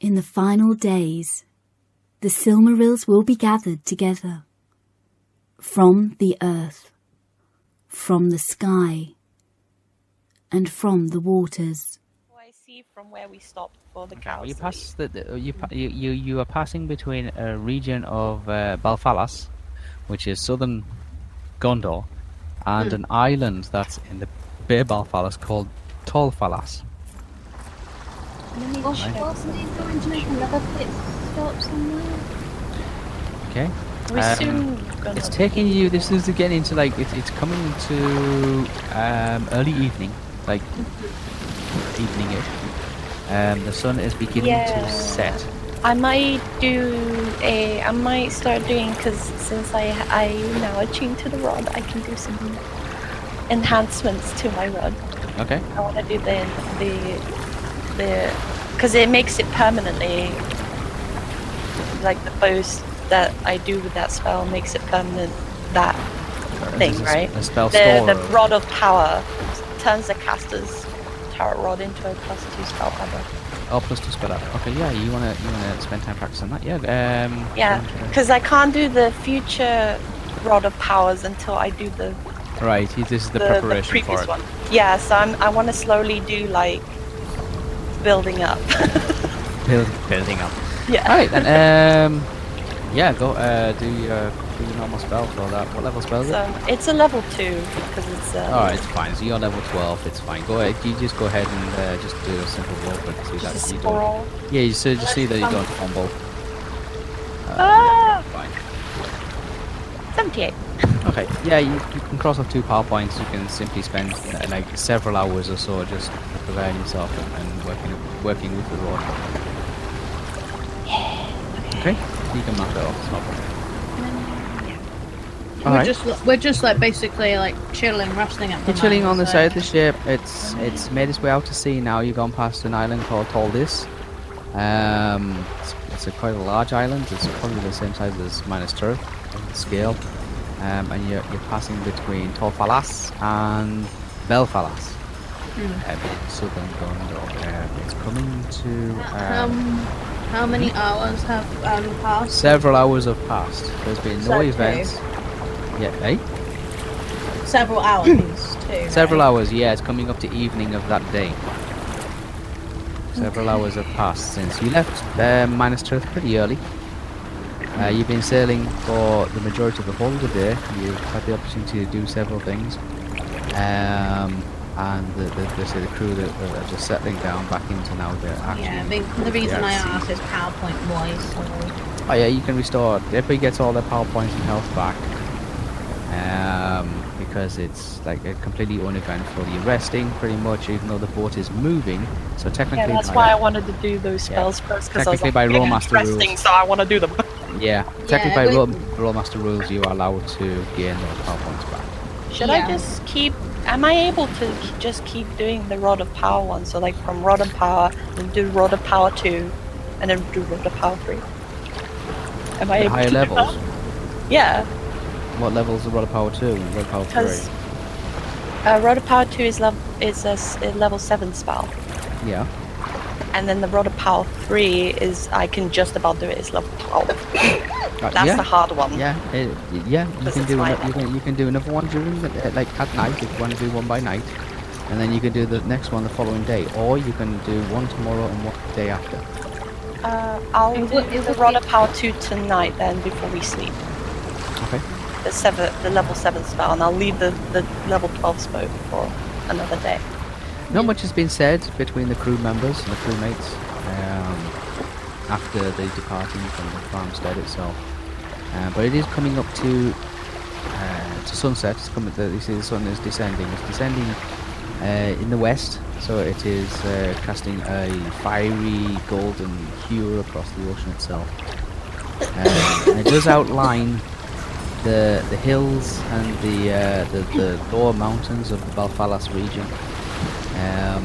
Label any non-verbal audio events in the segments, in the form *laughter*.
In the final days, the Silmarils will be gathered together from the earth, from the sky, and from the waters. Oh, I see from where we stopped for the Now, cows. you to pass the, the you, pa- you you you are passing between a region of uh, Balfalas, which is southern Gondor, Hmm. and an island that's in the Bay Balfalas called Tolfalas. Oh Gosh, wasn't it going to make another pit stop somewhere? Okay, eat. We Um, soon gonna it's taking you. This is getting into like it's it's coming to um, early evening, like evening-ish. Um, the sun is beginning Yeah. to set. I might do a. I might start doing because since I I now attuned to the rod, I can do some enhancements to my rod. Okay. I want to do the the the because it makes it permanently. Like the bows that I do with that spell makes it permanent. That Thing, There's a, s- right? A spell the the storer. rod of power turns the caster's tarot rod into a plus two spell power. Oh, plus two spell up. Okay, yeah, you wanna you wanna spend time practicing that? Yeah. Um, Yeah, and, because I can't do the future rod of powers until I do the uh, Right. he- This is the, the, the preparation for previous it. one. Yeah, so I'm, I want to slowly do like building up. *laughs* Build, building up. yeah. All right, then. Um, yeah, go uh, do your do your normal spell for that. What level spell is it? So it's a level two because it's. Uh, All right, it's fine. So you're level twelve. It's fine. Go ahead. You just go ahead and uh, just do a simple roll for it. See Just a that you scroll. don't. Yeah, you so just see that you Um, don't fumble. Uh, Ah, Fine. 78. Okay. Yeah, you, you can cross off two power points. You can simply spend uh, like several hours or so just preparing yourself and, and working working with the rod. Okay. You can mark that off. It's not a problem. we're Alright. just li- we're just like basically like chilling, resting at the You're chilling moment, on the so- side of the ship. It's it's made its way out to sea now. You've gone past an island called Toldis. Um, it's, it's a quite a large island. It's probably the same size as Minas Tirith on the scale. Um, and you're, you're passing between Torfalas and Belfalas. Um, in southern Gondor. Um, it's coming to um, Um, how Hmm? many hours have um, passed? several hours have passed. There's been no So two. events. Yeah, eh? Several hours, too. Several hours, yeah, it's coming up to evening of that day. Several hours have passed since you left uh, Minas Tirith pretty early. Uh, you've been sailing for the majority of the whole of the day. You've had the opportunity to do several things. Um, and the, the, the, say the crew that that are just settling down back into now their action. Yeah, the, the reason Yeah. I asked is PowerPoint wise. So. Oh yeah, you can restore. Everybody gets all their power points and health back. Um, because it's like a completely uneventful. You're resting pretty much, even though the boat is moving. So technically, Yeah, that's by, why I wanted to do those spells first because I was Technically like, by "Yeah, Roll it's Master resting, rules. so I want to do them. yeah, technically by we- rule, rule master rules, you are allowed to gain those power points back. Should Yeah. I just keep? Am I able to k- just keep doing the Rod of Power one? So like from Rod of Power, then do Rod of Power two, and then do Rod of Power three. Am I At able higher to do levels. that? Yeah, What levels of roll of power two and roll of power because three? uh, Rod of Power two is level is a, s- a level seven spell, Yeah. and then the Rod of Power three is I can just about do it. It's level twelve. Uh, That's yeah. the hard one. yeah, it, yeah. You This can is do my ano- you level. can you can do another one during the, uh, like at night if you want to do one by night, and then you can do the next one the following day, or you can do one tomorrow and one the day after. Uh, I'll It do would- it the would Rod be- of Power two tonight then before we sleep. Okay. the seven, the level seven spell, and I'll leave the, the level twelve spell for another day. Not much has been said between the crew members and the crewmates um, after the departing from the farmstead itself. Uh, but it is coming up to uh, to sunset. It's coming. The, you see, the sun is descending. It's descending uh, in the west, so it is uh, casting a fiery golden hue across the ocean itself. Um, and it does outline the the hills and the uh, the, the lower mountains of the Balfalas region um,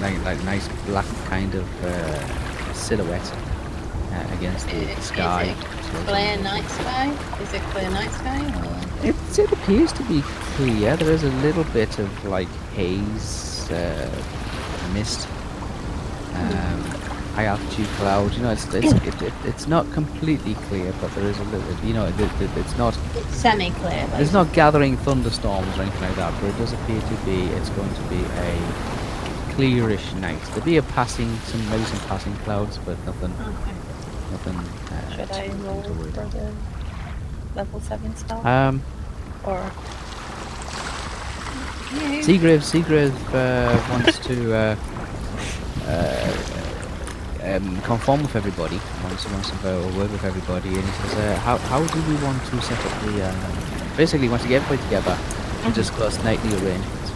like like nice black kind of uh, silhouette uh, against the Is- is sky. it So it's- Clear night sky? Is it clear night sky? Or... It, it appears to be clear. There is a little bit of like haze, uh, mist, um, high altitude cloud. You know, it's it's, it, it, it's not completely clear, but there is a little. You know, it, it, it's not It's semi-clear. Like, it's not gathering thunderstorms or anything like that, but it does appear to be it's going to be a clearish night. There'll be a passing, some maybe some passing clouds, but nothing, Okay. nothing. Uh, Should I too- roll to worry for about. the level seven spell? Um, or Seagrave, Seagrave uh, wants to uh, uh, um, conform with everybody. Wants to wants to go work with everybody, and he says, uh, "How how do we want to set up the? Uh, basically, wants to get everybody together and discuss nightly arrangements.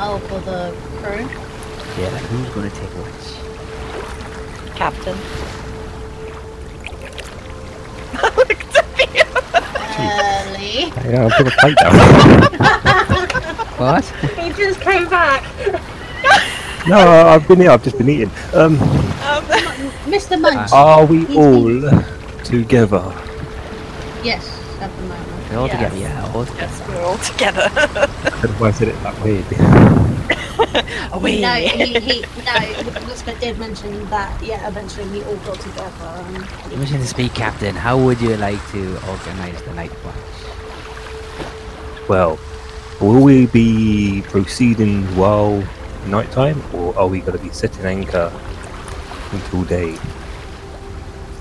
Oh, for the crew. Yeah, like who's going to take what? captain. Looked at me. *laughs* Early. Yeah, I'm gonna fight that What? he just came back. one. *laughs* No, I've been here. I've just been eating. Um, Um, Mr. Munch. Uh, are we He's all together? Yes, at the *laughs* moment. They're all Yes. together. Yeah, all together. yes, we're all *laughs* together. I don't know why I said it that way. Away. No, he, he, no, Elizabeth did mention that, yeah, eventually we all got together. And Permission to speak, Captain. How would you like to organise the night watch? Well, will we be proceeding while nighttime, or are we going to be setting anchor until day?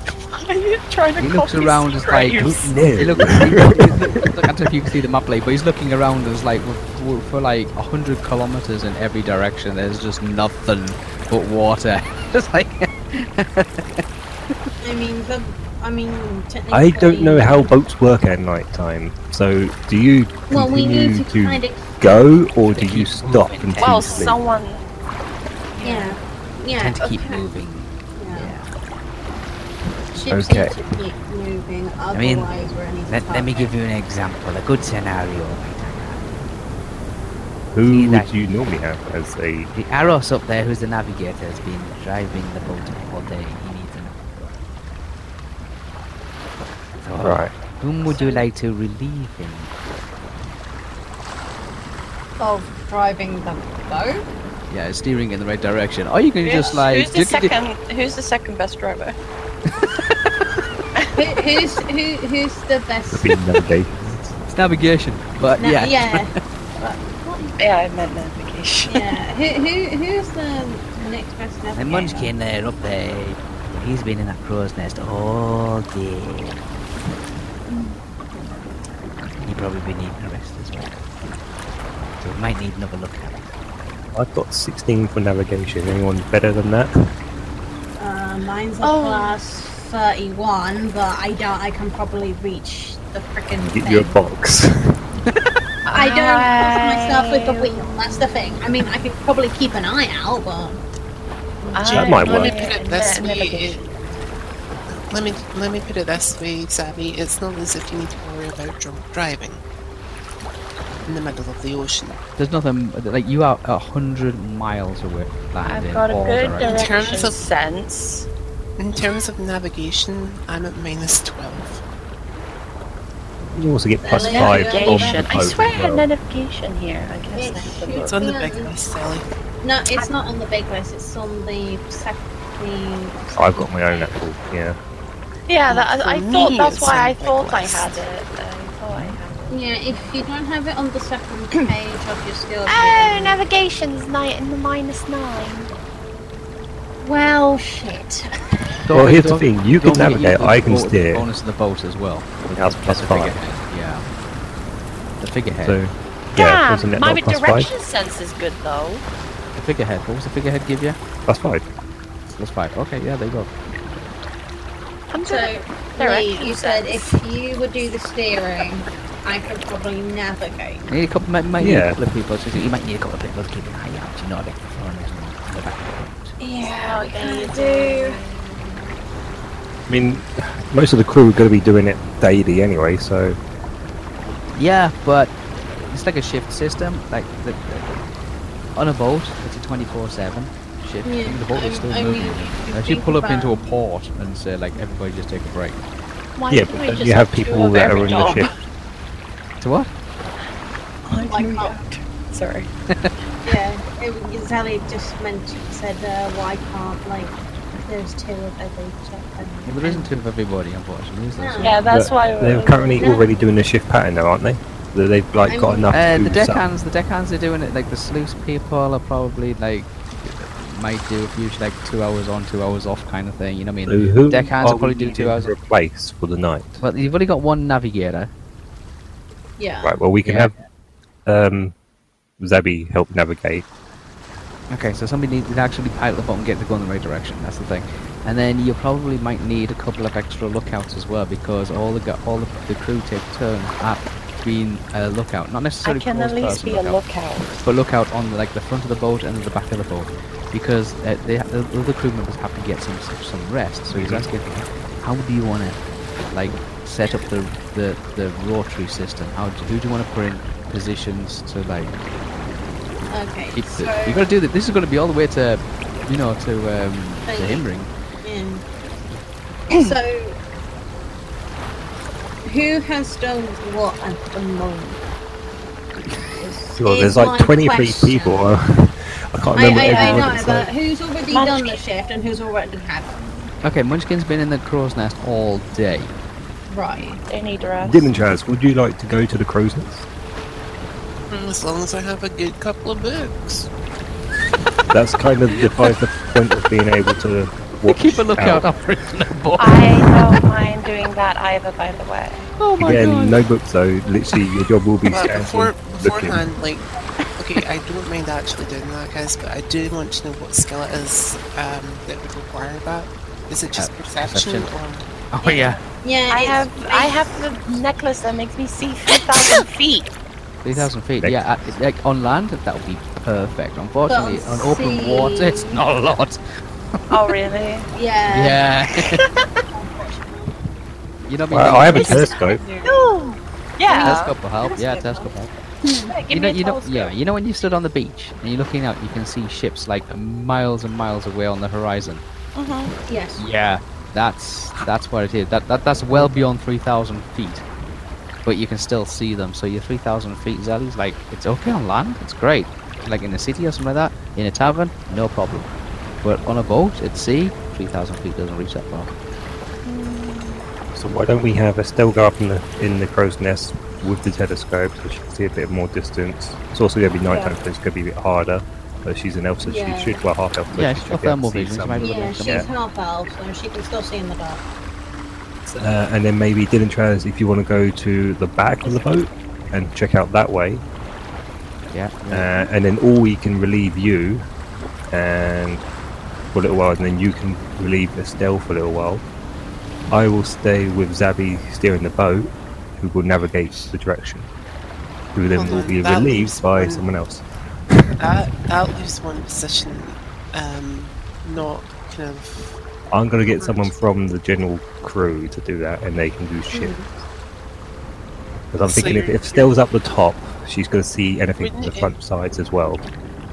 *laughs* Are you trying to He looks copy around as like, Seagraves? Don't know. He *laughs* look, he look, he look, I don't know if you can see the map plate, but he's looking around and it's like for, for like a hundred kilometers in every direction. There's just nothing but water. *laughs* It's like I mean, the, I mean, technically... I don't know how boats work at nighttime. So, do you continue Well, we need to, to kind of, go, or do To you keep stop moving. and *laughs* Well, sleep? someone. yeah, yeah. tend to keep okay, moving. Yeah. Yeah. Ships Okay. need to keep moving, otherwise I mean, we're in Let, let me trouble. give you an example. A good scenario. right? Who would that. you normally have as a? The Aros up there, who's the navigator, has been driving the boat all day. He needs an. So, Right. Whom would you like to relieve him? Of driving the boat? Yeah, steering in the right direction. Or you can Who's, just like who's the second? Who's the second best driver? Who, who's, who, who's the best? Being navigated. It's navigation, but Na- yeah. Yeah, Yeah, I meant navigation. yeah. Who, who, who's the next best navigator? And Munchkin there up there, he's been in that crow's nest all day. He probably been needing a rest as well. So we might need another look at it. I've got 16 for navigation. Anyone better than that? Uh, mine's a Oh. plus 31, but I doubt I can probably reach the frickin' Get thing. you a box. *laughs* I don't trust myself with the I- wheel, that's the thing. I mean, I could probably keep an eye out, but... That might I'm work. na- That's navigation. Let me let me put it this way, Zabby. It's not as if you need to worry about drunk driving in the middle of the ocean. *laughs* There's nothing like you are a hundred miles away. from land I've in got a all good directions. direction. direction sense. In terms of navigation, I'm at minus twelve. You also get plus Yeah, five on yeah. the I boat. as swear, well. navigation here. I guess. It that's the should It's book. on the big list, Sally. No, it's not on the big list. It's on the sec- the. I've got my own apple. Yeah. Yeah, that, I, I For thought me, that's it's why on I the big thought I list. had it. I thought I had it. Yeah, if you don't have it on *clears throat* the second page of your skill Oh, sheet. navigation's night in the minus nine. Well, shit. Well, here's the Don't- thing, you don't can forget navigate, the I can boat- steer. Bonus in the boat as well. That's plus the five. figurehead, Yeah. The figurehead. So yeah, wasn't Damn, it my not plus five? direction sense is good though. the figurehead. What was the figurehead give you? Plus five. Plus five. Okay, yeah, there you go. I'm So, Lee, Direction you said sense. if you would do the steering, I could probably navigate. Need a couple, might, might need a Yeah. couple of people. So you might need a couple of people to keep an eye out. You know, like the foreigners and the back of the boat. Yeah, what can you do? I mean, most of the crew are going to be doing it daily anyway, so Yeah, but it's like a shift system. Like the, the- on a boat, it's a twenty-four-seven shift. Yeah, the boat is still I- I moving. mean, if you if you think pull up about- into a port and say like everybody just take a break. Why yeah. didn't But we then just you have do people that are every in the job? ship. To what? Why Like do we not? have to- Sorry. Yeah. it was Sally just mentioned said uh, why can't like there's two of every check. Well, there isn't two of everybody, unfortunately, is there? So- Yeah, that's But why They're we're currently Yeah. already doing the shift pattern now, aren't they? That They've like got I'm- enough. Uh, to the do some- deckhands, the deckhands are doing it. Like the sluice people are probably like might do a few like two hours on, two hours off kind of thing. You know what I So mean? who deckhands are will probably we do needing two hours. to replace for the night? But you've only got one navigator. Yeah. Right. Well, we can Yeah. have um, Zabi help navigate. Okay, so somebody needs to actually pilot the boat and get to go in the right direction. That's the thing. And then you probably might need a couple of extra lookouts as well because all the gu- all the, the crew take turns at being a lookout. Not I necessarily. can at first least person be a lookout. but look out on like the front of the boat and the back of the boat because uh, they, the other crew members have to get some some rest. So he's asking, how do you want to like set up the the, the rotary system? How do, who do you want to put in positions to like Okay. keep so, the? uh, You got to do this. This is going to be all the way to you know to um, the Himring. yeah. so who has done what at the moment? Is- *laughs* Well, is there's my like 23 question. people. *laughs* I can't I, remember I, I everyone. know, but who's already done the Munchkin. shift and who's already had one? Okay, Munchkin's been in the crow's nest all day. Right. They need rest. Dimitras, would you like to go to the cruise nest? Mm, As long as I have a good couple of books. That's kind of defies the point of being able to watch Keep a lookout out. up for the boat. I don't mind doing that either, by the way. Oh my Again, god! no books though. Literally, your job will be But scouting, before, looking. beforehand, like, okay, I don't mind actually doing that, guys, but I do want to know what skill it is um, that would require that. Is it just Uh, perception, perception. or Oh yeah, Yeah. I it's have I have the necklace that makes me see three *laughs* thousand feet. Three thousand feet. Next. Yeah, uh, like on land, that would be perfect. Unfortunately, But on on open sea- water, it's *laughs* not a lot. Oh really? basi- Yeah. Yeah. *laughs* *laughs* you know what I mean? Well, I have a This is- telescope. No. Yeah. Telescope will help. Yeah, telescope will help. Yeah, give You know, me a you know, telescope. yeah, you know when you stood on the beach and you're looking out, you can see ships like miles and miles away on the horizon. Mhm. Yes. Yeah, that's that's what it is. That, that that's well beyond three thousand feet, but you can still see them. So your three thousand feet, Zelly's like it's okay on land. It's great, like in a city or something like that. In a tavern, no problem. But on a boat at sea, three thousand feet doesn't reach that far. So why don't we have Estelle go up in the in the crow's nest with the telescope so she can see a bit more distance? It's also going to be nighttime, so it's going to be a bit harder. But she's an elf, so Yeah. she should well half elf. So Yeah, she she's got should be able thermal to see vision, she some. might be Yeah, Yeah. she's Yeah. half elf, so she can still see in the dark. Uh, and then maybe Dylan Travers, if you want to go to the back of the boat and check out that way, Yeah. uh, and then all we can relieve you and for a little while, and then you can relieve Estelle for a little while. I will stay with Zabi steering the boat, who will navigate the direction. Who then Hold will on, be that relieved leaves by one. someone else. that? That leaves one position, um, not kind of. I'm going to get someone from the general crew to do that, and they can do shit. Because I'm Mm. So thinking if, you're- if Estelle's up the top, she's going to see anything from Wouldn't the it- front sides as well.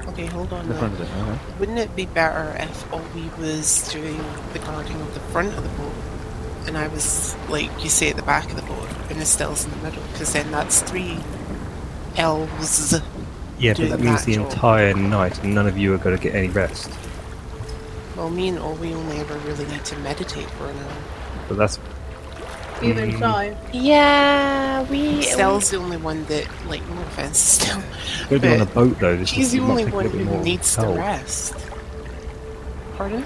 Okay, hold on. The though. front of it. Okay. Wouldn't it be better if all we was doing the guarding of the front of the boat, and I was like you say at the back of the boat, and Estelle's in the middle? Because then that's three elves. Yeah, Do but that the means the natural. entire night, and none of you are going to get any rest. Well, me and Ollie only ever really need to meditate for an hour. But that's You Mm. inside. Yeah, we. Estelle's the only one that, like, no offense, Estelle, going to be on a But boat though. This she's is the might only take a one little bit who more needs toll. to rest. Pardon?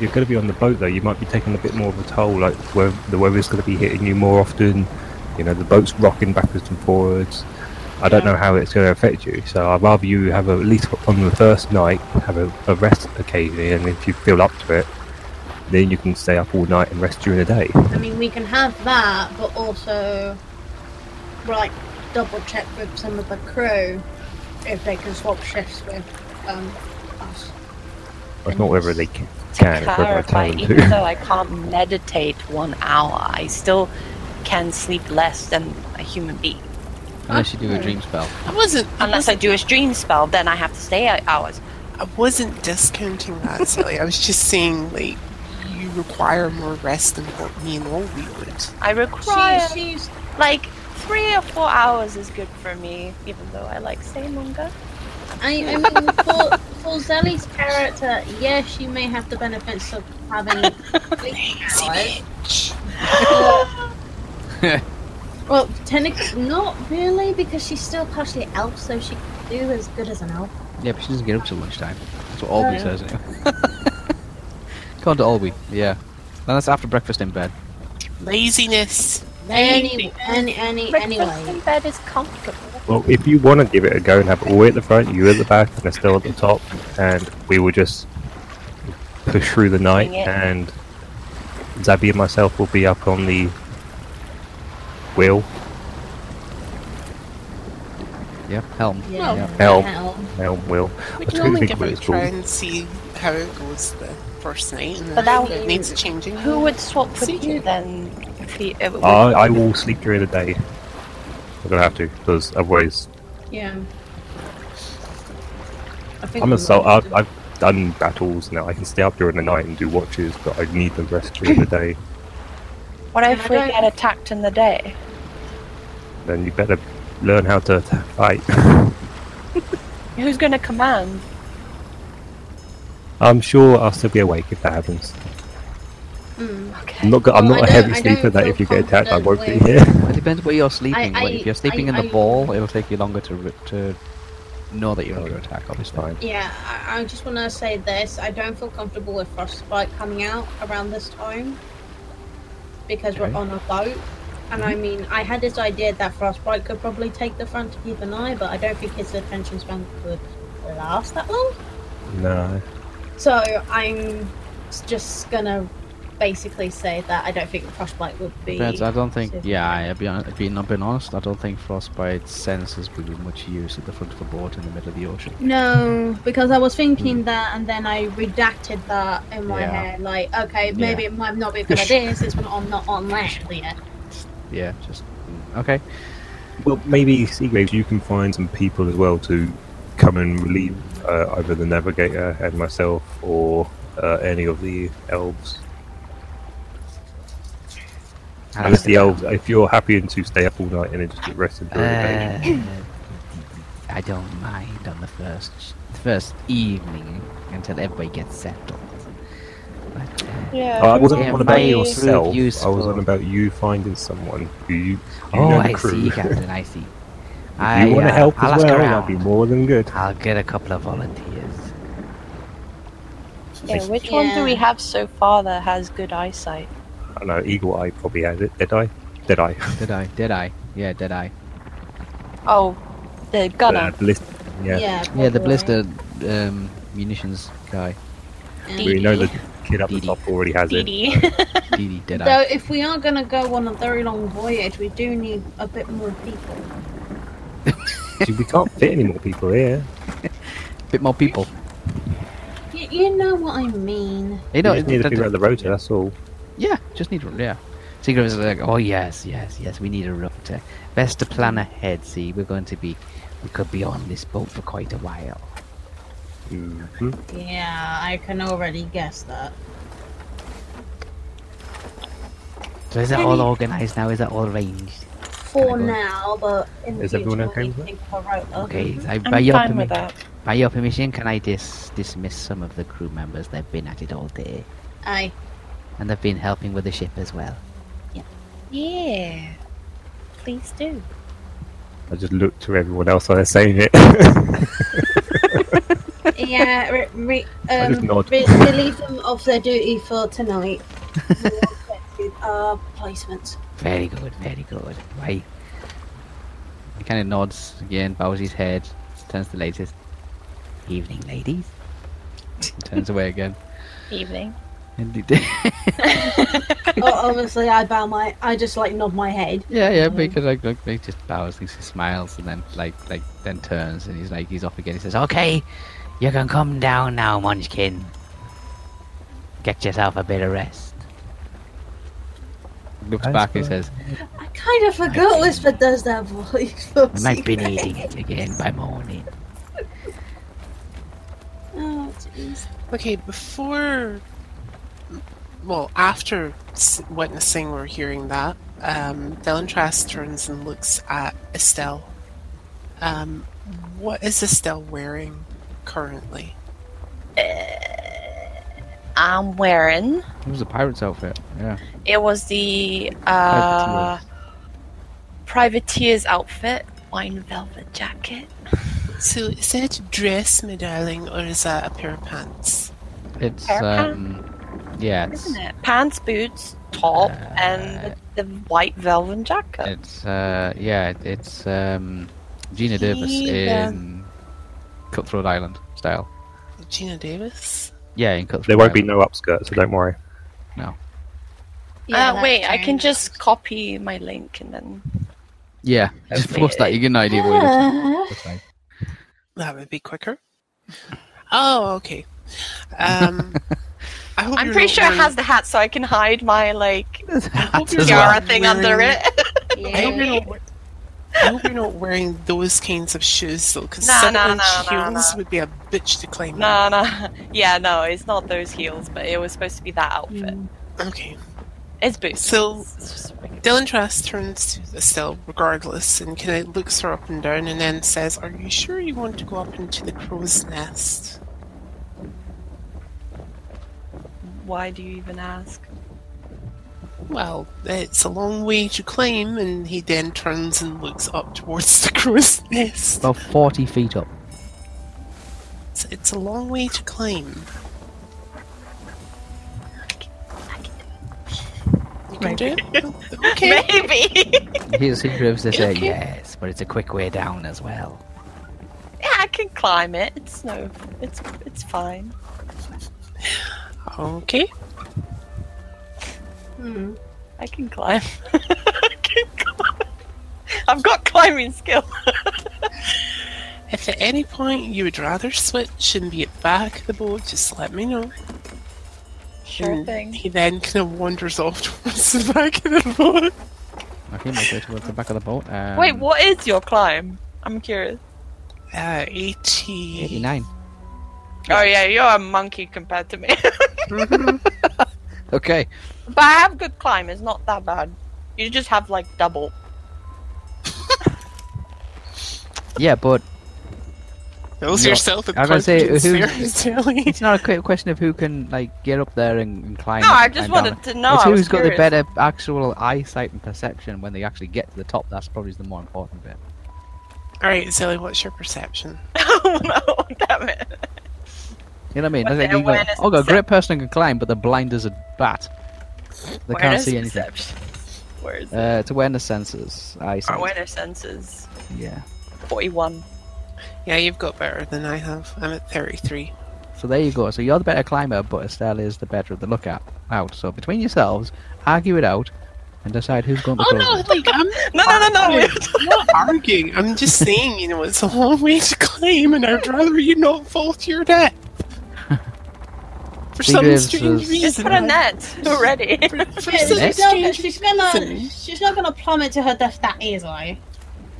You're going to be on the boat though. You might be taking a bit more of a toll. Like where the weather's going to be hitting you more often. You know, the boat's rocking backwards and forwards. I don't know how it's going to affect you. So I'd rather you have a, at least on the first night have a, a rest occasionally, and if you feel up to it, then you can stay up all night and rest during the day. I mean, we can have that, but also, like, double check with some of the crew if they can swap shifts with um, us. It's not whether they ca- To can, it's whether I clarify, tell them to. *laughs* even though I can't meditate one hour, I still can sleep less than a human being. Unless you do a dream spell. I wasn't. I Unless I do a dream spell, then I have to stay eight hours. I wasn't discounting that, Sally. I was just saying, like, you require more rest than what me and Ollie would. I require She, she's like three or four hours is good for me, even though I like staying longer. I, I mean, for, for Zelly's character, yeah, she may have the benefits of having *laughs* sleeping hours. but- well, technically, not really, because she's still partially elf, so she can do as good as an elf. Yeah, but she doesn't get up till lunchtime. That's what Albie says anyway. *laughs* Can't do Albie, yeah. And that's after breakfast in bed. Laziness. Any, any, any, Breakfast in anyway. bed is comfortable. Well, if you want to give it a go and have it all at the front, you at the back, and Estelle at the top, and we will just push through the night, Wing it. and Zabby and myself will be up on the wheel Yeah, helm. Yeah. Yeah. Helm. Hell. Elm wheel. We I can don't only think give what it a it's try called. and see how it goes the first night, and But then that if it would- needs changing. Who would swap with Mm. See. you then? If he, uh, would- I, I will sleep during the day. I'm gonna have to because otherwise Yeah. I think I'm we a sol- might have I've, to- I've done battles now. I can stay up during the night and do watches, but I need the rest during the day. What if I we don't- get attacked in the day? Then you better learn how to t- fight. *laughs* Who's going to command? I'm sure I'll still be awake if that happens. Mm. I'm not. Go- I'm Well, not I a heavy don't- I sleeper. don't That feel if you get attacked, I won't be *laughs* confident here. Well, it depends where you're sleeping. I- like, if you're sleeping I- in the I- ball, it'll take you longer to, re- to know that you're under attack, It's obviously. fine. Yeah, I, I just want to say this. I don't feel comfortable with frostbite coming out around this time because Okay. we're on a boat. And I mean, I had this idea that frostbite could probably take the front to keep an eye, but I don't think his attention span could last that long. No. So I'm s- just gonna basically say that I don't think frostbite would be. Depends. I don't think. Safe. Yeah, I- I've been, I've been, I've been honest. I don't think frostbite senses would be much use at the front of a boat in the middle of the ocean. No, because I was thinking that, and then I redacted that in my Yeah. head. Like, okay, maybe it might not be a *laughs* good idea since we're on, not on land yet. Yeah, just mm, okay. Well, maybe Seagraves, you can find some people as well to come and relieve uh, either the navigator and myself, or uh, any of the elves. And if the elves, if you're happy to stay up all night and then just get rested during the day, Uh, *coughs* I don't mind on the first first evening until everybody gets settled. But, uh, Yeah. I wasn't Yeah, on about maybe yourself. I was useful. on about you finding someone who you, you oh, know the I crew. see, Captain. I see. uh, If *laughs* you want to help I'll as ask well, around. that'd be more than good. I'll get a couple of volunteers. Yeah, which one do we Yeah. have so far that has good eyesight? I don't know, Eagle Eye probably has it. Dead Eye? Dead Eye. Did I? Did I? Yeah, did I? Oh, the Uh, gunner. Blist- yeah. Yeah, the probably. blister um, munitions guy, We DD. know the kid up the DD. top already has it. DD. Dee did *laughs* Though, I? if we are going to go on a very long voyage, we do need a bit more people. Gee, we can't fit any more people here. Bit more people. Y- you know what I mean. *laughs* You No, know, we just need to the- figure out the rotor, that's all. Yeah, just need yeah. Secret is like, oh yes, yes, yes, we need a router. Best to plan ahead. See, we're going to be, we could be on this boat for quite a while. Mm-hmm. Mhm. Yeah, I can already guess that. So is that all organised now? Is that all arranged? For Kinda good. now, but in Is the everyone future, okay we with that? think of a rotor. Okay. I, by Um, I'm your fine with permi- that. by your permission, can I dis- dismiss some of the crew members? They've been at it all day, Aye. and they've been helping with the ship as well. Yeah. Please do. I just looked to everyone else and they're saying it. *laughs* yeah, re- re- I just um, nod. re- relieve them of their duty for *laughs* tonight. We'll get you Our placements. Very good, very good. Why? He kind of nods again, bows his head, turns to the latest. Evening, ladies. And turns away again. Evening. And he- oh, obviously, I bow my. I just like nod my head. *laughs* Yeah, *laughs* yeah, because like, like he just bows, he just smiles, and then like like then turns and he's like he's off again. He says, "Okay, you can come down now, Munchkin. Get yourself a bit of rest." Looks That's back and fine. says, I kind of forgot Whisper does that voice. *laughs* for "We might be secret. needing it again by morning." Oh, jeez. Uh, Okay, before, well, after s- witnessing or hearing that, um, Delantrass turns and looks at Estelle. Um, What is Estelle wearing currently? I'm wearing. It was a pirate's outfit. Yeah. It was the uh, privateer's outfit, wine velvet jacket. So is that a dress, my darling, or is that a pair of pants? It's Fair um. Yeah. It's Isn't it? Pants, boots, top, and the, the white velvet jacket. it's uh yeah it- it's um Gina Davis Gina. in Cutthroat Island style. Gina Davis? Yeah, in Cutthroat. There won't be Island. no upskirt, so don't worry. uh, wait, I can just copy my link and then. Yeah, just Hopefully post that. it- You get an idea what it *laughs* looks like. That would be quicker. Oh, okay. Um, I *laughs* hope I'm you're pretty not sure it wearing- has the hat, so I can hide my like hope you're tiara not thing wearing- under it. *laughs* I hope, you're not, we- I hope you're not wearing those kinds of shoes though, because Nah, seven nah, inch nah, nah, heels nah. would be a bitch to climb. up. no, no, yeah, no, it's not those heels, but it was supposed to be that outfit. Okay. It's boots. Mm. So- It's just regular- Dylan Trask turns to Estelle regardless and kind of looks her up and down and then says, Are you sure you want to go up into the crow's nest? why do you even *laughs* ask? Well, it's a long way to climb, and he then turns and looks up towards the crow's nest. About forty feet up. It's, it's a long way to climb. You can do *laughs* it? Okay. Maybe. Here's the secret they say Okay. yes, but it's a quick way down as well. yeah, I can climb it. It's no, it's it's fine. Okay. Hmm. I can climb. *laughs* I can climb. I've got climbing skill. If at any point you would rather switch and be at back of the boat, just let me know. Sure And thing. He then kind of wanders off *laughs* towards the back of the boat. Okay, make way towards the back of the boat. Um, Wait, what is your climb? I'm curious. Uh, 80. Eighty-nine. Oh yeah, you're a monkey compared to me. *laughs* Okay. but I have good climb. It's not that bad. You just have like double. Yeah, but Those No, yourself and I was gonna say, confidence who- there, is telling. it's not a quick question of who can like get up there and, and climb. No, I and just climb down wanted to know. it's I who's was got curious. the *laughs* better actual eyesight and perception when they actually get to the top. That's probably the more important bit. Alright, Zilly, what's your perception? oh no! Damn it. You know what I mean? But That's like their you go, awareness oh, God, is great person can climb, but they're blind as a bat. They can't Awareness see anything. perception. Where is it? Uh, it's awareness sensors. Eyesight. Awareness senses. Yeah. Forty-one. Yeah, you've got better than I have. I'm at 33. So there you go. So you're the better climber, but Estelle is the better at the lookout. Out. So between yourselves, argue it out, and decide who's going to Oh go. no, like, I'm No, no, no, no. I'm *laughs* not arguing. I'm just saying, you know, it's a long way to climb, and I'd rather you not fall to your death. For She some gives strange us- Just reason. put a net already. For, for Yeah, some Next. she's, not, strange she's gonna reason. she's not gonna plummet to her death that easily.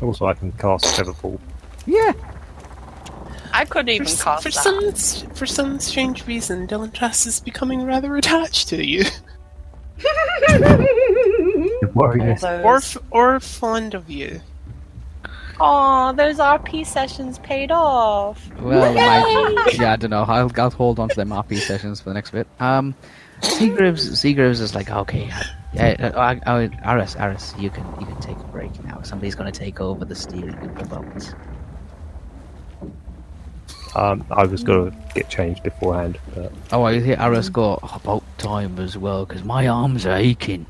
Also, I can cast Featherfall. Yeah. I could For, even s- cast for that. some s- for some strange reason, Dylan Trask is becoming rather attached to you, Warriors. or Those. f- or fond of you. Aw, those RP sessions paid off. Well, my, yeah, I don't know. I'll, I'll hold on to them RP sessions for the next bit. Um, Seagraves, Seagraves is like, okay, yeah, I, I, I, Aris, Aris, you can you can take a break now. Somebody's going to take over the steering of the boat. Um, I was gonna get changed beforehand, but Oh, I hear Aris go "Oh, about time as well because my arms are aching.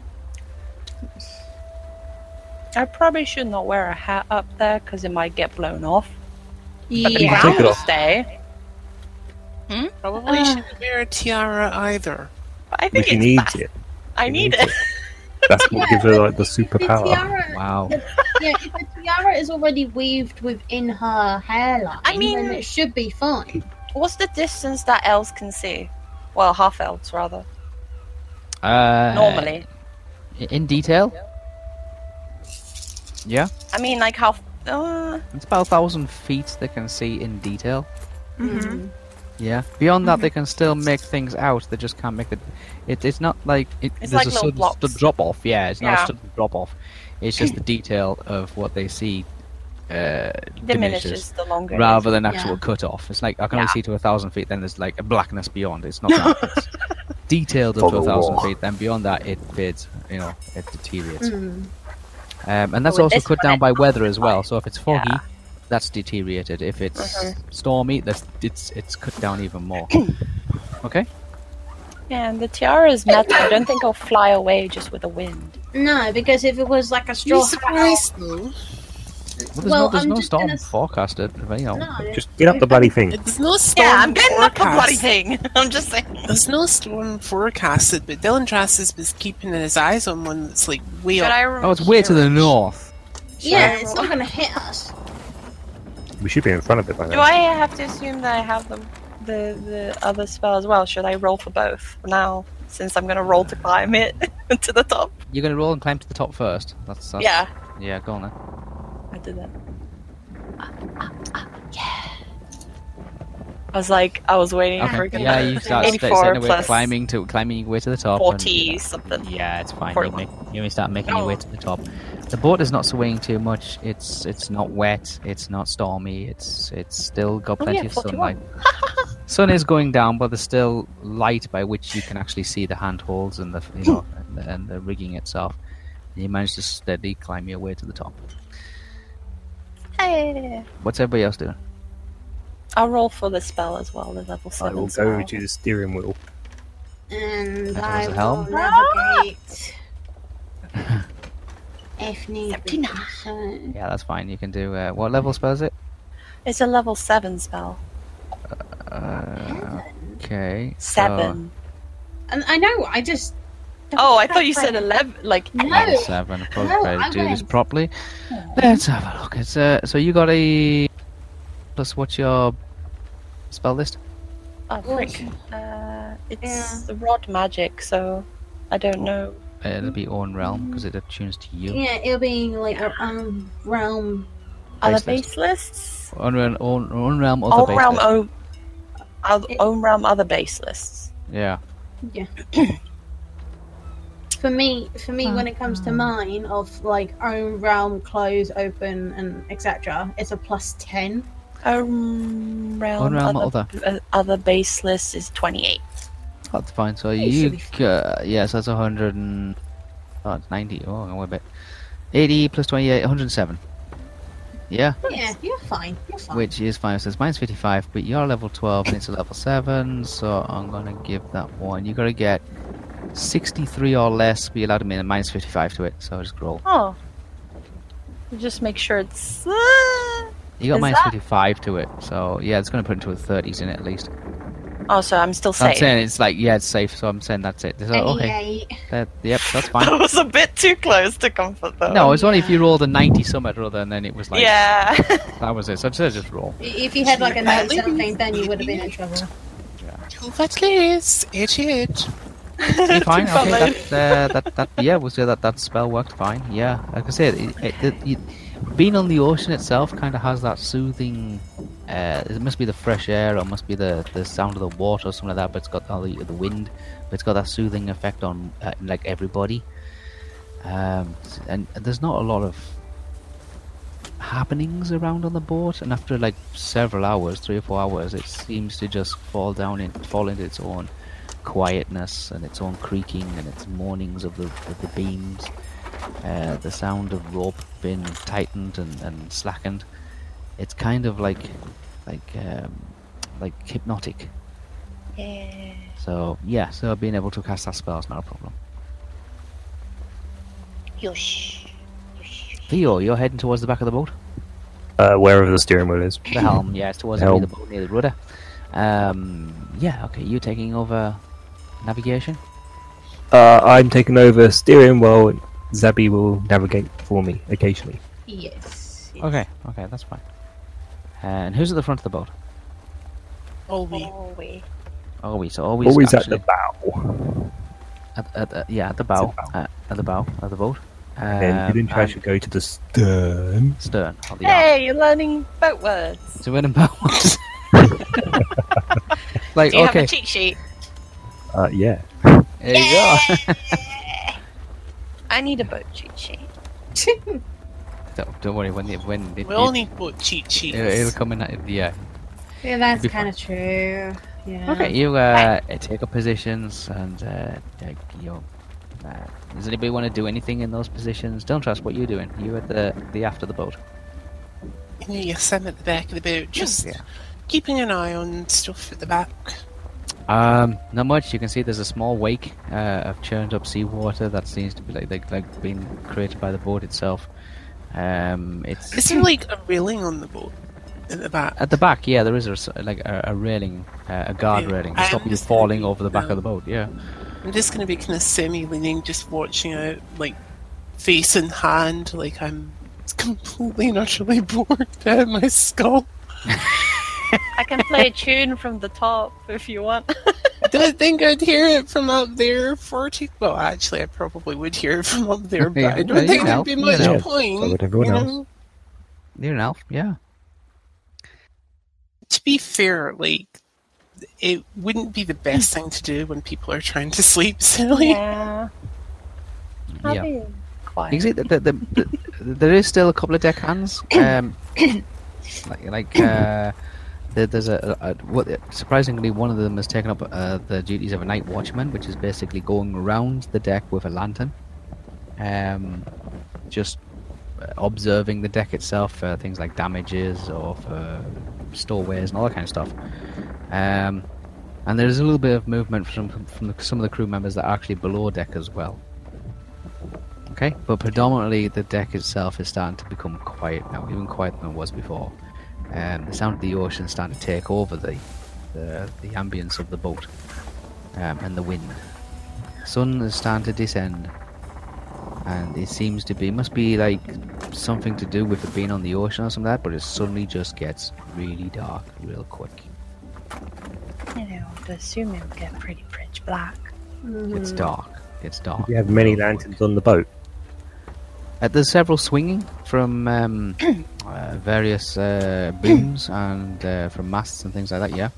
I probably should not wear a hat up there because it might get blown off. But the Yeah. Take crown it will off. stay. Probably Ah. shouldn't wear a tiara either. But I but think she it's needs fast. it. I She need needs it. That's what gives her like the superpower. tiara, Wow. yeah, if the tiara is already weaved within her hairline, I mean- then it should be fine. What's the distance that elves can see? Well, half elves rather. Uh, Normally, in detail. Yeah, I mean, like half. Uh, it's about a thousand feet they can see in detail. Mm-hmm. Yeah. Beyond that, they can still make things out. They just can't make the. It, it's not like it, It's there's like a little sudden blocks. drop off. Yeah, it's not Yeah. *laughs* a sudden drop off. It's just the detail of what they see uh, diminishes, diminishes the longer. it rather is. than actual cutoff. It's like I can only see to a thousand feet. Then there's like a blackness beyond. *laughs* It's not that. It's detailed up to a Fog of thousand war. feet. Then beyond that, it fades. You know, it deteriorates. Hmm. Um, and that's with Mm. Oh, also this one, cut down it's by weather as well. So if it's foggy, Yeah. Mm-hmm. that's deteriorated. If it's stormy, that's it's it's cut down even more. okay. Yeah, and the tiara is metal. I don't think it'll fly away just with the wind. No, because if it was like a straw You hat, surprised me. Well, there's Well, no, there's I'm no just storm gonna s- forecasted. You know. no, it- Just get up the bloody thing. There's no storm. Yeah, I'm getting up a forecast. bloody thing. *laughs* I'm just saying. There's no storm forecasted, but Dylan Trassis was keeping his eyes on one that's like way But up. I Oh, it's way to the north. yeah, it's not going to hit us. We should be in front of it by Do now. I have to assume that I have the the, the other spell as well? Should I roll for both now? Since I'm gonna roll to climb it *laughs* to the top. You're gonna roll and climb to the top first. That's, that's Yeah, Yeah, go on then. I did that. I was like, I was waiting for Okay. a good Yeah, you start sta- 84 starting away, plus climbing to climbing your way to the top. and- 40 something. Yeah, it's fine. You, 41. make, you only start making your Oh. way to the top. The boat is not swaying too much. It's it's not wet. It's not stormy. It's it's still got Oh, plenty yeah, of 41. sunlight. *laughs* Sun is going down, but there's still light by which you can actually see the handholds and the *clears throat* you know and the, and the rigging itself. And you manage to steadily climb your way to the top. Hey. What's everybody else doing? I'll roll for the spell as well, the level 7 I will spell. go to the steering wheel. And That I was a will *laughs* helm. navigate. if need be. So, Yeah, that's fine. You can do uh, what level spell is it? It's a level 7 spell. Uh, okay, so- Oh. 7. and I know, I just. oh, *laughs* I thought you said 11. Like, No. seven. I've probably No, better I do this went. properly. Hmm. Let's have a look. It's uh, so you got a plus. What's your spell list? oh, frick. Uh, it's the rod magic, so I don't know. Uh, it'll be own realm because it attunes to you. Yeah, it'll be like our own realm. Other Base base lists? Own realm, own, own realm, other Own base realm, list. o- oth- It- own realm, other base lists. Yeah. For me, for me, when it Uh-huh. comes to mine of like own realm, close, open, and etc., it's a plus ten. Own realm, Own realm, other. uh, other base list is 28. That's fine. So it should you, be uh, yeah, so that's 100 and oh, it's 90. Oh, I went a bit. 80 plus 28, 107. Yeah, Yeah, you're fine. You're fine. which is fine. So it's minus 55, but you're level 12 and it's a level 7, so I'm gonna give that one. You gotta get 63 or less, be allowed to make a minus 55 to it, so just roll. Oh. Just make sure it's. uh, You got Is minus that- 55 to it, so yeah, it's gonna put into a 30s in it at least. Oh, so I'm still I'm safe. *laughs* saying it's like, yeah, it's safe, so I'm saying that's it. So, oh, okay, Eighty-eight. that, yep, that's fine. That was a bit too close to comfort, though. No, it's only if you rolled a 90 summit rather, and then it was like, yeah. *laughs* that was it. So just just roll. If you had like a nine something, then you would have been in trouble. Two fat ladies, edge edge. You're fine. Too far okay, lane. that, uh, that, that, yeah, we'll say that that spell worked fine. Yeah, like I said, it, it, it, it- being on the ocean itself kind of has that soothing. Uh, it must be the fresh air, or must be the, the sound of the water, or something like that. But it's got all the, the wind. But it's got that soothing effect on uh, like everybody. Um, and there's not a lot of happenings around on the boat. And after like several hours, three or four hours, it seems to just fall down and fall into its own quietness and its own creaking and its moanings of the, of the beams, uh, the sound of rope being tightened and, and slackened. It's kind of like, like, um, like hypnotic. Yeah. So yeah, so being able to cast that spell is not a problem. Yosh. Theo, you're heading towards the back of the boat. Uh, wherever the steering wheel is. The helm, yeah, it's towards the, Helm. the boat near the rudder. Um, yeah, okay, you're taking over navigation. Uh, I'm taking over steering wheel. and Zabi will navigate for me occasionally. *laughs* Yes. yes. Okay, okay, that's fine. And who's at the front of the boat? Always. Oh, wait. Always, so always, Always actually, at the bow. At, at, at, yeah, at the bow, bow. At, at the bow of the boat. Um, and you didn't try and to go to the stern. stern. Of the arm. Hey, you're learning boat words. So when in bow. like Do you okay, have a cheat sheet? Uh, yeah. there you go. I need a boat cheat sheet. *laughs* Don't, don't worry. When it, when it, We all need boat cheat sheets. it'll, it'll come in. at- Yeah. *laughs* Yeah, that's Be fine. kind of true. Yeah. Okay, you uh, take up positions and uh, take your. Uh, does anybody want to do anything in those positions? Don't trust what you're doing. You at the the after the boat. You know, your son at the back of the boat, just Yeah. keeping an eye on stuff at the back. Um, not much. You can see there's a small wake uh, of churned up seawater that seems to be like like, like being created by the boat itself. Um, it's Is there like a railing on the boat at the back? at the back. Yeah, there is a, s- like a, a railing, uh, a guard Yeah, railing I to stop you understand. falling over the back of No. the boat. Yeah. I'm just going to be kind of semi leaning, just watching out, like face in hand, like I'm completely and utterly *laughs* bored out of my skull. I can *laughs* play a tune from the top if you want. I don't think I'd hear it from up there. Forty. Well, actually, I probably would hear it from up there, but I Yeah, don't you think know, there'd be you much know. point. So would everyone you else. know? You're an elf. Yeah. To be fair, like it wouldn't be the best thing to do when people are trying to sleep. *laughs* Silly. Yeah. I'll yeah. be quiet. You can see that the, the, the, there is still a couple of deck hands. Um, like like uh, there, there's a, a, a what surprisingly one of them has taken up uh, the duties of a night watchman, which is basically going around the deck with a lantern, um, just uh, observing the deck itself for things like damages or for storeways and all that kind of stuff. Um, and there's a little bit of movement from from the, some of the crew members that are actually below deck as well. Okay, but predominantly the deck itself is starting to become quiet now, even quieter than it was before. Um, the sound of the ocean is starting to take over the the, the ambience of the boat um, and the wind. Sun is starting to descend, and it seems to be must be like something to do with it being on the ocean or something like that. But it suddenly just gets really dark real quick. You know, I assume it would get pretty pitch black. It's dark. It's dark. You have many real quick. lanterns on the boat. Uh, there's several swinging from um, uh, various uh, booms and uh, from masts and things like that. Yeah.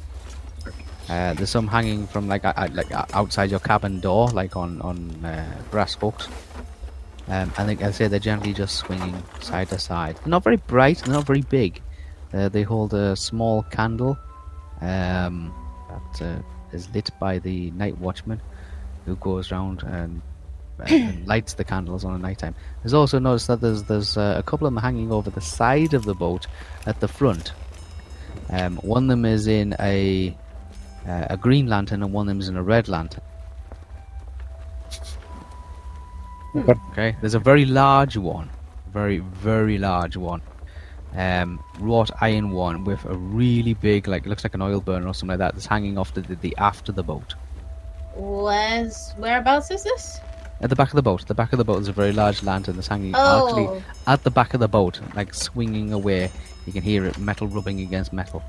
Uh, there's some hanging from like uh, uh, like uh, outside your cabin door, like on on uh, brass hooks. Um, and like I say, they're generally just swinging side to side. They're not very bright. They're not very big. Uh, they hold a small candle um, that uh, is lit by the night watchman, who goes round and, uh, and *clears throat* lights the candles on a night time. There's also noticed that there's there's uh, a couple of them hanging over the side of the boat at the front. Um, one of them is in a uh, a green lantern and one of them is in a red lantern. Okay. Okay, there's a very large one, very very large one, um, wrought iron one with a really big like looks like an oil burner or something like that that's hanging off the the, the aft of the boat. Where's whereabouts is this? At the back of the boat, the back of the boat is a very large lantern that's hanging actually Oh, at the back of the boat, like swinging away. You can hear it metal rubbing against metal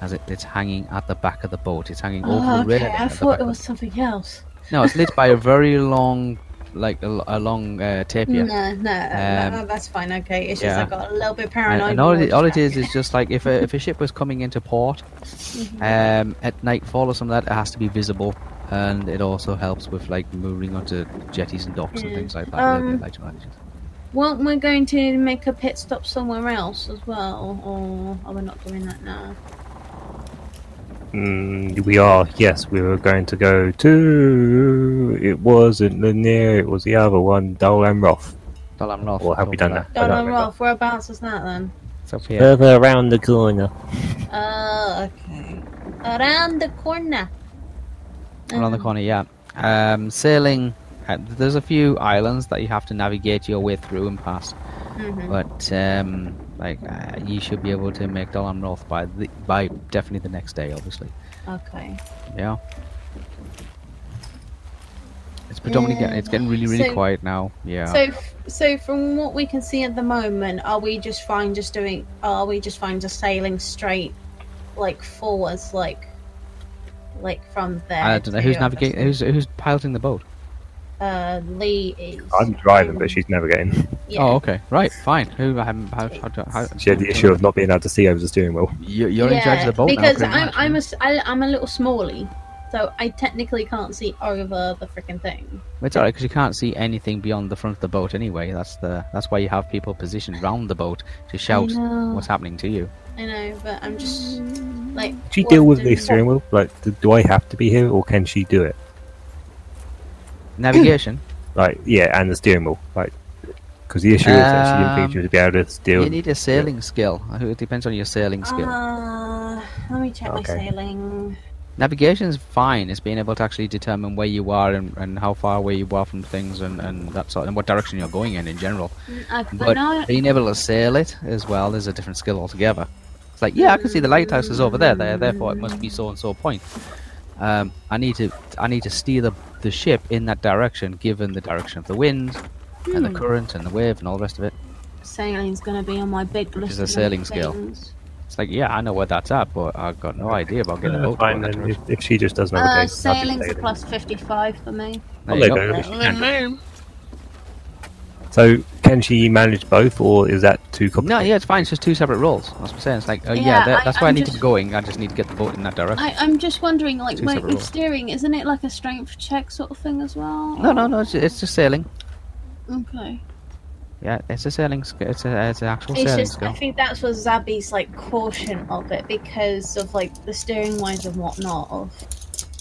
as it, it's hanging at the back of the boat. It's hanging over oh the railing. okay. I at the thought back it of was something else. the- No, it's lit by a very long, like a, l- a long uh, tapier. No, no, Um, no, that's fine. Okay, it's just yeah. I got a little bit And, paranoid. and all, it, all it distracted. is is just like if a, if a ship was coming into *laughs* port um, at nightfall or something like that, it has to be visible, and it also helps with like moving onto jetties and docks and Yeah. things like that. a little bit Um, later on. Well, we're going to make a pit stop somewhere else as well, or are we not doing that now? Mm, we are, yes, we were going to go to. It wasn't Lanier, it was the other one, Dol Amroth. Well, I'm not. Well, have we done Uh, that? I Don't don't know, remember. Rolf. Whereabouts is that then? It's up here. Further around the corner. Oh, okay. Around the corner. around the Um, corner yeah um, sailing uh, there's a few islands that you have to navigate your way through and past mhm. but um, like uh, you should be able to make Dalam North by the, by definitely the next day obviously Okay. yeah it's predominantly getting, it's getting really really So- quiet now yeah So, f- so from what we can see at the moment, are we just fine just doing? Are we just fine just sailing straight, like forwards, like, like from there? I don't know who's to- navigating who's, who's piloting the boat Uh, Lee is. I'm driving, but she's navigating. Yeah. oh okay right fine who I haven't how, how, do- how, She had the issue of not being able to see over the steering wheel. you, you're in charge of the boat now, because pretty I'm much. I'm a s- I, am i am a little smally, so I technically can't see over the freaking thing. It's alright because you can't see anything beyond the front of the boat anyway. That's the that's why you have people positioned round the boat to shout know. what's happening to you. I know, but I'm just Mm-hmm. like. She what deal with do- the steering wheel. Like, do, do I have to be here, or can she do it? Navigation. Like, yeah, and the steering wheel. Like, because the issue is that she didn't Um, think she would be able to steer. you need a sailing skill. I think It depends on your sailing skill. Uh-huh. Uh, let me check my Okay. sailing. Navigation's fine. It's being able to actually determine where you are and, and how far away you are from things and, and that sort and what direction you're going in in general. I, I But know. being able to sail it as well is a different skill altogether. It's like, yeah, I can see the lighthouse is over there. There, therefore, it must be so and so point. Um, I need to, I need to steer the, the ship in that direction, given the direction of the wind and the current and the wave and all the rest of it. Sailing's gonna be on my big list. is of a sailing skill. things. It's like, yeah, I know where that's at, but I've got no idea about getting a Uh, boat. going fine, that then, direction. if, if she just doesn't have Uh, a case, I'll be sailing's a sailing. plus 55 for me. There you I'll go. let go if she can do it. Hello. So, can she manage both, or is that too No, complicated? yeah, it's fine. It's just two separate roles. That's what I'm saying. It's like, oh, yeah, Yeah, that, I- that's where i I'm need to just- be going. I just need to get the boat in that direction. I, I'm just wondering, like, Two wait, separate with roles. steering, isn't it like a strength check sort of thing as well? No, no, no. It's, it's just sailing. Okay. Yeah, it's a sailing. sk- It's a, it's an actual It's sailing just, I skill. think that's was Zabby's, like, caution of it because of, like, the steering wise and whatnot. Of,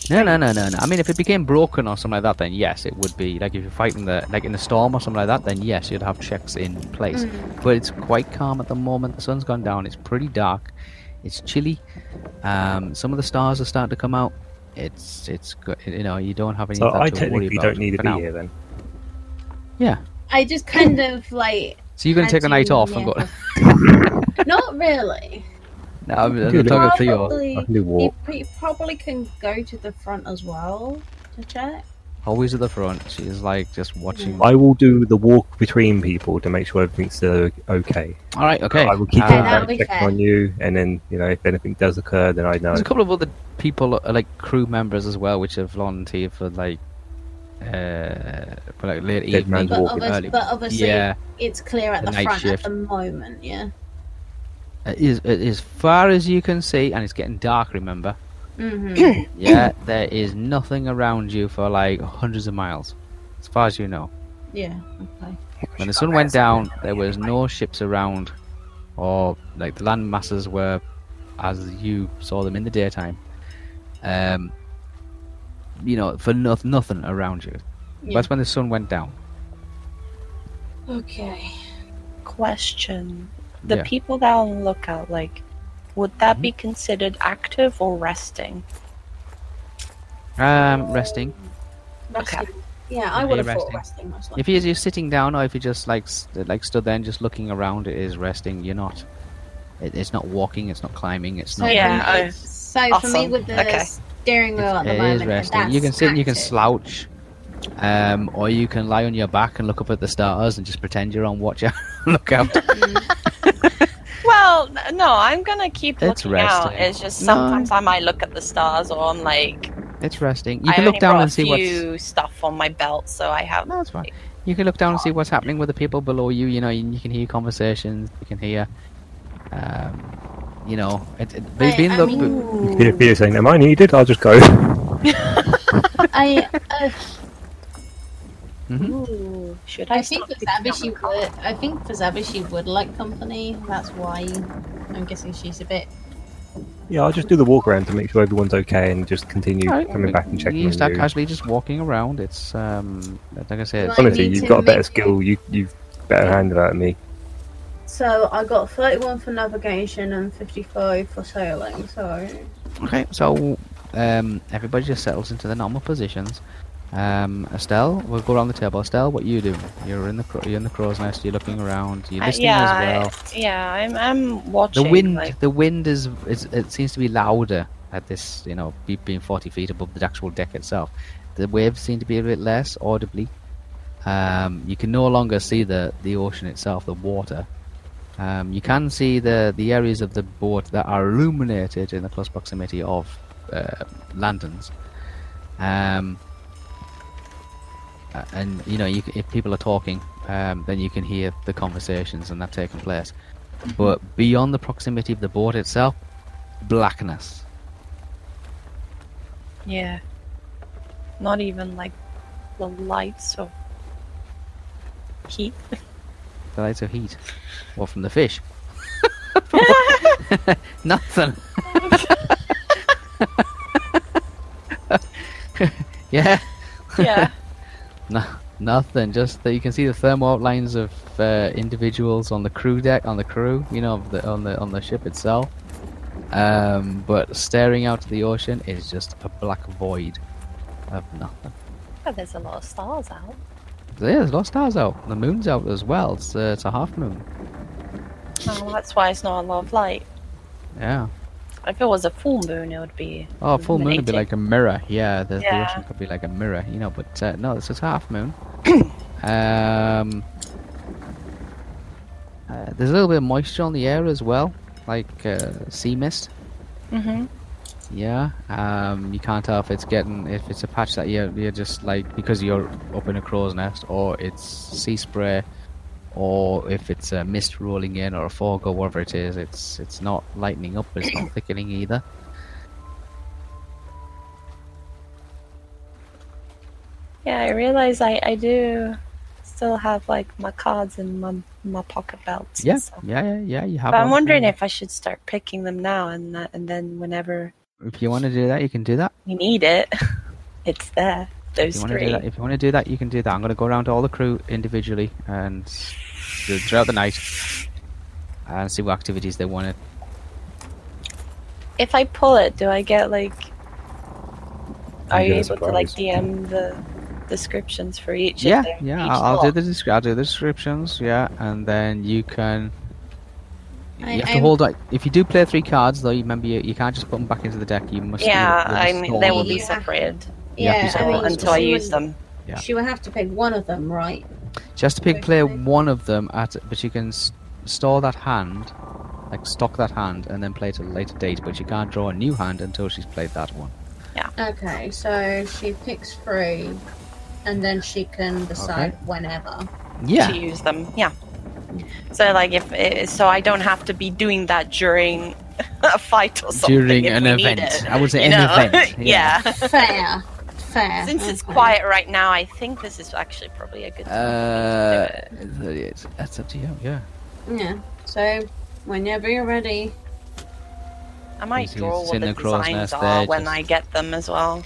No, no, no, no, no. I mean, if it became broken or something like that, then yes, it would be like if you're fighting the like in a storm or something like that, then yes, you'd have checks in place. Mm. But it's quite calm at the moment. The sun's gone down. It's pretty dark. It's chilly. Um, some of the stars are starting to come out. It's it's go- you know you don't have any. So of that I to technically worry about don't need to for be now. here then. Yeah. I just kind of, like. So you're gonna had take the to night off and never- go. *laughs* Not really. no, I'm, I'm Good. talking to you. probably, I can do you, walk. you probably can go to the front as well to check. Always at the front. She's like just watching. I will do the walk between people to make sure everything's still okay. All right. Okay. I will keep Uh, an that'll eye be checking fair. on you, and then you know if anything does occur, then I know. There's a couple of other people, uh, like crew members as well, which have volunteered for like, uh, for like late Dead evening, man's But, walking. obvious- early. but obviously, yeah, it's clear at The the, night front shift. at the moment, yeah. it Uh, is, it is far as you can see, and it's getting dark. Remember, *clears throat* Mm-hmm. *coughs* yeah, there is nothing around you for like hundreds of miles, as far as you know. yeah, okay. When the sun went down, there was no ships around, or like the land masses were, as you saw them in the daytime. Um, you know, for no- nothing around you. Yeah. That's when the sun went down. Okay. Question: The Yeah. Mm-hmm. people that are on lookout, like, would that be considered active or resting? Um, resting. Resting. Okay. Yeah, I Yeah, would have you're thought resting. resting most If you're just sitting down, or if you just like s- like stood there and just looking around, it is resting. You're not. It, it's not walking. It's not climbing. It's So, not. yeah, for me- I- so for me, awesome. with the Okay. steering wheel at the it moment, is and resting. You that's can sit. and You can active. slouch. Um, or you can lie on your back and look up at the stars and just pretend you're on watch out, *laughs* look out. Well, n- no, I'm gonna keep It's looking out. resting. It's just No. sometimes I might look at the stars, or I'm like, It's resting. You I can only look down brought and see a what's few stuff on my belt, so I have. No, that's fine. You can look down and see what's happening with the people below you. You know, you, you can hear conversations. You can hear, um, you know, it, it, be- I- being I the, mean- Peter, Peter's saying, "Am I needed?" I'll just go. *laughs* I, *laughs* uh, Mm-hmm. Ooh, should I? I think stop for picking up Zabi my she car? would. I think for Zabi she would like company. That's why I'm guessing she's a bit. yeah, I'll just do the walk around to make sure everyone's okay, and just continue Alright, coming back and checking. You on start you. casually just walking around. It's um, like I said, Right. Honestly, I need you've to got a better make- skill. You you've better handle that than me. So I got 31 for navigation and 55 for sailing. So okay. So um, everybody just settles into their normal positions. Um, Estelle, we'll go around the table. Estelle, what you do? You're in the cro- you're in the crow's nest. You're looking around. You're Uh, listening yeah, as well. I, yeah, I'm. I'm watching. the wind like- the wind is, is it seems to be louder at this you know be- being 40 feet above the actual deck itself the waves seem to be a bit less audibly um, you can no longer see the the ocean itself the water um, you can see the the areas of the boat that are illuminated in the close proximity of uh, lanterns um, uh, and you know you, c- if people are talking um, then you can hear the conversations and that taking place but beyond the proximity of the boat itself, blackness. Yeah. Not even like the lights or *laughs* heat. The lights of heat. What from the fish? *laughs* Nothing. *laughs* yeah, Yeah. no, nothing. Just that you can see the thermal outlines of uh, individuals on the crew deck, on the crew, you know, of the, on the on the ship itself. Um, but staring out to the ocean is just a black void of nothing. Well, there's a lot of stars out. So yeah, there's a lot of stars out. The moon's out as well. It's, uh, it's a half moon. Oh, that's why it's not a lot of light. Yeah. If it was a full moon, it would be. Oh, full moon would be illuminating. like a mirror. Yeah, the, the Yeah. ocean could be like a mirror, you know. But uh, no, this is half moon. um, uh, there's a little bit of moisture on the air as well, like uh, sea mist. Mhm. Yeah. Um, you can't tell if it's getting if it's a patch that you're you're just like because you're up in a crow's nest, or it's sea spray, or if it's a mist rolling in or a fog or whatever it is. It's it's not lightening up, but it's not thickening either. Yeah, I realize I, I do still have like my cards in my my pocket belts. and Yeah, stuff. yeah, yeah, yeah. You have. But I'm all wondering three. if I should start picking them now, and that, and then whenever if you want to do that, you can do that. we need it, *laughs* it's there. If Those you want to do three. that, if you want to do that, you can do that. I'm going to go around to all the crew individually and do it throughout the night and see what activities they want. If I pull it, do I get like? Are you You get a able to like surprise. DM the descriptions for each? of Yeah, their- yeah. each I'll, I'll do lot? the descri- I'll do the descriptions. Yeah, and then you can. You I- have to I'm- hold on. If you do play three cards, though, you remember you, you can't just put them back into the deck. You must. Yeah, you must I mean store they will be them. Yeah. separated uh, Yeah, Yeah, he's I all mean, on until I she use would- them. Yeah. She would have to pick one of them, right? Just pick Okay. player one of them at, but you can s- store that hand, like stock that hand, and then play it at a later date. But you can't draw a new hand until she's played that one. Okay, so she picks three, and then she can decide *laughs* whenever. to Yeah, use them. Yeah. So like if it, so, I don't have to be doing that during *laughs* a fight or something. during if an we need event. *laughs* it, I would say you an know? *laughs* event. yeah. Fair, *laughs* fair. Since it's okay. quiet right now, I think this is actually probably a good. Uh, time it's, that's up to you. Yeah. Yeah. So whenever you're ready, I might Since draw it's what in the the crow's designs nest are there, when just- I get them as well.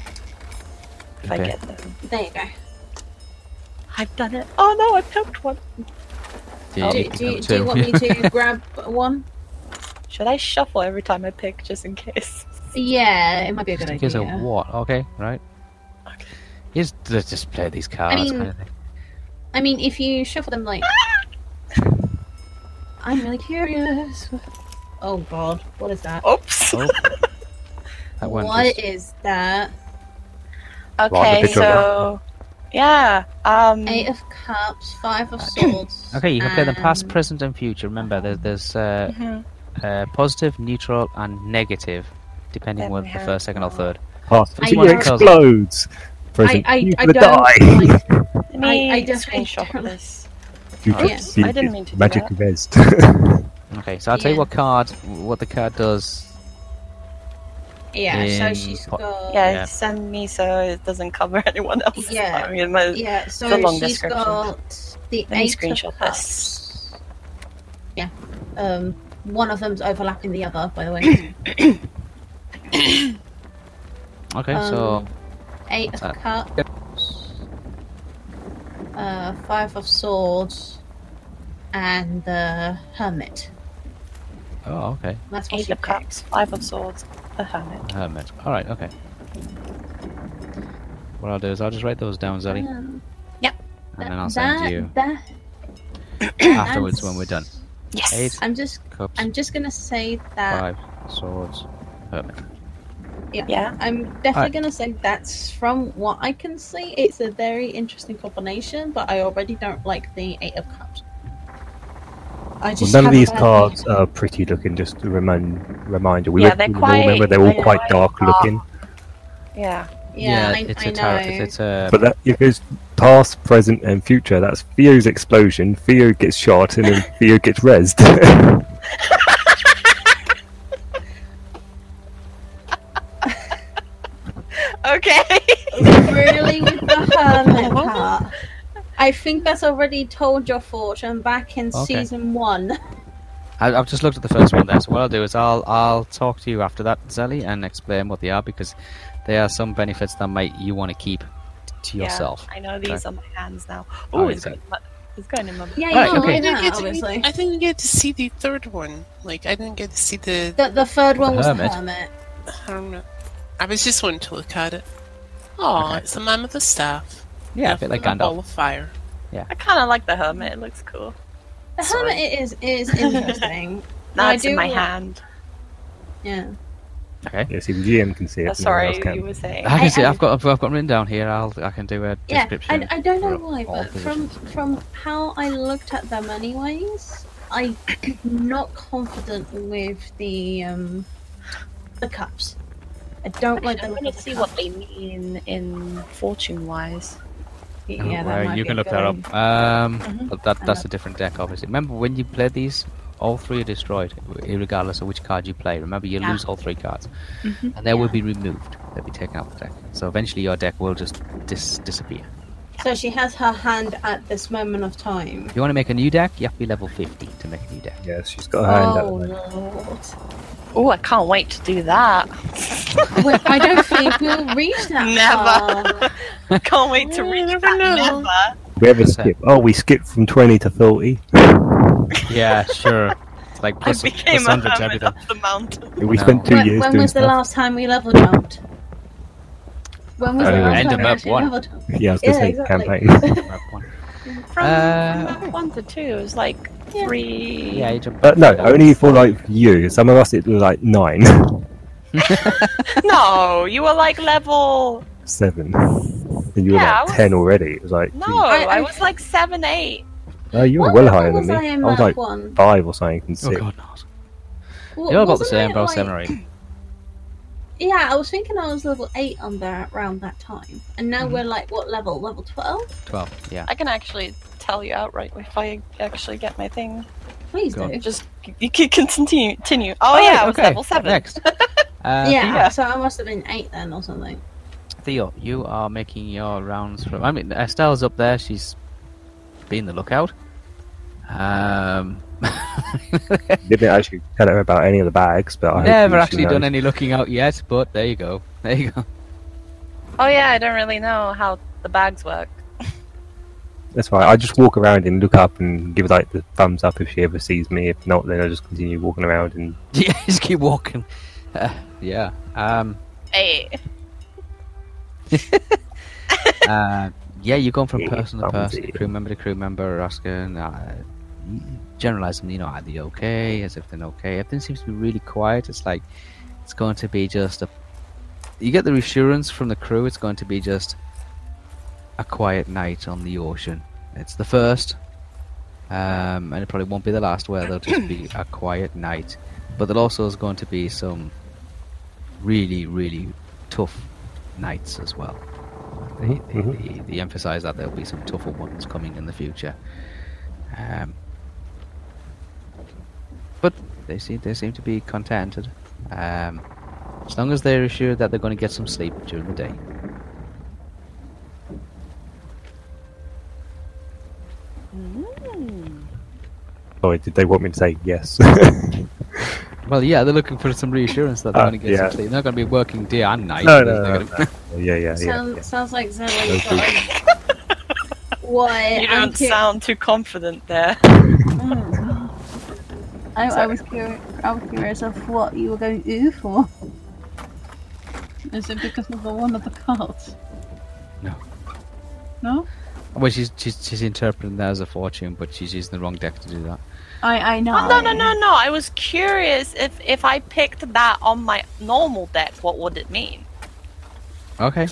If I Okay. get them, there you go. I've done it. Oh no, I picked one. Yeah, do, you can do, have you- it do you too. want *laughs* me to grab one? Should I shuffle every time I pick just in case? *laughs* Yeah, it might be a good Just in case idea. of what? Okay, right. Okay. Just let's just play these cards. mean- kind of thing. I mean, if you shuffle them like. *laughs* I'm really curious. Oh god, what is that? Oops. Oh. that one. What just- is that? Right, Okay, the picture so yeah. Um. Eight of Cups, Five *clears throat* of Swords. Okay, you can play them past, and- present, and future. Remember, there's there's uh, mhm. uh, positive, neutral, and negative, depending Then whether we the have- first, second, or third. Past I T don't- explodes. I, Present. I, you I gonna don't. die. like- Let me I- I definitely screenshot don't- this. You Oh, just yeah. see I didn't it's mean to do Magically that. *laughs* rezzed. Okay, so I'll tell you Yeah. what card, what the card does. Yeah, so in she's po- got. Yeah, Yeah. send me so it doesn't cover *laughs* anyone else. Yeah. I mean, my- Yeah, so It's a long she's description. got the Let me eight screenshot of this. cups. Yeah, um, one of them's overlapping the other, by the *coughs* way. Okay, Um, so eight What's of cups, uh, five of swords, and the hermit. oh okay, That's what Eight she of Cups, Five of Swords, the Hermit. hermit. All right, okay. What I'll do is I'll just write those down, Zelly, picked. Uh, and then I'll Um, send that- *coughs* you that- *coughs* afterwards when that's- we're done. Yes. Eight I'm just, cups, I'm just gonna say that. five swords, hermit. Yeah. I'm definitely Alright. gonna say that's from what I can see. It's a very interesting combination, but I already don't like the Eight of Cups. I Well, just none of have these a bad cards feeling. are pretty looking. Just a remind, reminder. We Yeah, re- they're we all quite- Ah. remember they're all they're quite quite dark dark. looking. Yeah. Yeah, I, it's I a tarot. know. It's, it's a *laughs* But that if it's past, present, and future, that's Theo's explosion. Theo gets shot, *laughs* and then Theo gets rezzed. *laughs* *laughs* okay. *laughs* really with the hermit part. I think that's already told your fortune back in Okay. season one. I, I've just looked at the first one there. So what I'll do is I'll I'll talk to you after that, Zelly, and explain what they are because there are some benefits that might you want to keep t- to yourself. Yeah, I know these Okay. on my hands now. Oh, Oh, it's okay. going. to my- It's going in my. *laughs* Yeah, Right, you okay. know, I I didn't, know, get obviously. to, I didn't get to see the third one. Like, I didn't get to see the The, the third one was hermit. the hermit. hermit. I was just wanting to look at it. Oh, Okay. it's a man with a staff. Yeah, a bit like and a ball Gandalf. of fire. I kind of like the hermit. It looks cool. The Sorry. hermit it is is *laughs* interesting. Now I it's in do my want- hand. Oh, Yeah. Okay. Yeah, see, the GM can Oh, see it. no one else sorry, can. you were saying. *laughs* I can I- see. I- I've got. I've got written down here. I'll. I can do a Yeah. description. I, I don't know for why, all but from positions. from how I looked at them anyways, I'm not confident with the um the cups. I don't like the I'm look gonna of the see cups. what they mean in fortune wise. Yeah, Well, that might Oh, you be can a look good that one. up. Um, Mhm. but that I that's know. a different deck, obviously. Remember when you play these, all three are destroyed, regardless of which card you play. Remember, you Yeah. Mm-hmm, lose all three cards, and they will be removed. They'll be taken out of the deck. So eventually, your deck will just dis- disappear. So she has her hand at this moment of time. If you want to make a new deck, you have to be level fifty to make a new deck. Yeah, she's got her hand out. oh there. lord! Oh, I can't wait to do that. Wait, I don't think we'll reach *laughs* that. Never. far. I can't wait to You reach never that know. number. We ever What's that? skip? Oh, we skipped from twenty to thirty. *laughs* yeah, sure. It's like I plus, became plus a hundred to hermit everything. up the mountain. We No. spent two When, years when doing was the stuff. last time we level jumped? When was I the last time don't know. we End of actually map one. level jumped? Yeah, I was gonna Yeah, say exactly. campaign. *laughs* From, Uh, from map one to two, it was like Yeah. three. Yeah, you jump- *laughs* But Uh, no, only for like you. Some of us it was like nine, *laughs* *laughs* No, you were like level. seven, and you were Yeah, like I ten was- already. It was like, No, geez. Oh, I, I- was like seven, eight. oh, you were What well level higher than was I me. I in was map like one? five or something, and Oh six. god, no. Wa- You're about the wasn't same, it bro. like- Seven or eight. Yeah, I was thinking I was level eight on that around that time, and now Mhm. we're like what level? Level twelve? Twelve. Yeah. I can actually tell you outright if I actually get my thing. Please Go on. do. Just you can continue. continue. Oh, Alright, yeah, I was level seven. *laughs* Next. Uh, yeah, yeah. Uh, so I must have been eight then or something. Theo, you are making your rounds from. I mean, Estelle's up there. She's been the lookout. *laughs* Um, Didn't actually tell her about any of the bags, but I hope never she actually knows. done any looking out yet, but there you go. There you go. *laughs* Oh yeah, I don't really know how the bags work. That's right. I just walk around and look up and give like the thumbs up if she ever sees me. If not, then I just continue walking around and Yeah, just keep walking. Uh, yeah. Um. Hey, *laughs* Uh, yeah, you're going from Yeah, person to probably. person, crew member to crew member, asking, uh, generalizing. You know, are they okay? Is everything okay? Everything seems to be really quiet. It's like it's going to be just a. You get the reassurance from the crew. It's going to be just a quiet night on the ocean. It's the first, um, and it probably won't be the last. Where there'll just be a quiet night, but there also is going to be some really, really tough nights as well. They, they, Mhm. they, they emphasize that there'll be some tougher ones coming in the future. Um, but they seem they seem to be contented. Um, as long as they're assured that they're going to get some sleep during the day. Sorry, did they want me to say yes? *laughs* Well, yeah, they're looking for some reassurance that they're Ah, going to get yeah. some sleep. They're not going to be working day and night. No, They're no, gonna- no, yeah, yeah, yeah. Sound, yeah. Sounds like Zoe's Okay. got like, *laughs* what you don't I'm cu- sound too confident there. I, I was curious. I was curious of what you were going ooh for. Is it because of the one of the cards? No. No? Well, she's, she's she's interpreting that as a fortune, but she's using the wrong deck to do that. I I know. Oh, no, no, no, no. I was curious if if I picked that on my normal deck, what would it mean? Okay.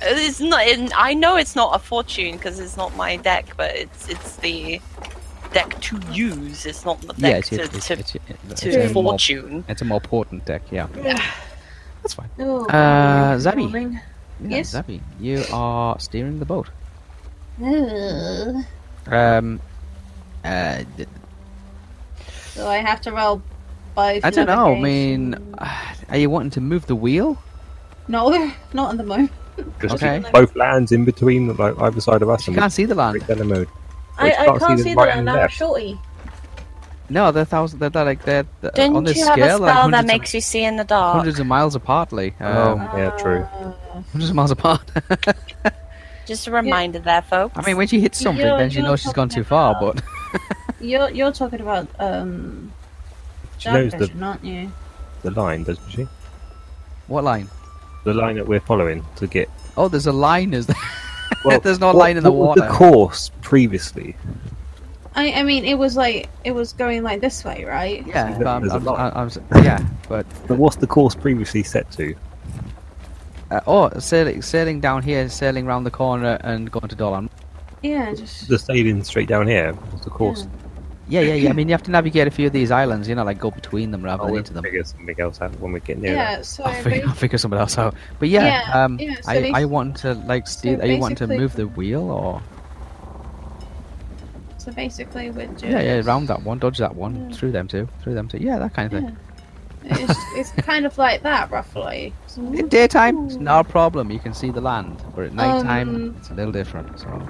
It's not. It, I know it's not a fortune because it's not my deck, but it's it's the deck to use. It's not the yeah, deck it's, to it's, to, it's, it's, to a more, fortune. it's a more potent deck. Yeah. That's fine. Ooh, Uh, good Zabby. morning. Yeah, Yes? Zabby, you are steering the boat. Ooh. Um, uh, d- So I have to roll both. I don't know. I navigation. mean, uh, are you wanting to move the wheel? No, not *laughs* at the moment. Just Okay. keep both lands in between, like either side of us, You and we can't see the land. break down the moon. Well, I, you I can't see can't the see right that and now, left. shorty. No, they're thousand. They're, they're like they're, they're Didn't on this you have a scale. like spell that hundreds of- makes you see in the dark? hundreds of miles apart, Lee. Oh, Um, yeah, true. Uh, hundreds of miles apart. Just a reminder there, folks. I mean, when she hits something, You're- then she you're knows she's gone talking too far. about- But *laughs* You're you're talking about um She dark knows the, vision, aren't you? the line, doesn't she? what line? The line that we're following to *laughs* get. Oh, there's a line. *laughs* Is there? Well, there's no what- line in the what was water. The course previously. I I mean it was like it was going like this way, right? Yeah, but I'm, There's a I'm, line. I'm, I'm- yeah, but But what's the course previously set to? uh, oh, sailing, sailing down here, sailing round the corner, and going to Dolan. Yeah, just The sailing straight down here. What's the course? Yeah, yeah, yeah. I mean, you have to navigate a few of these islands. You know, like go between them rather Oh, than we'll into them. figure something else out when we get near. yeah, so *laughs* I'll basi- figure, I'll figure something else out. But yeah, Yeah, um, yeah, so I, I basi- want to like. so do, are you wanting to basically- move the wheel or? so basically we're just Yeah, yeah, round that one, dodge that one, Yeah. through them two, through them two. Yeah, that kind of thing. It's, it's kind of like that roughly. In daytime, it's not a problem. You can see the land, but at night time, Um, it's a little different. So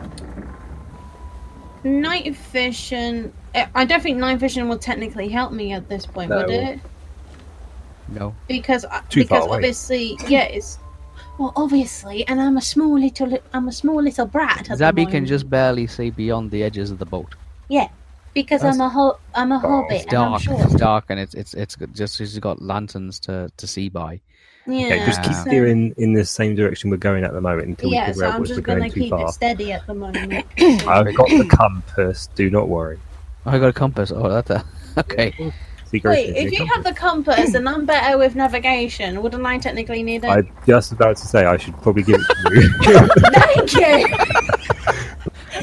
Night vision. I I don't think night vision will technically help me at this point, would No. it? no, Because I- Too far because away. obviously, yeah, it's well, obviously, and I'm a small little I'm a small little brat. At the Zabby can moment. just barely see beyond the edges of the boat. because That's- I'm a ho- I'm a hobbit. It's and I'm dark, short. it's dark, and it's it's it's got- just she's got lanterns to to see by. Yeah, Okay, just keep Yeah. so- steering in the same direction we're going at the moment until we Yeah, figure so out I'm whether we're just gonna going too keep far. it steady at the *coughs* moment. *coughs* I've got *laughs* the compass. Do not worry. Oh, I got a compass. Oh, that's a okay. Secret Wait, is if your you compass. have the compass and I'm better with navigation, wouldn't I technically need it? *laughs* I just about to say I should probably give it Thank to you.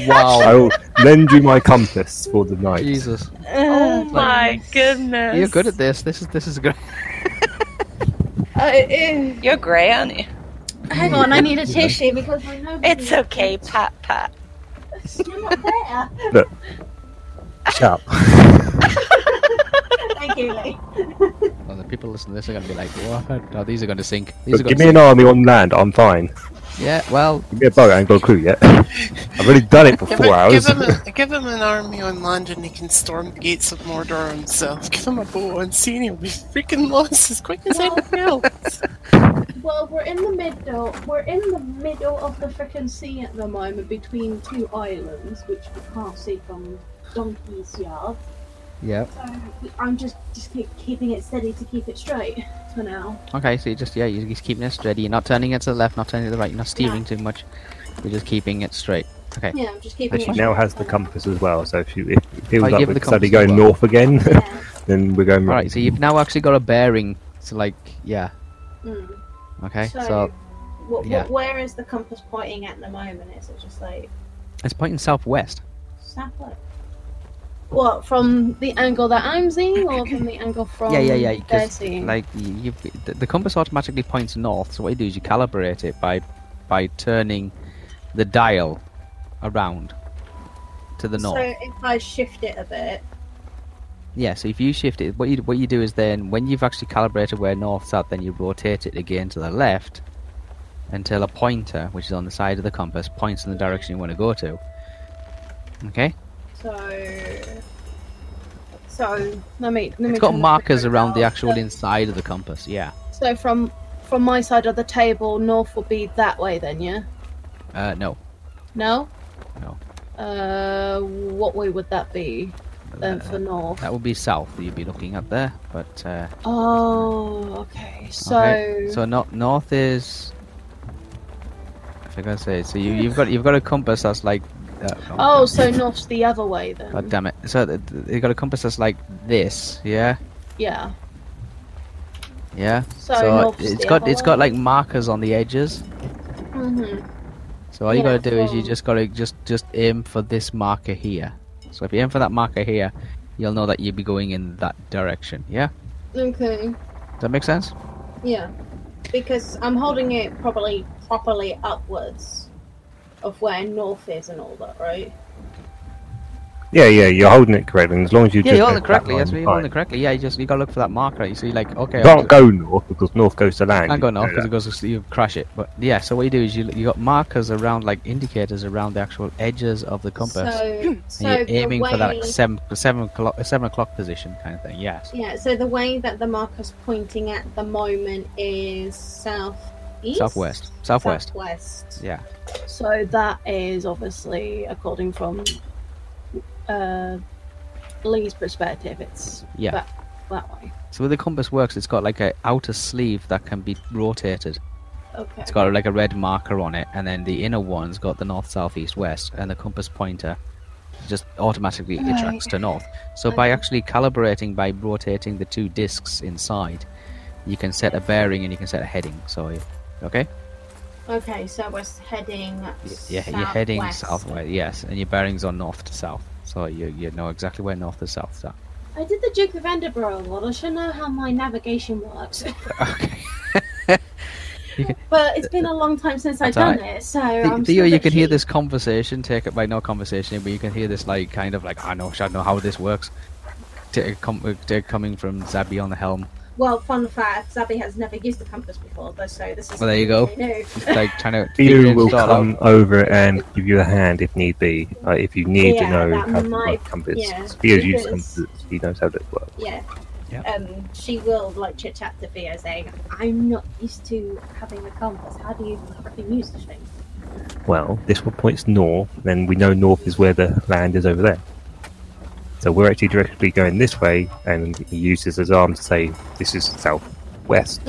you. Wow, I will lend you my compass for the night. Oh. Jesus, oh my goodness. you're good at this. This is this is great. *laughs* Uh, uh, You're grey, aren't you? hang on, I need a tissue because my nose. It's okay, Pat. Pat. You're not there. Chap. Thank you, Lee. Oh, the people listening to this are going to be like, what? No, these are going to sink. These are Look, going give to me sink. an army on land. I'm fine. Yeah, well, Give me a boat. I ain't got a *laughs* crew yet. I've already done it for Give, four it- hours. give him a, give him an army on land and he can storm the gates of Mordor himself. Give him a bow and see and he'll be freaking lost as quick as anything else. Well, we're in the middle. We're in the middle of the frickin' sea at the moment between two islands, which we can't see from Donkey's Yard. yeah. So we- I'm just just keep keeping it steady to keep it straight for now. Okay, so you just yeah, you're just keeping it steady. You're not turning it to the left, not turning it to the right. You're not steering too much. You're just keeping it straight. Okay. Yeah, I'm just keeping And it. she now has the compass as well, so if, she, if it feels I like give her we're the suddenly compass as going well. north again, *laughs* Yeah. then we're going All right. right. So you've now actually got a bearing. So like yeah. Mm. Okay. So, So what, yeah. where is the compass pointing at the moment? Is it just like it's pointing southwest. southwest? What from the angle that I'm seeing, or from the angle from *coughs* yeah, yeah, yeah. they're Because seeing? like you, you've, the, the compass automatically points north. So what you do is you calibrate it by by turning the dial around to the north. So if I shift it a bit, Yeah, so if you shift it, what you what you do is then when you've actually calibrated where north's at, then you rotate it again to the left until a pointer, which is on the side of the compass, points in the direction you want to go to. Okay, so so let me. Let me it's got try and markers figure it around the out. actual So- inside of the compass. Yeah, So from from my side of the table, north will be that way then, yeah? uh, no, No? No. Uh what way would that be then uh, for north? that would be south that you'd be looking at there. But uh, Oh okay. So okay, so not north is. I think I say so. You you've got you've got a compass that's like. Uh, Hmm. Oh, so north's the other way then. God Oh, damn it! So th- th- you've got a compass that's like this. Yeah, Yeah. yeah. So, So north's it's the got other it's got like markers on the edges. hmm So all you Yeah, gotta do is you so- just gotta just just aim for this marker here. So if you aim for that marker here, you'll know that you'll be going in that direction. Yeah, Okay. does that make sense? Yeah. Because I'm holding it probably properly upwards of where north is and all that, right? Yeah, yeah, you're holding it correctly. and As long as you Yeah, just you're on go it to that correctly. That's line, what you're on fine. it correctly. Yeah, you just you gotta look for that marker. You see, like okay, You I'll can't go north because north goes to land. Can't go you know north because it that. goes. You crash it. But yeah, so what you do is you you got markers around, like indicators around the actual edges of the compass, *clears throat* So, so and the you're aiming way, for that seven seven o'clock seven o'clock position kind of thing. Yes. Yeah, so the way that the marker's pointing at the moment is southeast? Southwest. Southwest. Southwest. Yeah. So that is obviously, according from uh, Lee's perspective, it's Yeah. that, that way. So with the compass works, it's got like a outer sleeve that can be rotated. Okay. It's got like a red marker on it, and then the inner one's got the north, south, east, west, and the compass pointer just automatically it tracks to north. So by actually calibrating by rotating the two discs inside, you can set a bearing and you can set a heading. So, okay, Okay, so we're heading. Y- yeah, you're heading southwest. southwest, yes, and your bearings are north to south. So you you know exactly where north to south are. I did the Duke of Edinburgh a lot. I should know how my navigation works. *laughs* *laughs* Okay. but it's been a long time since I've That's all done it, so I'm still Theo, a you bit can hear cheap. this conversation. Take it by no conversation, but you can hear this like kind of like I know, I know how this works. T- com- uh, t- coming from Zabi on the helm, Well, fun fact Zabby has never used the compass before, though, so this is. Well, there you go. completely new. It's like trying to *laughs* figure Theo it will all out. come over and give you a hand if need be. Like, if you need Yeah, to know that how to might- work compass, yeah, Theo's used because- compass. He knows how to work. Yeah. Yeah. Um, she will like chit chat to Theo saying, "I'm not used to having a compass. How do you fucking use this thing?" Well, this one points north, then we know north is where the land is over there. So we're actually directly going this way, and he uses his arm to say, This is southwest.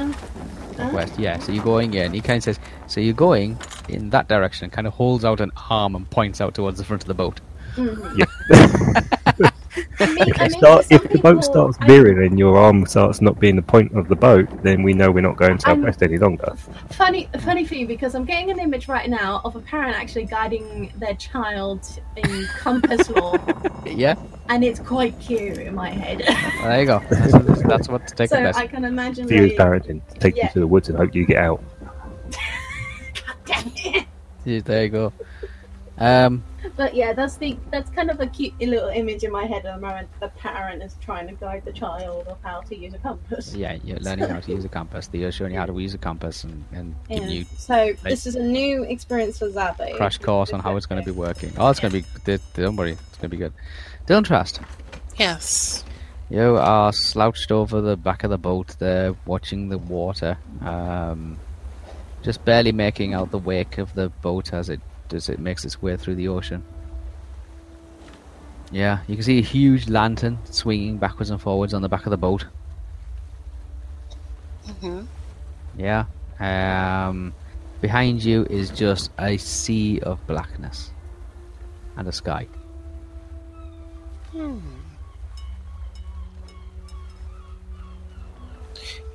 West, yeah. So you're going in. He kind of says, "So you're going in that direction." Kind of holds out an arm and points out towards the front of the boat. Mm-hmm. *laughs* I mean, If, I mean, you start, for if some the boat people, starts I- veering and your arm starts not being the point of the boat, then we know we're not going southwest any longer. Funny, funny for you because I'm getting an image right now of a parent actually guiding their child in compass law, *laughs* Yeah, and it's quite cute in my head. there you go. That's, what- that's what to take so the best. I can imagine. Theo's Lee- parenting to take Yeah. you to the woods and hope you get out. *laughs* Damn it. Yeah, There you go. Um, But yeah, that's the that's kind of a cute little image in my head at the moment. The parent is trying to guide the child of how to use a compass. yeah, you're learning how to use a compass. They're showing you how to use a compass and, and giving Yeah. you So this is a new experience for Zabby. crash course on how it's going to be working. Oh, it's going to be. d- Don't worry, it's going to be good. Don't trust. Yes. You are slouched over the back of the boat there, watching the water, um, just barely making out the wake of the boat as it as it makes its way through the ocean. Yeah, you can see a huge lantern swinging backwards and forwards on the back of the boat. Mm-hmm. Yeah. Um, behind you is just a sea of blackness and a sky.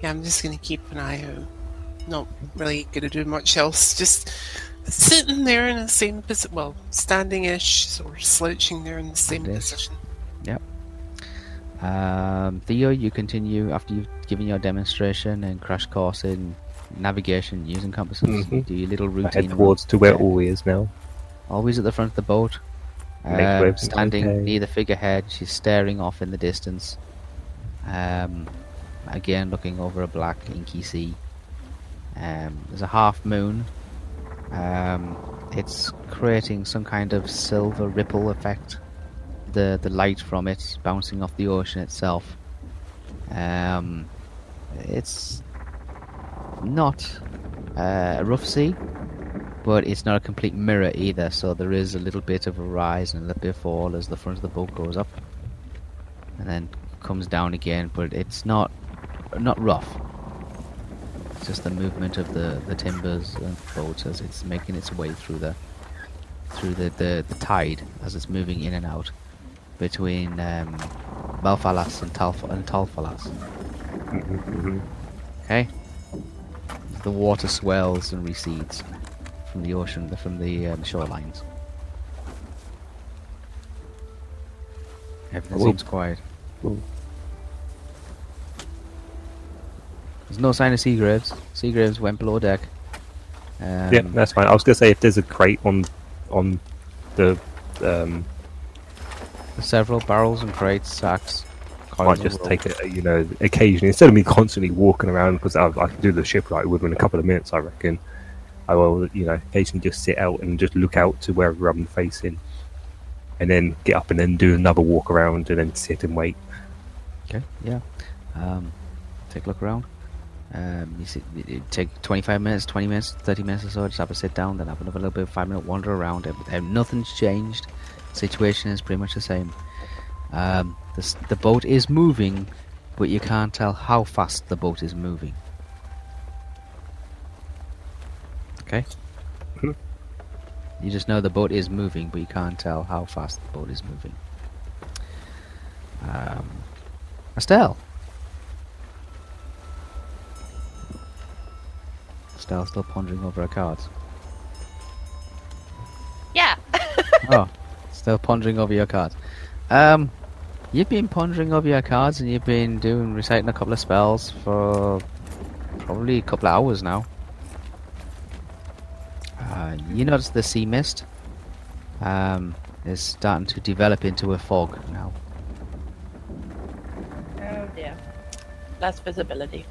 Yeah, I'm just going to keep an eye out. Not really going to do much else. Just sitting there in the same position. Well, standing ish or slouching there in the same Standish. position. Um, Theo, you continue after you've given your demonstration and crash course in navigation using compasses. You Mhm. do your little I routine. head run. towards to where all is now. Always at the front of the boat. Make um, webs, standing okay. near the figurehead. She's staring off in the distance. Um, again, looking over a black, inky sea. Um, there's a half moon. Um, it's creating some kind of silver ripple effect. The the light from it bouncing off the ocean itself. Um, it's not uh, a rough sea, but it's not a complete mirror either. So there is a little bit of a rise and a little bit of fall as the front of the boat goes up, and then comes down again. But it's not not rough. It's just the movement of the, the timbers and boat as it's making its way through the through the, the, the tide as it's moving in and out between um, Balfalas and Talf and Talfalas. Okay. The water swells and recedes from the ocean, from the um, shorelines. Everything Cool. seems quiet. Cool. There's no sign of sea graves. Sea graves went below deck. Um, yeah, that's fine. I was going to say if there's a crate on on the um, several barrels and crates, sacks. might just take it, you know, occasionally instead of me constantly walking around because I, I can do the shipwright within a couple of minutes, I reckon. I will, you know, occasionally just sit out and just look out to wherever I'm facing, and then get up and then do another walk around and then sit and wait. Okay, yeah. Um, take a look around. Um, you sit, it, it take 25 minutes, 20 minutes, 30 minutes or so. Just have a sit down, then have another little bit of five minute wander around. Ev- ev- Nothing's changed. Situation is pretty much the same. Um, the, s- the boat is moving, but you can't tell how fast the boat is moving. Okay. Mhm. You just know the boat is moving, but you can't tell how fast the boat is moving. Um, Estelle. Estelle's still pondering over her cards. Yeah. oh, still pondering over your cards. Um, you've been pondering over your cards and you've been doing reciting a couple of spells for probably a couple of hours now. Uh, you notice the sea mist um, is starting to develop into a fog now. Oh dear. That's visibility.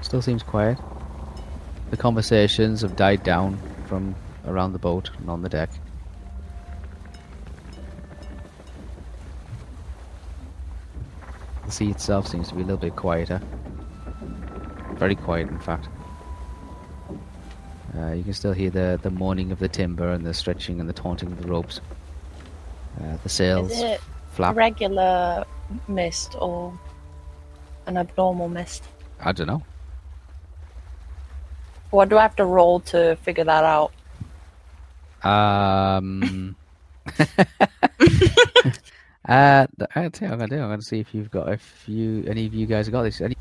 Still seems quiet. The conversations have died down from around the boat and on the deck. The sea itself seems to be a little bit quieter. Very quiet, in fact. Uh, you can still hear the, the moaning of the timber and the stretching and the taunting of the ropes. Uh, the sails Is it flap. regular mist or an abnormal mist? I don't know. What do I have to roll to figure that out? Um. uh, th- I tell you what I'm gonna do. I'm gonna see if you've got a few. Any of you guys have got this? Any?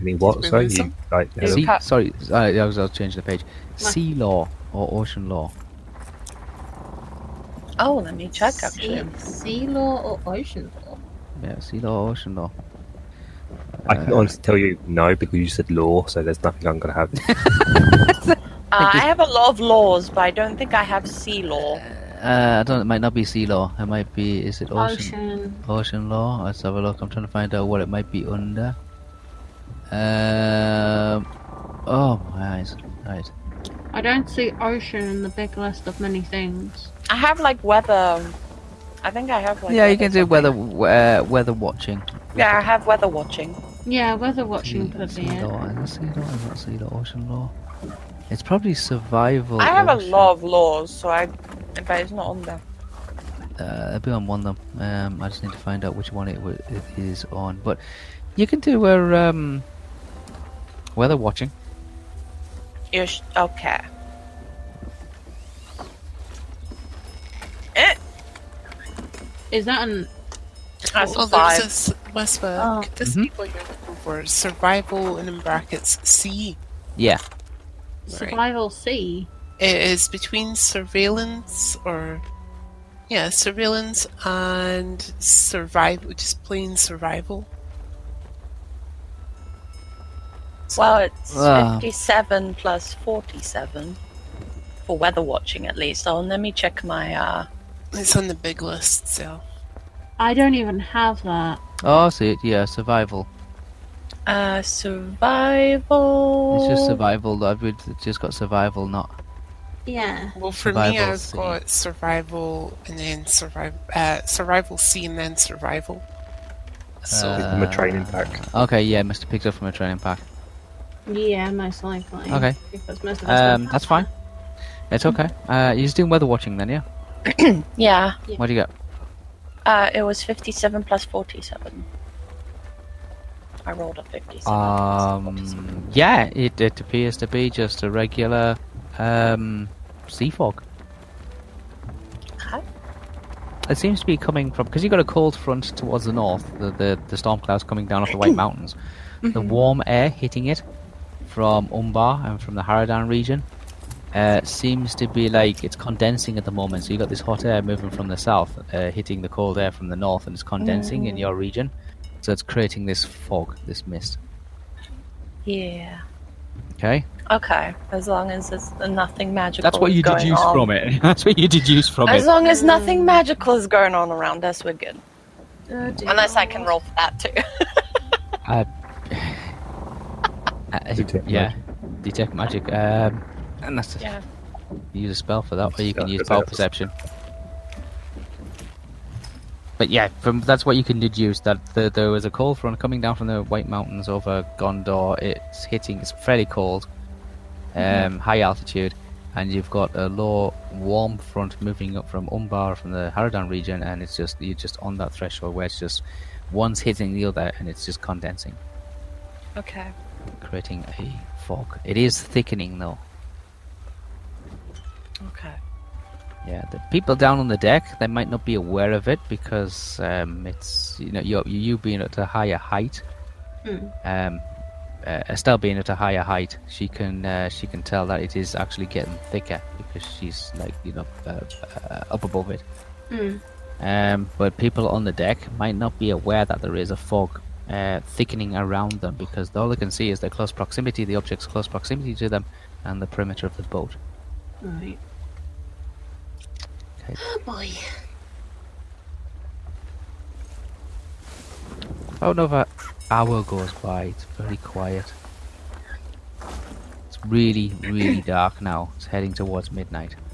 Any what? we So lose you them? like hello? Sea, Cut. sorry, s- I, I was, I was changing the page. Sea law or ocean law? Oh, let me check actually. Sea, sea law or ocean law? Yeah, sea law, or ocean law. I can honestly tell you no because you said law, so there's nothing I'm gonna have. Uh, I have a lot of laws, but I don't think I have sea law. Uh, I don't. It might not be sea law. It might be. Is it ocean? Ocean. Ocean law. Let's have a look. I'm trying to find out what it might be under. Um. Oh my eyes. Right. I don't see ocean in the big list of many things. I have like weather. I think I have like. yeah, you weather can do something. weather uh, weather watching. Yeah, I have weather watching. Yeah, weather watching could sea be it. law. Is it sea law? Is that sea law? Ocean law? It's probably survival. I have a ocean. lot of laws, so I. But it's not on there. Uh, it'll be on one of them. Um, I just need to find out which one it, wa- it is on. But you can do a um, weather watching. Ish. Okay. Eh, Is that an that's a Well, five. Oh, there's this Westberg. Oh. This Mhm. is what you're looking for. Survival and in brackets C. Yeah. Right. survival sea? It is between surveillance or yeah, surveillance and survival, just plain survival. Well, it's Wow. 57 plus 47 for weather watching at least. Oh, and let me check my. uh It's on the big list, so I don't even have that. Oh, I see it. Yeah, survival. uh Survival. It's just survival. I've just- just got survival, not. Yeah. well for me, Survival I've C. got survival and then survival, uh, survival C and then survival. So Give them a training pack. uh, Okay, yeah, must have picked up from a training pack. Yeah, most likely. Okay. Because most of us don't Um, have that's fine. It's okay. Uh, you're just doing weather watching then, yeah? Yeah. What do you got? Uh, it was 57 plus 47. I rolled a 57. Um, yeah, it, it appears to be just a regular um, sea fog. Okay. It seems to be coming from because you got a cold front towards the north. The the, the storm clouds coming down off the White Mountains, the warm air hitting it from Umbar and from the Haradan region uh, seems to be like it's condensing at the moment. So you Mm. got this hot air moving from the south, uh, hitting the cold air from the north, and it's condensing in your region. So it's creating this fog, this mist. Yeah. Okay, Okay. As long as there's nothing magical. that's what you going deduce on. *laughs* from it. That's what you deduce from As it. long as nothing magical is going on around us, we're good. Unless I can roll for that too. Uh, Detect yeah, detect magic. Um, and that's a, Yeah. you use a spell for that, or you can Yeah, use that's spell it. perception. But yeah, from that's what you can deduce that the, there was a cold front coming down from the White Mountains over Gondor. It's hitting. It's fairly cold, um, high altitude, and you've got a low warm front moving up from Umbar from the Haradan region, and it's just you're just on that threshold where it's just one's hitting the other, and it's just condensing Uh, okay. creating a fog. It is thickening though. Okay. Yeah, the people down on the deck they might not be aware of it because um, it's you know you you being at a higher height. Um, uh, Estelle being at a higher height, she can uh, she can tell that it is actually getting thicker because she's like you know uh, uh, up above it. Um, but people on the deck might not be aware that there is a fog uh, thickening around them because all they can see is their close proximity, the object's close proximity to them, and the perimeter of the boat. Right. boy. About another hour goes by. It's very quiet. It's really, really dark now. It's heading towards *laughs* midnight. *laughs*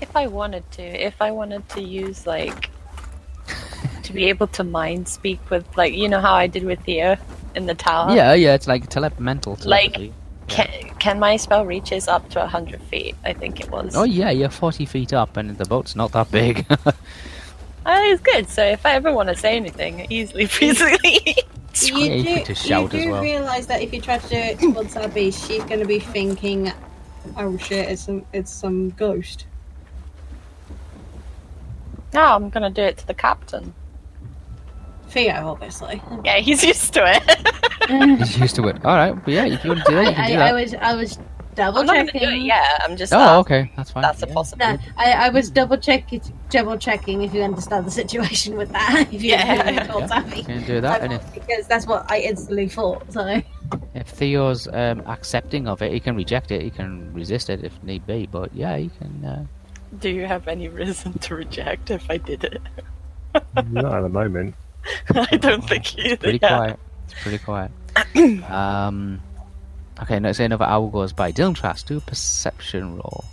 If I wanted to, if I wanted to use like to be able to mind speak with like you know how I did with Theo in the tower. yeah, yeah. It's like telemental. Like- telepathy. Can can my spell reaches up to hundred feet? I think it was. Oh yeah, you're 40 feet up, and the boat's not that big. Uh, it's good. So if I ever want to say anything, easily, *laughs* easily. You Yeah, you do, could just shout you as do well. realize that if you try to do it towards Abby, she's going to be thinking, "Oh shit, it's some, it's some ghost." no, I'm gonna do it to the captain. Theo, obviously. Yeah, he's used to it. *laughs* He's used to it. All right, but yeah, if you want to do that, you can I, do I, I that. was I was double I'm not gonna checking. do it. Yeah, I'm just. oh, asking. okay, that's fine. That's a yeah. No, possibility. I, I was double checking double checking if you understand the situation with that. *laughs* If you Yeah. yeah. towards You Abby. can do I that, and if, was, because that's what I instantly thought. So if Theo's um, accepting of it, he can reject it, he can resist it if need be. But yeah, he can. Uh, Do you have any reason to reject if I did it? *laughs* *laughs* Not at the moment. I Oh, don't think you. pretty yeah. quiet. It's pretty *coughs* quiet. um, okay, let's say another hour goes by. Dylan Trask, do a perception roll.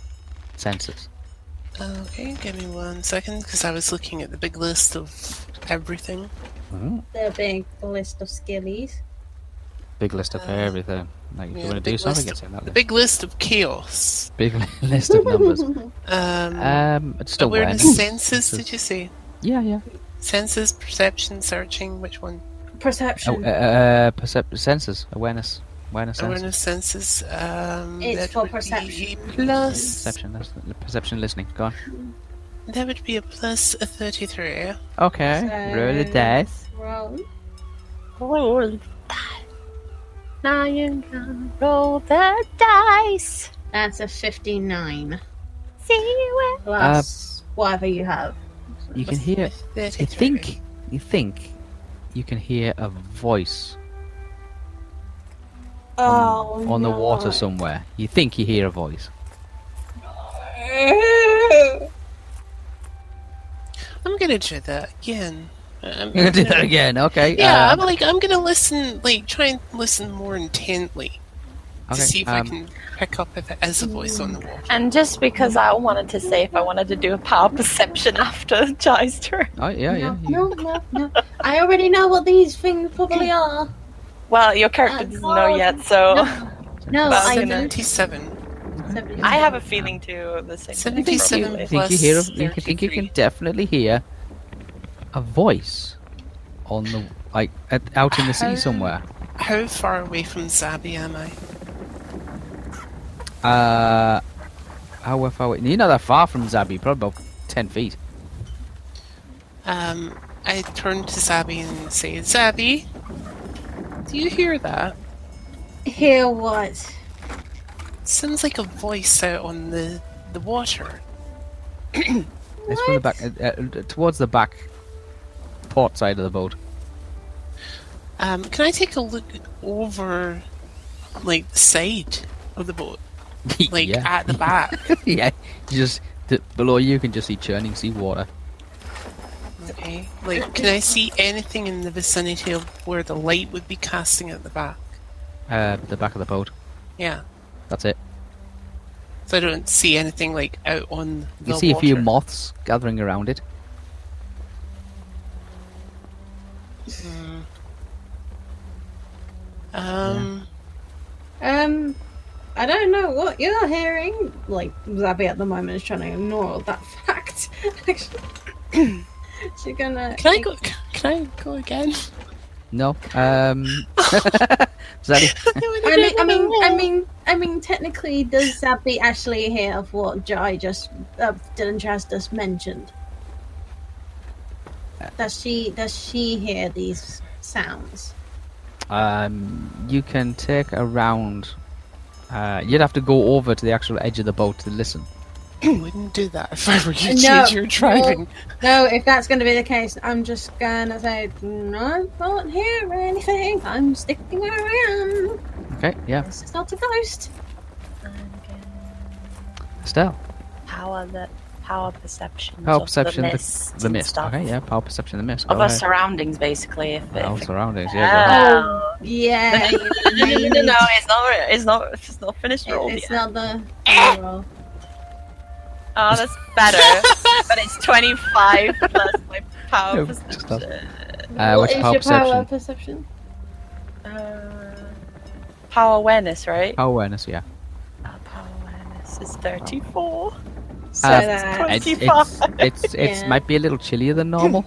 Census. Okay, give me one second because I was looking at the big list of everything. the big list of skillies. Big list of Uh, everything. Like, yeah, you want to the do big something? It's list. in that The list. big list of chaos. Big *laughs* li- list of *laughs* numbers. Um, um, it's still awareness, awareness. senses, did you say? Yeah, yeah. Senses, perception, searching, which one? Oh, Perception. uh, uh, percep- senses. Awareness. Awareness. senses. Awareness, senses. Um, It's that for would be perception. a plus. Perception. That's the- perception. Listening. Go on. That would be a plus a 33. Okay. Roll the So- dice. Roll. Roll the die. Now you can roll the dice. That's a fifty-nine See where. plus whatever you have. You can hear. You 33. think. You think. You can hear a voice Oh, on the water somewhere. You think you hear a voice. I'm gonna do that again. *laughs* I'm You're gonna do that again. Okay. Uh, Yeah, um, I'm like, I'm gonna listen, like, try and listen more intently Okay, to see if I um, can pick up if it is a voice on the wall. And just because I wanted to say if I wanted to do a power perception *laughs* after Jai's turn. Oh yeah, yeah. you- No, no, no. I already know what these things probably are. Well, your character doesn't know yet, so No, Well, Oh, I so don't. 77. *laughs* I have a feeling too. The same. thing, 77 probably. I think you plus hear. a- You can, think you can 33. definitely hear a voice on the like at, out in the sea Um, somewhere. How far away from Zabi am I? Uh, how far? You're not that far from Zabi. Probably about ten feet. Um, I turn to Zabi and say, Zabi, do you hear that? Hear what? Sounds like a voice out on the, the water. It's from the back, uh, uh, towards the back, port side of the *laughs* boat. Um, can I take a look over, like the side of the boat, like yeah, *laughs* at the back? *laughs* yeah. You just d- below you you can just see churning seawater. Okay. Like, can I see anything in the vicinity of where the light would be casting at the back? Uh, the back of the boat. Yeah. That's it. So I don't see anything like out on the You see a few water. moths gathering around it. Um, Um, I don't know what you're hearing. Like Zabby at the moment is trying to ignore that *laughs* *coughs* fact. Actually, she's gonna. can I go? Can I go again? No. Um. Zaddy. I mean, I mean, I mean, I mean. Technically, does Zabby actually hear of what Jai just, uh, Dylan Chas just mentioned? Does she? Does she hear these sounds? Um, you can take a round. Uh, you'd have to go over to the actual edge of the boat to listen. I wouldn't do that if I were you. No. Jade, You're driving. No, if that's going to be the case, I'm just gonna say no, I can't hear anything. I'm sticking where I am. Okay. Yeah. This is not a ghost. And again, Estelle. power the power perception. Power perception. Of the The mist. The and mist. Stuff. Okay. Yeah. Power perception. The mist. Of Go our ahead. surroundings, basically. If, Oh, if surroundings. Yeah. Oh. *laughs* Yeah. no, no, no, no, *laughs* no, it's not. It's not. It's not finished rolled It's yet. not the Eh. oh, Oh, that's better. but it's twenty-five plus my power Yeah, perception. Go on. Uh, what's power perception? Power? perception? Uh, power awareness, right? awareness. Yeah. Uh, power awareness is thirty-four. so Uh, that It's it's it's, it's Yeah. might be a little chillier than normal.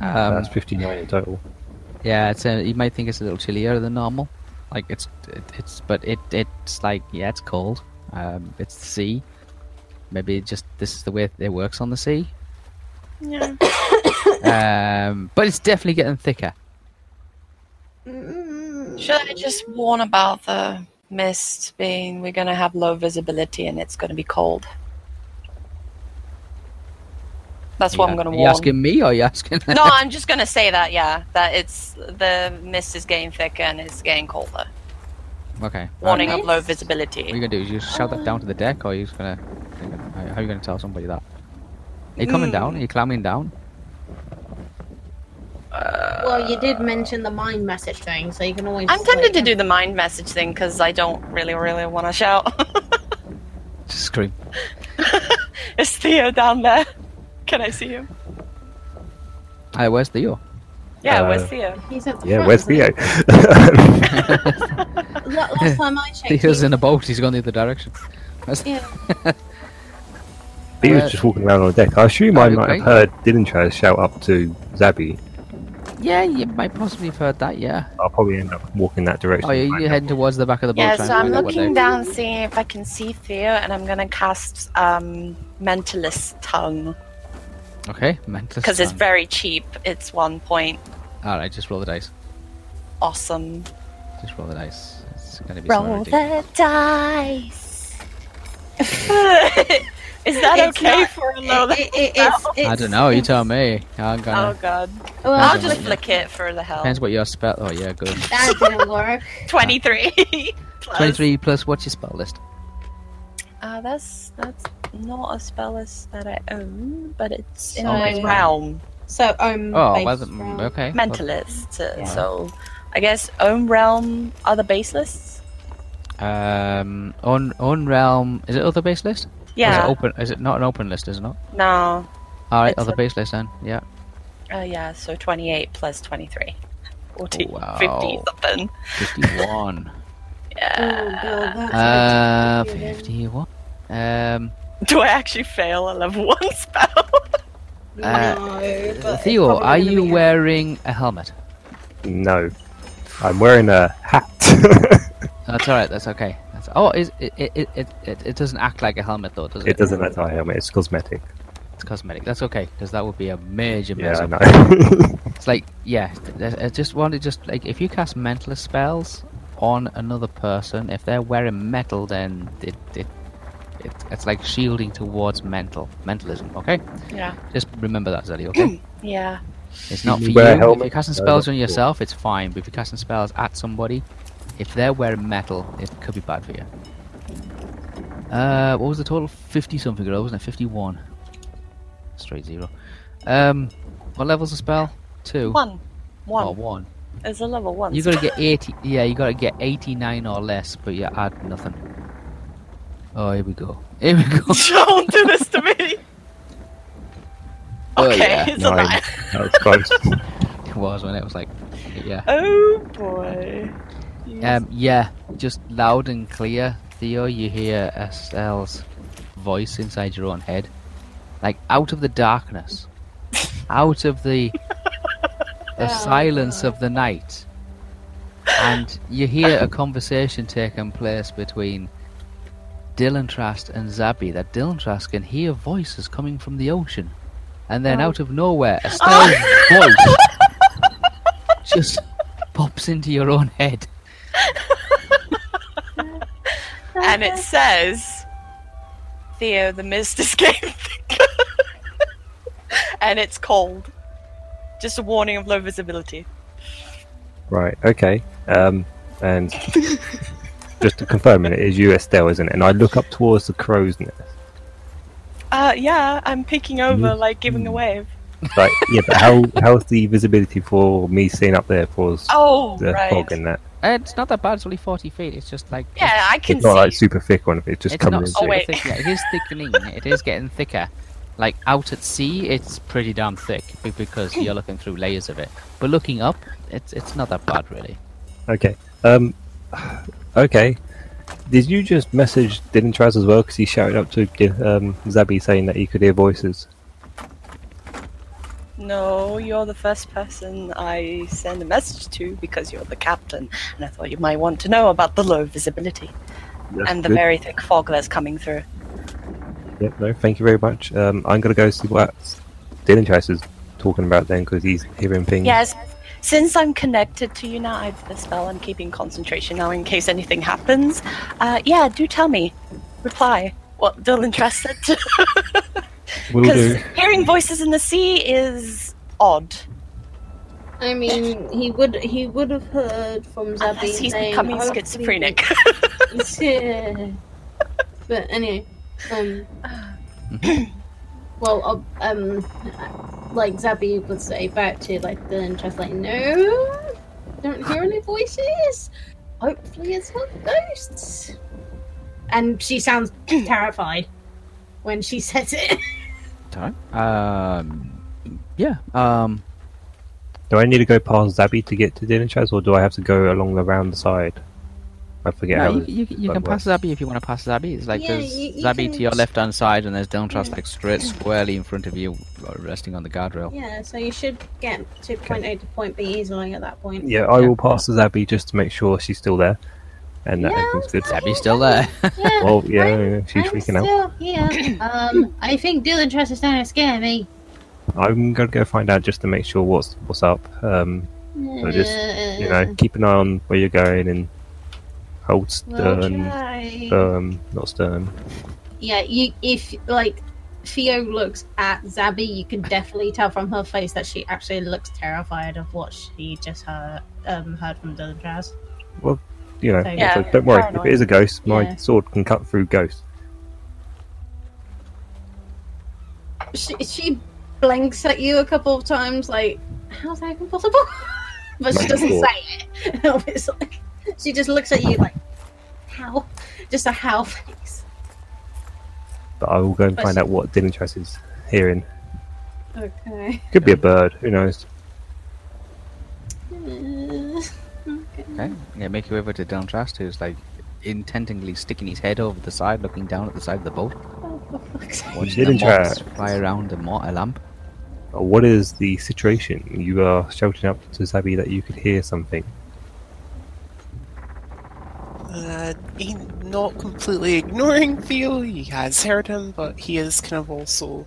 Um, That's 59 in total. Yeah, it's a, you might think it's a little chillier than normal. Like it's it, it's but it it's like yeah, it's cold. Um, it's the sea. Maybe it just this is the way it works on the sea. Yeah. Um, but it's definitely getting thicker. Should I just warn about the mist being we're gonna have low visibility and it's gonna be cold? That's what I'm gonna Are warn. you asking me or are you asking? *laughs* no, I'm just gonna say that. Yeah, that it's the mist is getting thicker and it's getting colder. okay. Warning Um, of low What are you visibility. gonna do? Is you shout that down to the deck, or are you just gonna? How are you gonna tell somebody that? Are you coming down? Are you climbing down? well, you did mention the mind message thing, so you can always. I'm tempted to do the mind message thing because I don't really, really want to shout. *laughs* Just scream. Is Theo down there? *laughs* Can I see him? Hey, where's Theo? Yeah, Uh, where's Theo? He's at the Yeah, front, where's isn't he? Theo? *laughs* La- Last time I checked, Theo's he- in a boat. He's gone the other direction. That's- Yeah. Theo's just walking around on the deck. I assume I might Okay. have heard Dylan Chaz shout up to Zabby. yeah, you might possibly have heard that. Yeah. I'll probably end up walking that direction. Oh, and you're, find you're out heading towards the back of the boat. Yeah, trying so to I'm find out what looking they- down, seeing if I can see Theo, and I'm gonna cast um, Mentalist Tongue Okay, mental. because it's stand. very cheap. It's one point. All right, just roll the dice. Awesome. Just roll the dice. It's gonna be Roll something ridiculous. the dice. Is that It's okay not- for a low? it- it- it's- I it's- don't know. You it's- tell me. I'm Oh gonna. god. Well, I'll just Depends on what- flick it for the hell. Depends what your spell. Oh yeah, good. that didn't work. 23. *laughs* plus. Twenty-three plus what's your spell list? Uh, that's that's not a spell list that I own, but it's in Oh, my it's fine. realm. So, um. Oh, based well, then, round. okay. well, Mentalist. uh, Yeah. So I guess own realm are the base lists. Um, on on realm is it other base list? Or Is Yeah. it open? Is it not an open list? Is it not? No. All right, It's other a- base list then. *laughs* Yeah. Uh, yeah, so 28 plus 23. 40, Oh, Wow. 50 something. *laughs* Fifty-one. Yeah. Oh, God, that's uh, a good idea. fifty-one. Um, Do I actually fail a level *laughs* 1 spell? uh, No, but it's Theo, probably are gonna you be- wearing a helmet? No. I'm wearing a hat. *laughs* That's all right. That's okay. That's, oh, is, it, it, it, it, it it doesn't act like a helmet though, does it? it doesn't look like a helmet, it's cosmetic. It's cosmetic. That's okay because that would be a major mess. Yeah, I up. know. It's like yeah. th- th- I just want to just like if you cast mentalist spells on another person, if they're wearing metal, then it it, it It's like shielding towards mental mentalism. Okay, Yeah. just remember that, Zelly. *laughs* Okay, Yeah. it's *laughs* not for You you. wear a If you're helmet, casting no, spells that's on cool. yourself, it's fine. But if you're casting spells at somebody, if they're wearing metal, it could be bad for you. Uh, what was the total? Fifty something, girl, wasn't it? Fifty-one. Straight zero. Um, what level's the spell? Two. One. One. Oh, one. It's a level one. You gotta get eighty. Yeah, you gotta get eighty-nine or less, but you add nothing. Oh, here we go. Here we go. *laughs* Don't do this to me. Oh, okay, yeah. it's Nine. alive. That was close. *laughs* It was when it was like, yeah, Oh boy. um, yeah, just loud and clear, Theo. You hear SL's voice inside your own head, like out of the darkness, out of the the silence of the night, and you hear a conversation taking place between Dylan Trask and Zabby. That Dylan Trask can hear voices coming from the ocean, and then out of nowhere, Estelle's voice just pops into your own head. And it says, Theo, the mist *laughs* escaped. *laughs* and it's cold. Just a warning of low visibility. right. Okay. Um, and just to confirm, it is you, Estelle, isn't it? And I look up towards the crow's nest. Uh, yeah, I'm peeking over, like giving a wave. Like, yeah, but how how's the visibility for me seeing up there for s- Oh, the right. fog and that? Uh, It's not that bad. It's only forty feet. It's just like Yeah, I can It's not like see. super thick one. It's just it's coming. not in. super Oh, wait. thick. yet. It is thickening. it is getting thicker. Like out at sea, it's pretty damn thick be- because you're looking through layers of it. But looking up, it's it's not that bad really. Okay. Um. Okay. Did you just message Dylan Traz as well? Because he shouted up to um, Zabby saying that he could hear voices. No, you're the first person I send a message to because you're the captain, and I thought you might want to know about the low visibility and the Good. very thick fog that's coming through. Yep. No. Thank you very much. Um. I'm gonna go see what Dylan Traz is talking about then, because he's hearing things. Yes, since I'm connected to you now, I have the spell. I'm keeping concentration now in case anything happens. Uh, yeah, do tell me. Reply what Dylan Trust *laughs* said. Will Because do. hearing voices in the sea is odd. I mean, he would he would have heard from Zabby Unless he's saying, becoming "Oh, schizophrenic. please." yeah. But anyway, *sighs* um, well, uh, um, like Zabby would say back to like the interest, like, no, don't hear any voices. Hopefully, it's not ghosts. And she sounds terrified when she says it. Time. Um. Yeah. Um. Do I need to go past Zabby to get to Dylan Traz, or do I have to go along the round side? I forget no, how. you, you, you that can pass works. Zabi if you want to pass Zabi. It's like Yeah, there's you- you Zabi can- to your left hand side, and there's Don't Trust like straight squarely in front of you, uh, resting on the guardrail. yeah, so you should get to point A to point B easily at that point. Yeah, I Yeah. will pass to Zabby just to make sure she's still there, and that Yeah, everything's good. Zabi's still there. Yeah. Well, yeah, yeah, she's I'm freaking still out. *coughs* here. *coughs* Um, I think Dylan tries to stand and scare me. I'm gonna go find out just to make sure what's what's up. Um, so just Uh, you know, keep an eye on where you're going and hold We'll stern, try. firm, not stern. yeah, you if like Theo looks at Zabby, you can definitely tell from her face that she actually looks terrified of what she just heard um, heard from Dylan Traz. You know, Okay. Yeah, so don't worry. If paranoid. it is a ghost, my Yeah. sword can cut through ghosts. She, she blinks at you a couple of times, like, "How's that even possible?" *laughs* but she Magic doesn't sword. say it. *laughs* It's like- she just looks at you like, "How?" Just a how face. But I will go and But find she- out what Dylan Tress is hearing. Okay. Could be a bird. Who knows? Okay. Yeah, make your way over to Don Trust, who's like intentionally sticking his head over the side, looking down at the side of the boat, watching the Didn't try. moths fly around the mo- a lamp. Uh, What is the situation? You are shouting up to Zabby that you could hear something. Uh, he not completely ignoring Theo. He has heard him, but he is kind of also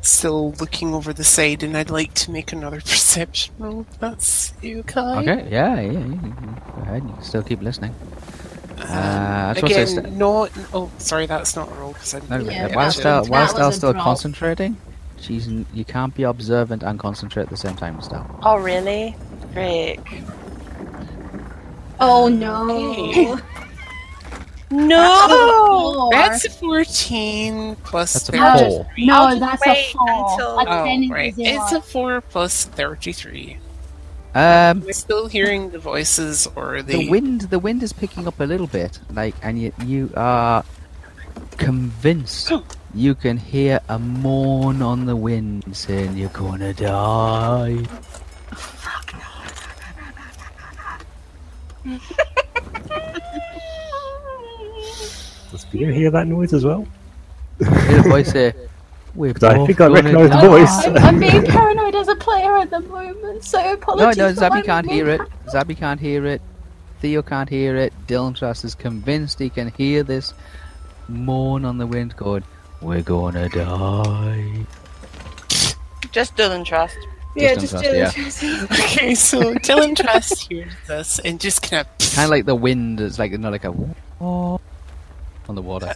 still looking over the side. And I'd like to make another *laughs* perception roll. if That's you, Kai. Um, Okay, yeah, yeah, yeah. you can Go ahead, you can still keep listening. Uh, that's what I said. Again, no. Oh, sorry, that's not a roll because I No, didn't. Yeah, whilst that they're, was- whilst that they're was a still drop. concentrating, she's n- you can't be observant and concentrate at the same time, Estelle. *laughs* Oh, really? Great. Oh no. Okay. No! Four. That's a 14 plus That's a 33. four. I'll No, just that's wait a four. until- a ten Oh, is a right. zero. It's a 4 plus 33. Um, We're still hearing the voices or the. the wind, the wind is picking up a little bit, like, and you, you are convinced you can hear a mourn on the wind saying you're gonna die. Does Peter hear that noise as well? Hear a voice say, *laughs* "We're Because I both think I gonna recognise the die." voice. I'm, Oh, I'm being paranoid as a player at the moment, so No, apologies. no, for my Zabby can't hear it. movement. Zabby can't hear it. Theo can't hear it. Dylan Truss is convinced he can hear this moan on the wind going, We're gonna die. Just Dylan Trust. Yeah, Just just untrust, do yeah. Okay, so Dylan Trust hears this and just kind of. Kind of like the wind, it's like, not like a *laughs* "Whoa" on the water.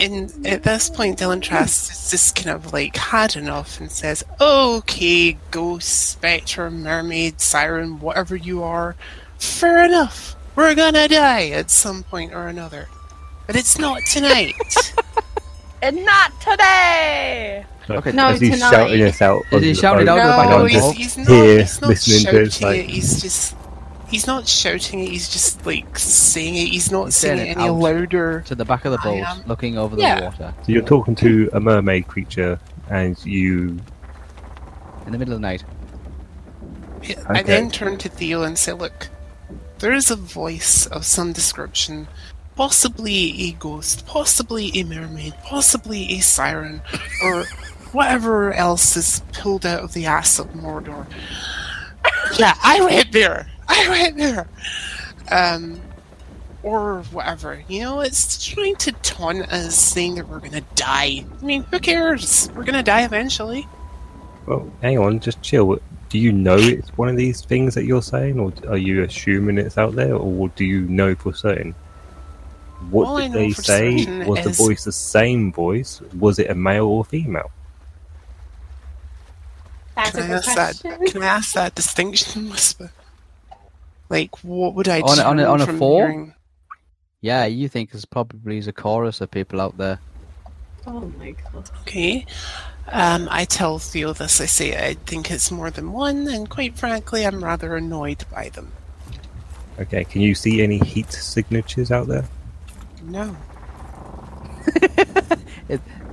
And at this point, Dylan Trust is just kind of like had enough and says, Okay, ghost, spectre, mermaid, siren, whatever you are, fair enough. We're gonna die at some point or another. But it's not *laughs* tonight. And not today! Okay, No, as he's tonight. shouting this out. Is he under shouting the boat. out I of no, don't the he's, back just he's not, here he's not listening to shouting it, it's like- it, he's just. He's not shouting it, he's just like saying it, he's not He's saying saying it it any out. louder. to the back of the I boat, um, am- looking over the Yeah. water So you're talking to a mermaid creature, and you in the middle of the night. I Okay. then turn to Theo and say, Look, there is a voice of some description, possibly a ghost, possibly a mermaid, possibly a siren, or whatever else is pulled out of the ass of Mordor. Yeah, *laughs* I went there! I went there! Um, or whatever. You know, it's trying to taunt us, saying that we're gonna die. I mean, who cares? We're gonna die eventually. Well, hang on, just chill. Do you know it's one of these things that you're saying, or are you assuming it's out there, or do you know for certain? What All I did know they for say? certain Was the is- voice the same voice? Was it a male or female? That's a Can I good ask that? question. Can I ask that distinction whisper? Like, what would I On a- on a- turn on a from four? hearing- Yeah, you think there's probably is a chorus of people out there. Oh my god. Okay. Um, I tell Theo this. I say I think it's more than one, and quite frankly, I'm rather annoyed by them. Okay, can you see any heat signatures out there? No.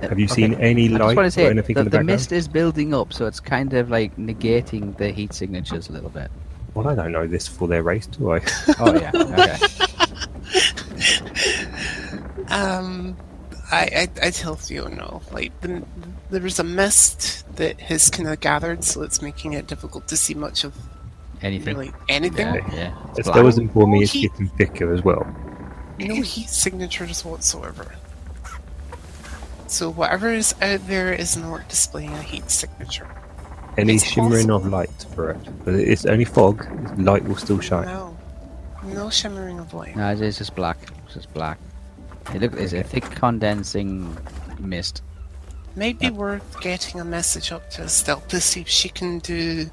Have you Okay. seen any I just light want to or say anything that in the, the, background? mist is building up, so it's kind of like negating the heat signatures a little bit. *laughs* Well, I don't know this for their race, do I? Oh yeah, okay. Um, I, I I tell Theo no. Like, the, there is a mist that has kind of gathered, so it's making it difficult to see much of Anything? really anything. Yeah, yeah. It's black. that was for me. It's Heat. getting thicker as well. no heat signatures whatsoever. So whatever is out there is not displaying a heat signature. Any It's shimmering possible. of light for it? But It's only fog. Light will still shine. No, no shimmering of light. No, it is just black. It's just black. It look, it's a thick condensing mist. Maybe worth getting a message up to Estelle to see if she can do,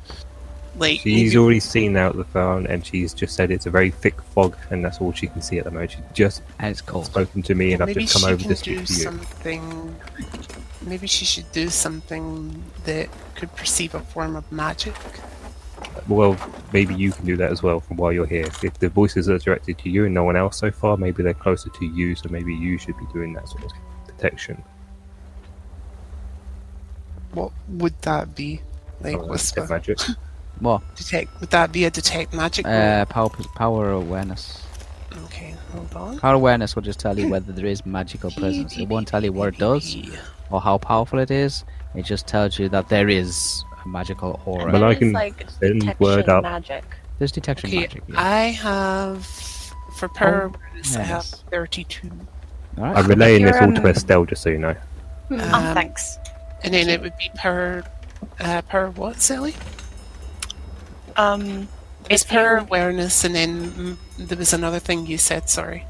like, She's maybe- already seen out the phone and she's just said it's a very thick fog and that's all she can see at the moment. She's just And it's cold. spoken to me and I've maybe just come she over can to speak do to you. something. Maybe she should do something that could perceive a form of magic. Well, maybe you can do that as well from while you're here. If the voices are directed to you and no one else so far, maybe they're closer to you, so maybe you should be doing that sort of protection. What would that be? Like, Oh, that's whisper. magic. *laughs* What? detect. Would that be a detect magic? roll? Uh, power, power awareness. okay, hold on. Power awareness will just tell you whether there is magical presence. It won't tell you what it does or how powerful it is. It just tells you that there is a magical aura. Well, I That is can like send detection word up. magic. There's detection Okay, magic. Yeah. I have for power awareness. I have yes. thirty-two, All I'm right. relaying this You're, all to um, Estelle just so you know. oh, Um, thanks. and then it would be per uh, per what, Sally? Um, It's If you- Um, per awareness, and then mm, there was another thing you said. Sorry,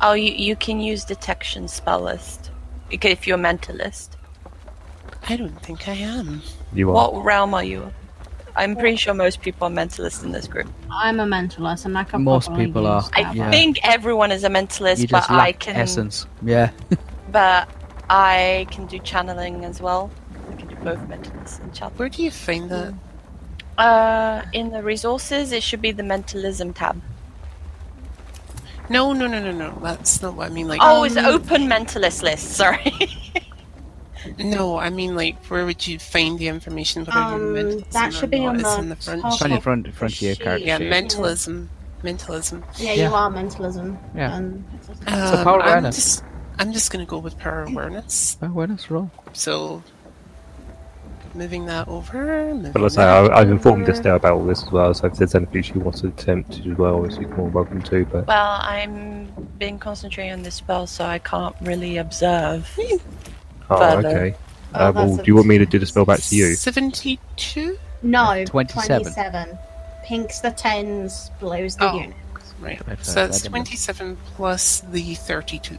Oh, you, you can use detection spell list Okay, if you're mentalist. I don't think I am. You are. What realm are you? I'm pretty sure most people are mentalist in this group. I'm a mentalist, and I can Most probably people use are. I that. Yeah. think everyone is a mentalist, you but just I lack can essence. Yeah. but I can do channeling as well. I can do both mentalist and channeling. Where do you find that? Uh, in the resources, it should be the mentalism tab. No, no, no, no, no. That's not what I mean. Like, Oh, it's open mentalist list. *laughs* Sorry. no, I mean like, where would you find the information? Whether Um, you're mentalist that or should be not? on It's the in the front. top. It's on your front, front of your She- character Yeah, sheet. mentalism, mentalism. Yeah, Yeah. you are mentalism. Yeah. Um, a Um, power I'm awareness. just, I'm just gonna go with power awareness. Oh, awareness roll. So, moving that over. Moving But let's say that I, I've informed over. Estelle about all this as well, so if there's anything she wants to attempt as well, she's more welcome to. But Well, I'm been concentrating on this spell, so I can't really observe. oh, Further. okay. Oh, Uh, well, that's a- do you want me to do the spell back to you? Seventy-two. no, 27. 27. Pinks the tens, blues the Oh. unit. Right. If, uh, So that's that didn't- twenty-seven plus the thirty-two.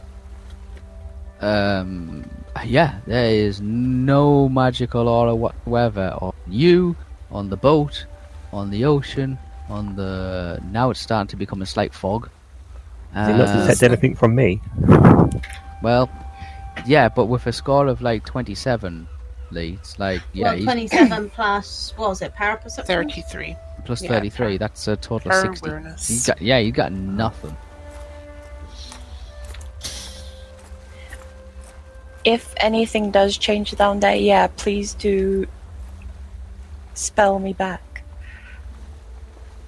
Um, yeah, there is no magical aura whatsoever on you, on the boat, on the ocean, on the. Now it's starting to become a slight fog. Uh, Did you not Um, detect anything from me? well, yeah, but with a score of like 27, Lee, it's like, yeah, well, he's 27 plus, what was it, power perception? Thirty-three. plus yeah. 33, that's a total of Power 60. He's awareness. got, yeah, you got nothing. If anything does change down there, yeah, please do spell me back.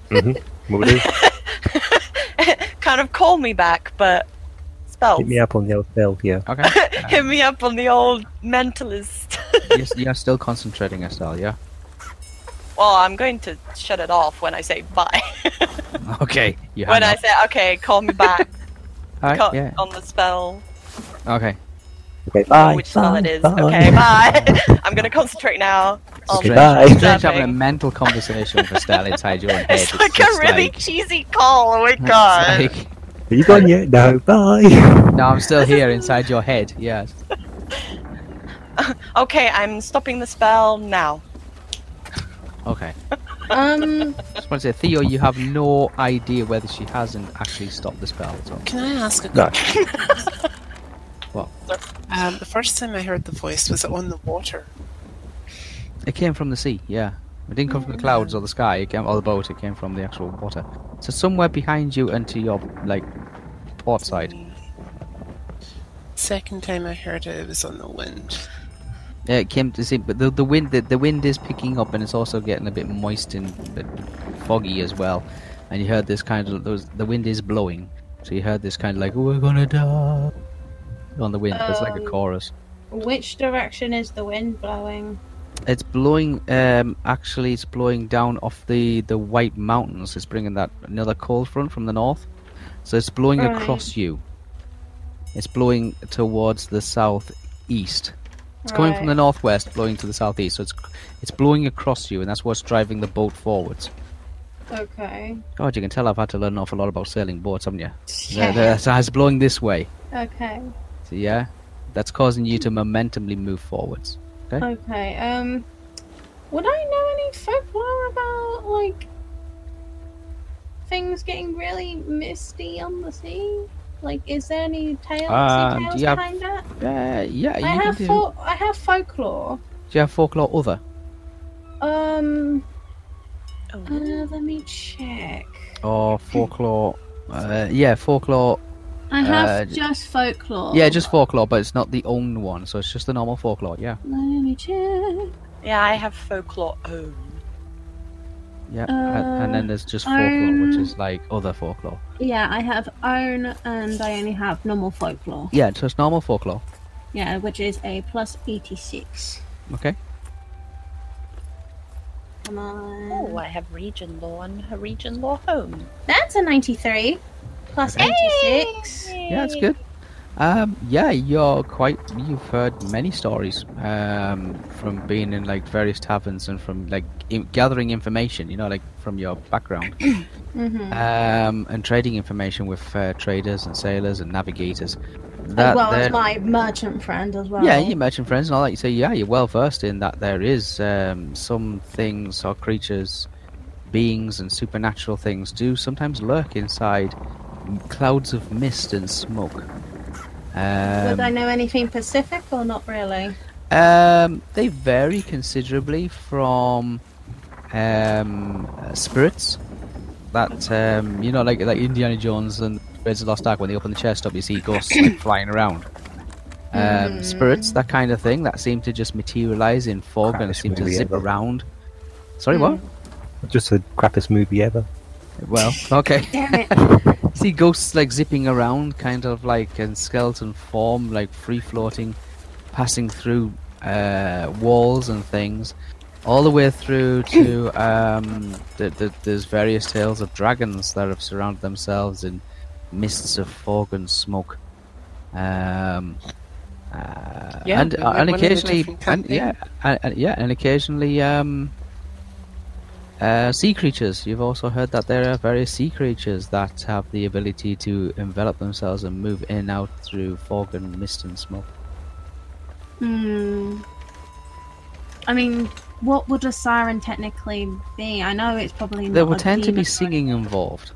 What *laughs* would it? kind of call me back, but spell. Hit me up on the old bell, yeah. Okay. *laughs* Hit me up on the old mentalist. you're, s- you're still concentrating, Estelle, yeah? well, I'm going to shut it off when I say bye. *laughs* Okay. You when hang I up. say, okay, call me *laughs* back Alright, call- yeah. on the spell, Okay. Okay, Oh, which spell it is. Okay, *laughs* bye. I'm going to concentrate now. on Okay, Strange- bye. Strange having a observing. mental conversation with Estelle inside your own head. *laughs* It's like a just really like- *laughs* cheesy call. Oh my it's god. like, Are you gone yet? No, bye. *laughs* no, I'm still here inside your head. Yes. Okay, I'm stopping the spell now. Okay. Um, Just want to say, Theo, you have no idea whether she hasn't actually stopped the spell at all. Can I ask a No. *laughs* Um, the first time I heard the voice was on the water. It came from the sea. Yeah. It didn't come from the clouds or the sky. It came or the boat. It came from the actual water. So somewhere behind you and to your like port side. Second time I heard it, it was on the wind. Yeah, it came to see, but the, the wind the, the wind is picking up and it's also getting a bit moist and a bit foggy as well. And you heard this kind of those the wind is blowing, so you heard this kind of like we're gonna die on the wind. it's like a Um, chorus. which direction is the wind blowing? It's blowing. Um, actually, it's blowing down off the the White Mountains. It's bringing that another cold front from the north, so it's blowing Right. across you. It's blowing towards the southeast. It's coming from the northwest, blowing to the southeast. So it's it's blowing across you, and that's what's driving the boat forwards. Okay. God, you can tell I've had to learn an awful lot about sailing boats, *laughs* haven't you? Yeah. there- so it's blowing this way. Okay. So yeah, that's causing you to momentumly move forwards. Okay. Um, would I know any folklore about like things getting really misty on the sea? Like, is there any tales, Um, sea tales do you have- behind that? Uh, yeah, you I can have do. fol- I have folklore. Do you have folklore other? Um, Oh. uh, let me check. or folklore. Uh, yeah, folklore. I have Uh, just folklore. Oh. Yeah, just folklore, but it's not the own one, so it's just the normal folklore. Yeah, Let me check. Yeah, I have folklore Oh, own. yeah, and, and then Uh, there's just folklore, which um, is like other folklore. Yeah, I have own and I only have normal folklore. Yeah, so it's normal folklore. Yeah, which is a plus 86. Okay. Come on. Oh, I have region law and her region law home. That's a 93 plus 86. Yeah, it's good. Um, yeah, you're quite. You've heard many stories um, from being in like various taverns and from like in, gathering information. You know, like from your *coughs* background Mm-hmm. um, and trading information with uh, traders and sailors and navigators. as Uh, well there- as my merchant friend as well. yeah, your merchant friends and all that. You say, yeah, you're well versed in that. There is um, some things or creatures, beings, and supernatural things do sometimes lurk inside clouds of mist and smoke. Would I Um, know anything Pacific or not really? um, they vary considerably from um, uh, spirits that um, you know, like like Indiana Jones and Raiders of the Lost Ark. When they open the chest up, you see ghosts *coughs* like, flying around. Um, Hmm. Spirits, that kind of thing, that seem to just materialize in fog Crap, and this seem to movie zip ever. around. Sorry, Hmm. Just the crappiest movie ever. what? Well, okay. *laughs* Damn it. *laughs* see ghosts like zipping around, kind of like in skeleton form, like free floating, passing through uh, walls and things, all the way through to um, the, the, there's various tales of dragons that have surrounded themselves in mists of fog and smoke. Um, uh, Yeah, and uh, and they're like one of the occasionally, different and, kind of yeah, and, and- yeah, and occasionally, um, uh, sea creatures. You've also heard that there are various sea creatures that have the ability to envelop themselves and move in and out through fog and mist and smoke. Hmm. I mean, what would a siren technically be? I know it's probably There not will a tend to be demon, singing involved.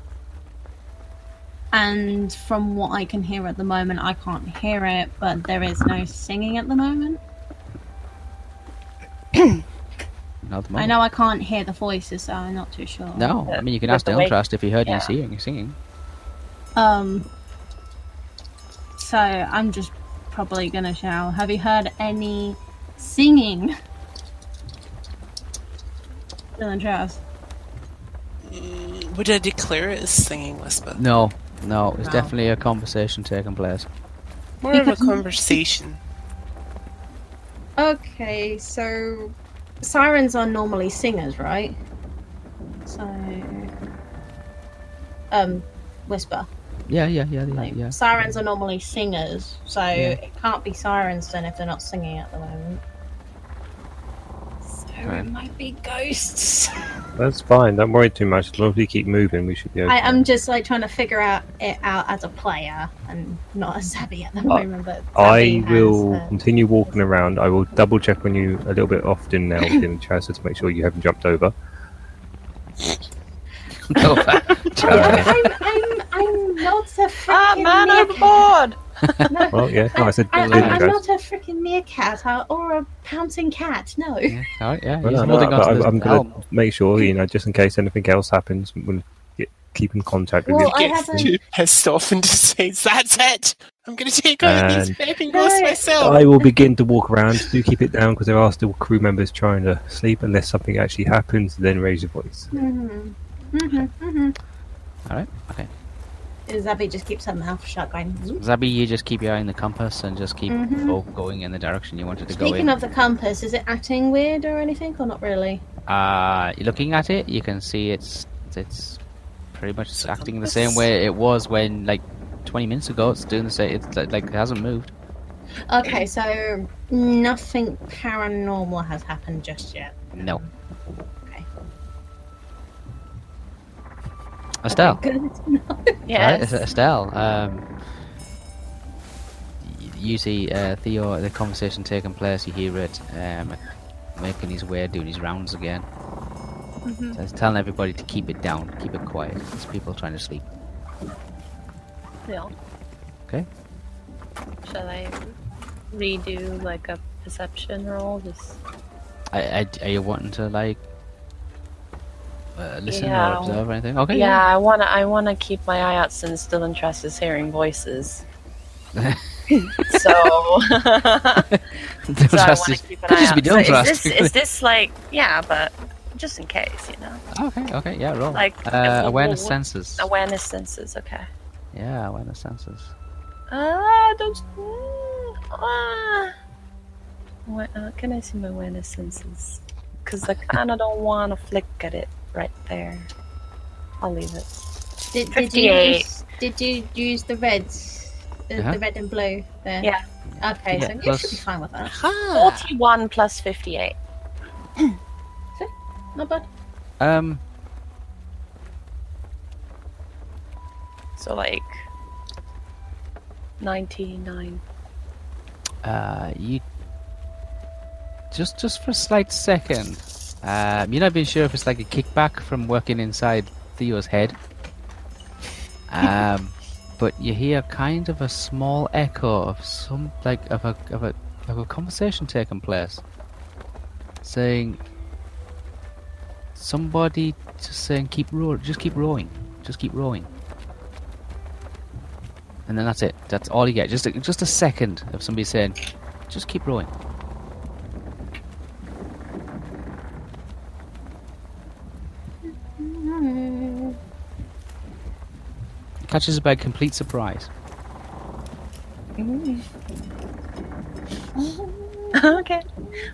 and from what I can hear at the moment, I can't hear it, but there is no singing at the moment. Not at the I moment. know I can't hear the voices, so I'm not too sure. No, I mean you can With ask the way- Deltrast if he heard yeah. you singing. Singing. Um. So I'm just probably gonna shout. Have you heard any singing? *laughs* Dylan Charles. Mm, Would I declare it as singing whisper? No, no, it's No. definitely a conversation taking place. *laughs* More of a Because- conversation. Okay, so sirens are normally singers, right? So, um, whisper. Yeah, yeah, yeah, yeah, Like, yeah. Sirens are normally singers, so Yeah. it can't be sirens then if they're not singing at the moment. So Right. it might be ghosts. That's fine. Don't worry too much. As long as we keep moving, we should be okay. I, I'm just like trying to figure out it out as a player and not as Zabby at the moment. But I Zabby has will the- continue walking around. I will double check on you a little bit often *laughs* now, Tim and Chaz, to make sure you haven't jumped over. Uh, I'm, I'm, I'm not a freaking Ah, man meerkat. overboard! No, well, yeah. Oh, I said, I, there you I, I'm go. not a freaking meerkat I- or a pouncing cat. No. Mm-hmm. yeah. All right, yeah. Well, he's no, no, holding but on to I'm, this I'm helm. going to make sure, you know, just in case anything else happens, I'm going to keep in contact with Well, you. I Gets haven't- too pissed off and just says, "That's it. I'm going to take on these And- flipping No, ghosts I- myself." I will begin to walk around. Do keep it down because there are still crew members trying to sleep. Unless something actually happens, then raise your voice. Mhm. Mhm, mhm. All right, okay. Zabby just keeps her mouth shut, going. "Zoop." Zabby, you just keep your eye on the compass and just keep Mhm. go- going in the direction you wanted to go "Hmm?" Speaking in. of the compass, is it acting weird or anything, or not really? Uh, looking at it, you can see it's it's pretty much It's a acting the compass. same way it was when like 20 minutes ago. It's doing the same. It's like, like it hasn't moved. Okay, so nothing paranormal has happened just yet. No. Okay. Estelle, Good. right? Yes. Es- Estelle. Um, y- you see uh, Theo. The conversation taking place. You hear it. Um, making his way, doing his rounds again. Mm-hmm. So he's telling everybody to keep it down, keep it quiet. There's people trying to sleep. Still. Okay. Shall I redo like a perception roll? Just I, I, are you wanting to like uh, listen Yeah. or observe or *laughs* anything? Okay. yeah, I wanna I wanna keep my eye out since Dylan Trust is hearing *laughs* voices. *laughs* so, *laughs* Don't so I trust wanna us. keep an Could eye just out. be don't so trust. Is *laughs* this, is this like yeah, but just in case, you know, Okay. Okay. Yeah. Roll. Like, uh, if we- awareness we'll- senses. awareness senses. Okay. yeah. Awareness senses. Ah, don't. mm, Ah. Why, uh, can I see my awareness senses? Because I kind of don't want to flick at it right there. I'll leave it. Did, did you 58. use, did you use the reds the, Uh-huh. the red and blue there. Yeah. Okay, Yeah, so you plus- should be fine with that. Huh. 41 plus 58. Not bad. Um, So, like, 99. Uh, you just just for a slight second. Um, you're not even sure if it's like a kickback from working inside Theo's head. *laughs* Um, but you hear kind of a small echo of some like of a of a of a conversation taking place, saying somebody just saying keep row just keep rowing, just keep rowing. And then that's it. That's all you get. Just a, just a second of somebody saying, just keep rowing. Catches us by complete surprise. *laughs* okay.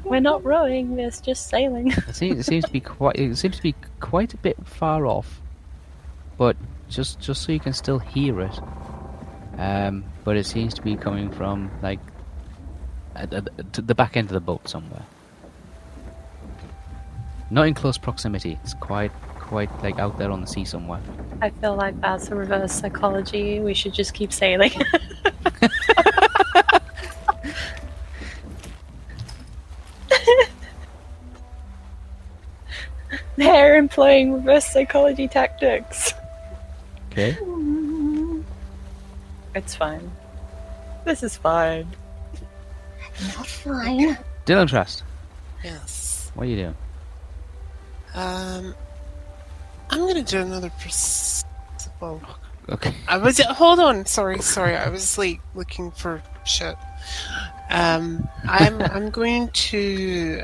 We're not rowing, we're just sailing. *laughs* It seems, it seems to be quite. It seems to be quite a bit far off, but just just so you can still hear it. Um, but it seems to be coming from like at, at, to the back end of the boat somewhere. Not in close proximity. It's quite quite like out there on the sea somewhere. I feel like that's a reverse psychology. We should just keep sailing. *laughs* They're employing reverse psychology tactics. Okay. It's fine. This is fine. Not fine. Dylan Trust, Yes. what are you doing? Um, I'm gonna do another perce- well, *laughs* Okay. I was hold on, sorry, sorry. I was like looking for shit. Um, I'm I'm going to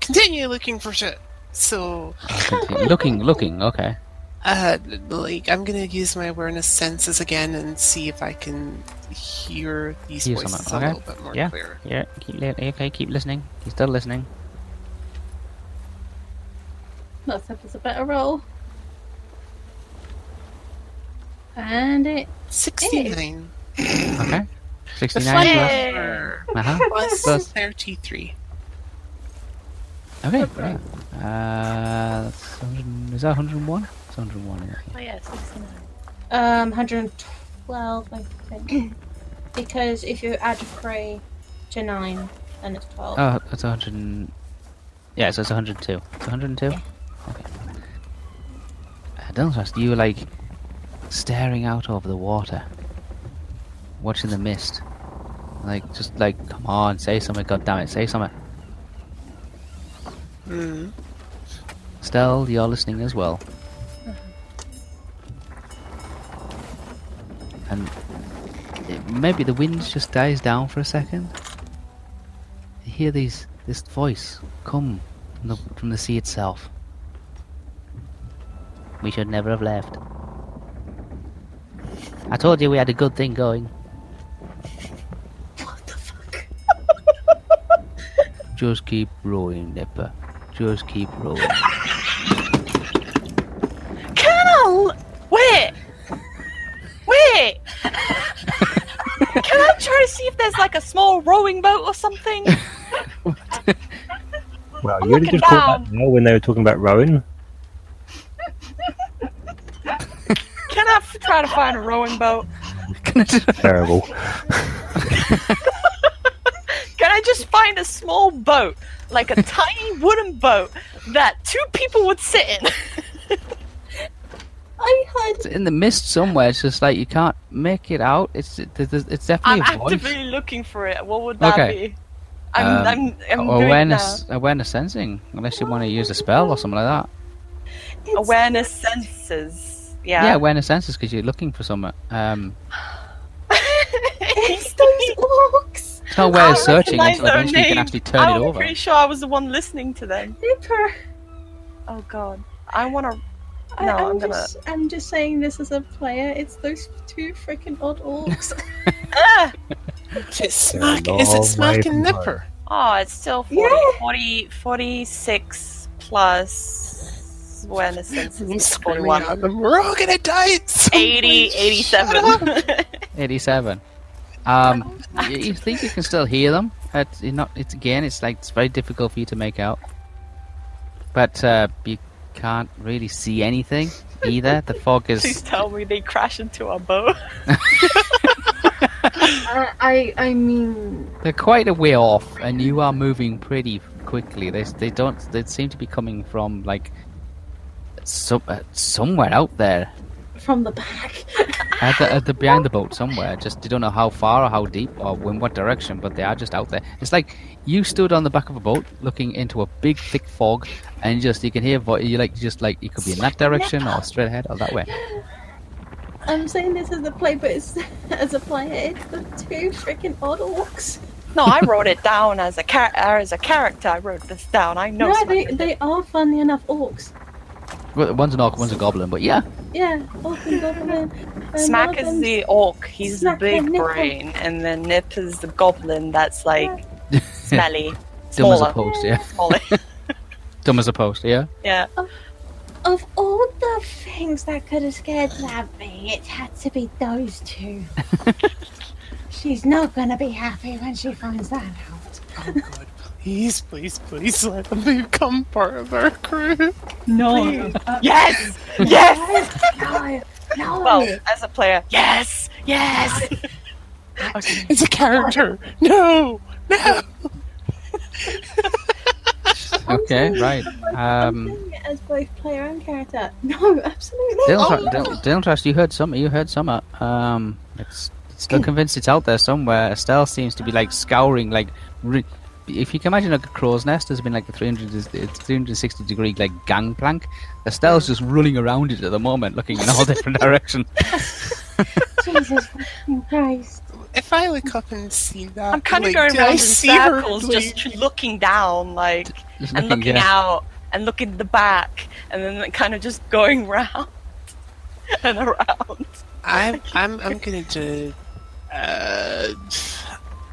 continue looking for shit. So, Continue. looking, looking. Okay. uh, like I'm gonna use my awareness senses again and see if I can hear these Hear voices something, a okay. little bit more Yeah. clear. Yeah. Keep li- okay. Keep listening. He's still listening. Let's hope it's a better roll. And it. Sixty-nine Okay. The Sixty-nine. plus- flavor Uh-huh. plus Plus- thirty-three. *laughs* Okay, right. Uh, that's 100 is that 101? It's 101, isn't it? Oh, yeah, 69. Um, 112, I think. *clears throat* because if you add 3 to 9, then it's 12. Oh, that's 100. And... Yeah, so it's 102. It's 102? Okay. Uh, Dunlast, you were like staring out over the water, watching the mist. Like, just like, come on, say something, goddammit, say something. Hmm. Mm. Stell, you're listening as well. Mm-hmm. And it- maybe the wind just dies down for a second. You hear these this voice come from the, from the sea itself. We should never have left. I told you we had a good thing going. What the fuck? *laughs* Just keep rowing, Nipper. Just keep rowing. Colonel! Wait! Wait! Can I try to see if there's like a small rowing boat or something? Well, I'm you only looking just caught that now when they were talking about rowing. Can I f- try to find a rowing boat? Terrible. Can I just find a small boat, like a tiny wooden boat that two people would sit in? *laughs* I had. It's in the mist somewhere. It's just like you can't make it out. It's it, it's it's I'm definitely a voice. actively looking for it. What would that Okay. be? I'm, Um, I'm, I'm doing it awareness awareness sensing unless you want to use a spell or something like that now. awareness senses. yeah, Yeah. awareness senses because you're looking for something um *laughs* It's those orcs! it's not where I it's searching recognize until their eventually you can names. actually turn I it was over pretty sure I was the one listening to them. Super! Oh god. I want to. I, No, I'm, I'm gonna- just, I'm just saying this as a player. It's those two freaking odd *laughs* orcs. Ah! Is it They're smack? a Is long it way smack and from nipper? Oh, it's still 40, Yeah. 40 46 plus awareness senses. I'm is screaming 41. at them, We're all gonna die. at some point. 80, *laughs* Shut up. 87. 87 Um, y- you think you can still hear them? But you're not. It's again. It's like it's very difficult for you to make out. But uh, you can't really see anything either. The fog *laughs* Please *laughs* is. tell me they crash into our boat. I, Uh, I, I mean, They're quite a way off, and you are moving pretty quickly. They they don't. They seem to be coming from like. Some, uh, somewhere out there, from the back. at the, at the behind the boat somewhere. Just you don't know how far or how deep or in what direction, but they are just out there. It's like you stood on the back of a boat looking into a big thick fog, and just you can hear. Vo- you like just like you could be in that direction or straight ahead or that way. I'm saying this as a play, but it's, as a player, it's the two freaking odd orcs. No, I wrote it down as a char- uh, as a character. I wrote this down. I know. No, they, something. they are funny enough orcs. Well, One's an orc, one's a goblin, but yeah, Yeah, orc and goblin. and Smack one of is them's- the orc. He's Smack the and big Nip. brain, and then Nip is the goblin. That's like smelly, *laughs* dumb as smaller, a post, yeah, smaller. dumb as a post, yeah. yeah. Of all the things that could have scared Labby, it had to be those *laughs* two. She's not gonna be happy when she finds that out. Oh god, please, please, please let them become part of our crew. No. *laughs* Yes, yes. Oh, No, no. Well, as a player, yes, yes. *laughs* It's a character. No, no. Okay, right. *laughs* Um, I'm saying it as both player and character. *laughs* No, absolutely. Dale, not. Tra- Dale, Dale Trash, you heard some. You heard some. Um, it's still convinced it's out there somewhere. Estelle seems to be like scouring, like re- if you can imagine like a crow's nest has been like a 300, is- it's 360 degree like gangplank. Estelle's just running around it at the moment, looking in all different directions. Jesus fucking Christ. If I look up and see that, I'm kind of like, going do I around in see her, circles, please? just looking down, like, Just and looking yeah. out, and looking at the back, and then kind of just going *laughs* round and around. I'm I'm I'm gonna do. Uh,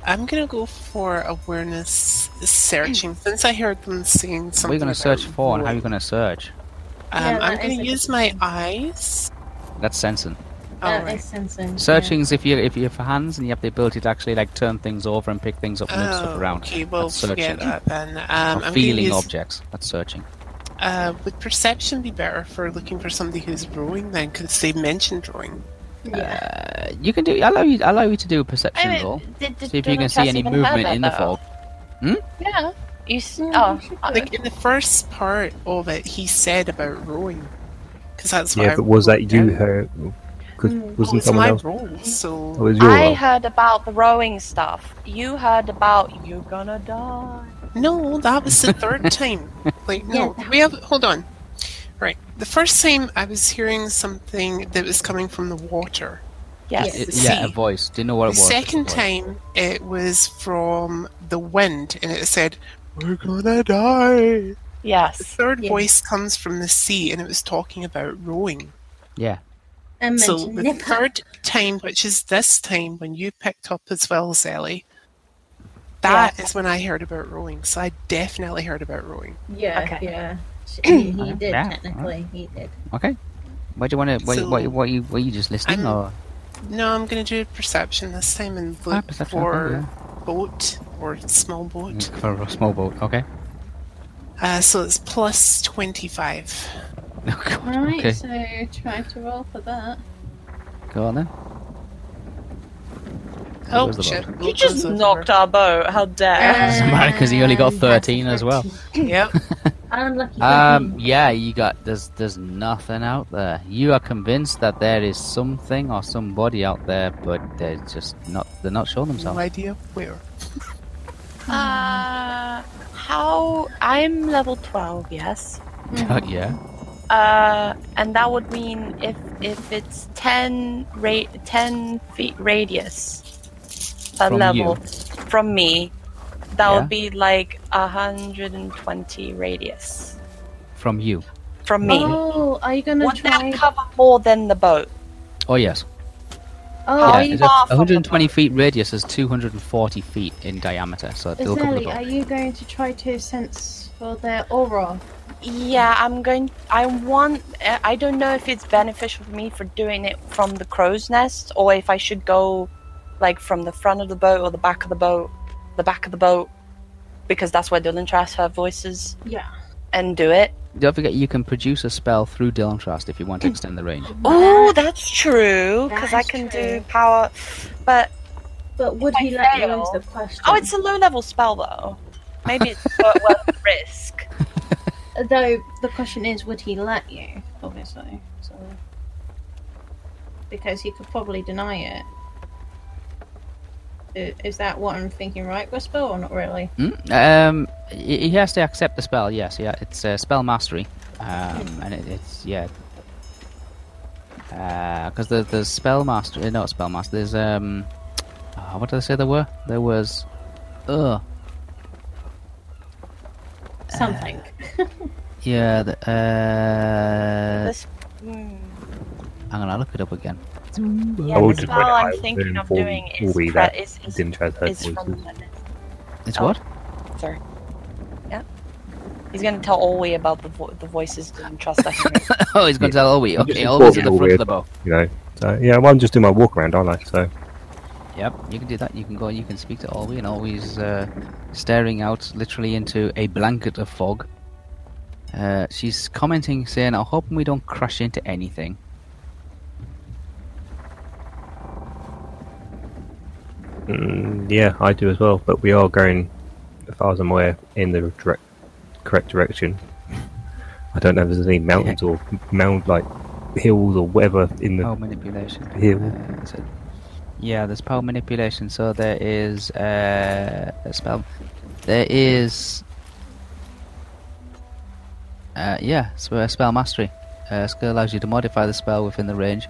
I'm gonna go for awareness searching Hmm. since I heard them saying What something. are you going about to search for, and how are you wood. going to search? Um, Yeah, I'm that is gonna a use good my eyes. That's sensing. That Alright. is sensing. Searching's if you if you have hands and you have the ability to actually like turn things over and pick things up and move stuff Oh, around. Okay, well, That's searching. forget that then. Um, or I'm feeling gonna use, objects. That's searching. Uh, would perception be better for looking for somebody who's rowing then? Because they mentioned rowing. Yeah. Uh, you can do. I allow you. I allow you to do a perception I mean, roll. did- did See if you can Donald Trump see any even have movement that, in the though? fog. Yeah. You s- Yeah, oh, you should I- do Like in the first part of it, he said about rowing. Because that's what Yeah, I but was that wrote you down. who? Because Mm. Oh, wasn't it's someone my else? Oh, role, so It was your I role. heard about the rowing stuff. You heard about you're gonna die. No, that was the *laughs* third time. Like, no, we have. Hold on. Right, the first time I was hearing something that was coming from the water. Yes. It- See. yeah, a voice. Didn't know what it the was. second Voice. time it was from the wind, and it said, "We're gonna die." The Yes. third Yeah. voice comes from the sea, and it was talking about rowing. Yeah. And So mention the Nipper. third time, which is this time when you picked up as well, Sally, that is when I heard about rowing. So I definitely heard about rowing. Yeah, Okay. *clears throat* yeah. He, he Alright, did, yeah, technically. He did. Okay. What do you want to? What, So- what, what you? Were you just listening I'm- or? No, I'm going to do perception this time and Ah, look perception, Mm. for boat or small boat. okay, yeah. For a small boat. Okay. *laughs* Uh, so it's plus 25. Oh, God, Alright, Okay. so try to roll for that. Go on then. Oh, was the shit. You just knocked our boat. How dare? Doesn't matter because he only got Um, thirteen as well. *laughs* Yep. Unlucky. Um. Yeah. You got. There's. There's nothing out there. You are convinced that there is something or somebody out there, but they're just not. They're not showing No themselves. idea where. Uh, how? I'm level twelve. Yes. yeah. Uh, and that would mean if if it's ten ra- ten feet radius per From level from me, that Yeah. would be like hundred and twenty radius From you. from me. Oh, are you gonna would try? that cover more than the boat? Oh yes. oh, How are Yeah, you, it's far a- from the 120 feet radius is 240 feet in diameter, so they'll cover the Sally, boat. are you going to try to sense for their aura? Yeah, I'm going. I want. uh, I don't know if it's beneficial for me for doing it from the crow's nest or if I should go like from the front of the boat or the back of the boat, the back of the boat, because that's where Dylan trusts her voices, Yeah. and do it. Don't forget you can produce a spell through Dylan Trust if you *clears throat* want to extend the range. Oh, that's true, because that I is can true. do power. But But would If he I let you fail- answer the question? oh, it's a low level spell though. Maybe it's *laughs* wor- worth the risk. Though the question is, would he let you? Obviously, so because he could probably deny it. I- Is that what I'm thinking, right, Whisper, or not really? Mm, Um, he he has to accept the spell. Yes, yeah, it's uh, spell mastery, um, and it, it's yeah, Uh, because there, there's spell master, uh, not spell master. There's um, ah, what did I say there were? There was, uh, Something. *laughs* yeah, the, uh, This, mm, I'm gonna look it up again. yeah, would the just spell wait I'm out thinking and of we'll- doing we'll is, read pre- that. is, is, Didn't transfer is from voices. It's Oh. what? *laughs* Sorry. Yeah. He's gonna tell Ollie about the vo- the voices didn't trust us. *laughs* oh, he's gonna tell Olwe. I'm just Okay, Olwe's at the informing front Olwe. of the bow. You know. So yeah, well, I'm just doing my walk around, aren't I? So Yep, you can do that. You can go. You can speak to Olwe, and Olwe's uh, staring out literally into a blanket of fog. Uh, she's commenting, saying, "I'm hoping we don't crash into anything." mm, yeah, I do as well. But we are going, as far as I'm aware, in the direct, correct direction. I don't know if there's any mountains or mound like hills or whatever in the Power manipulation. Here. Uh, is it- yeah, there's power manipulation. So there is uh, a spell. There is. Uh, yeah, so a spell mastery. Uh, skill allows you to modify the spell within the range.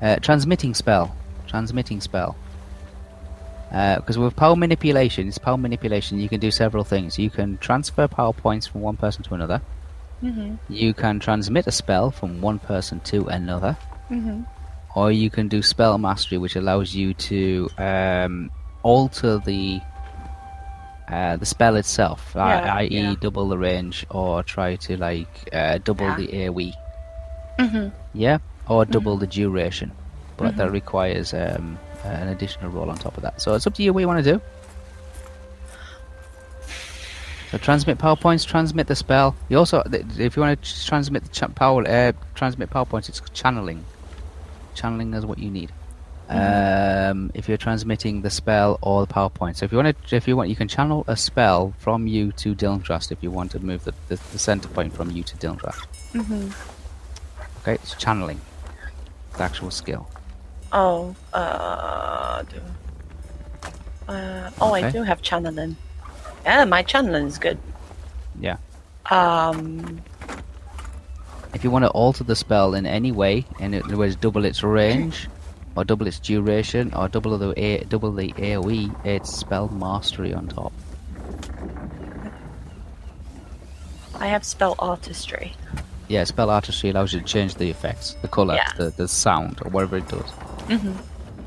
Uh, transmitting spell. Transmitting spell. Because with power manipulation, it's power manipulation. You can do several things. You can transfer power points from one person to another. Mhm. You can transmit a spell from one person to another Mhm. or you can do spell mastery, which allows you to um, alter the uh, the spell itself, i- Yeah, i.e., yeah. double the range, or try to like uh, double Yeah. Mm-hmm. the AOE, Mhm. yeah, or double the duration. But that Mm-hmm. requires um, an additional roll on top of that. So it's up to you what you want to do. So transmit powerpoints, transmit the spell. You also, th- if you want to transmit the cha- power, uh, transmit powerpoints, it's channeling. Channeling is what you need. Um, if you're transmitting the spell or the powerpoint, so if you want to, if you want, you can channel a spell from you to Dildrast if you want to move the, the, the center point from you to Dildrast. Okay, it's channeling. It's the actual skill. Oh, uh, do, uh, oh, I Okay. do have channeling. Yeah, my channeling is good. Yeah. Um, If you want to alter the spell in any way, in other words, double its range, or double its duration, or double the A- double the AOE, it's spell mastery on top. I have spell artistry. Yeah, spell artistry allows you to change the effects, the color, Yeah. the, the sound, or whatever it does. Mhm.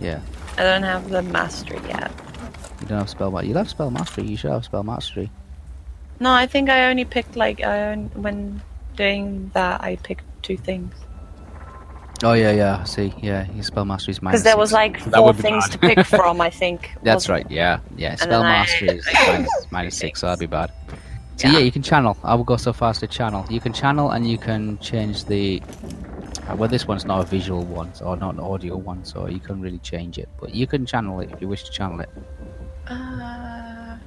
Yeah, I don't have the mastery yet. you don't have spell mastery. You have spell mastery. You should have spell mastery. No, I think I only picked like I on- when doing that I picked two things Oh yeah, yeah. I See, yeah, your spell mastery is minus. because there was six. like That four would be things bad. to *laughs* pick from. I think. That's wasn't- right. Yeah, yeah. then Spell I- mastery *laughs* is minus, minus six, so that'd be bad. So yeah. you can channel. I will go so far as to channel. You can channel, and you can change the. uh, Well, this one's not a visual one, or not an audio one, so you can really change it. But you can channel it if you wish to channel it. Uh,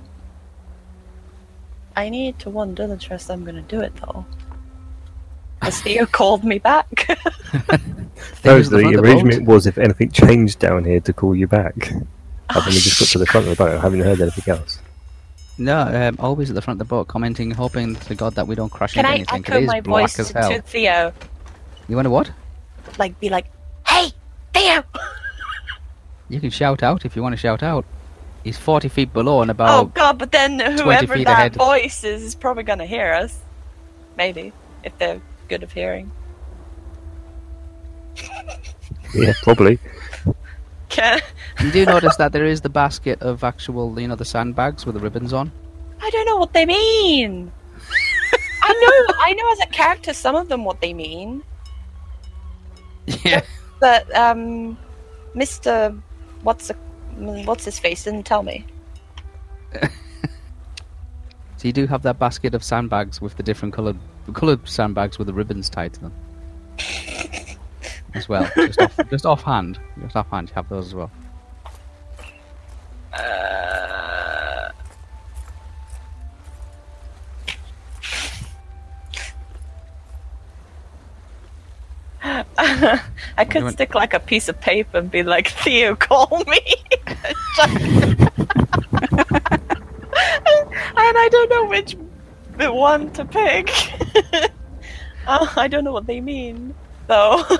I need to wonder the trust I'm gonna do it though. Has Theo called me back? *laughs* Those Things at the, front of boat. arrangement was if anything changed down here to call you back. I've only just got to the front of the boat. I haven't heard anything else. No, um, always at the front of the boat, commenting, hoping to God that we don't crash Can into I anything. 'cause echo it is my black voice as to, hell. to Theo? You want to what? Like, be like, "Hey, Theo!" You can shout out if you want to shout out. He's forty feet below and Oh, about. God! But then whoever feet that ahead. voice is is probably gonna hear us. Maybe if they're good of hearing. *laughs* Yeah, probably. Can You do notice that there is the basket of actual, you know, the sandbags with the ribbons on. I don't know what they mean. *laughs* I know, I know as a character some of them what they mean, Yeah. but um, Mister, what's the Mm, What's his face? Didn't tell me. So you do have that basket of sandbags with the different coloured coloured sandbags with the ribbons tied to them. as well. Just off just offhand. Just offhand you have those as well. I do you could want- stick like a piece of paper and be like, *laughs* Theo, call me. *laughs* and I don't know which the one to pick. *laughs* uh, I don't know what they mean, though. *laughs*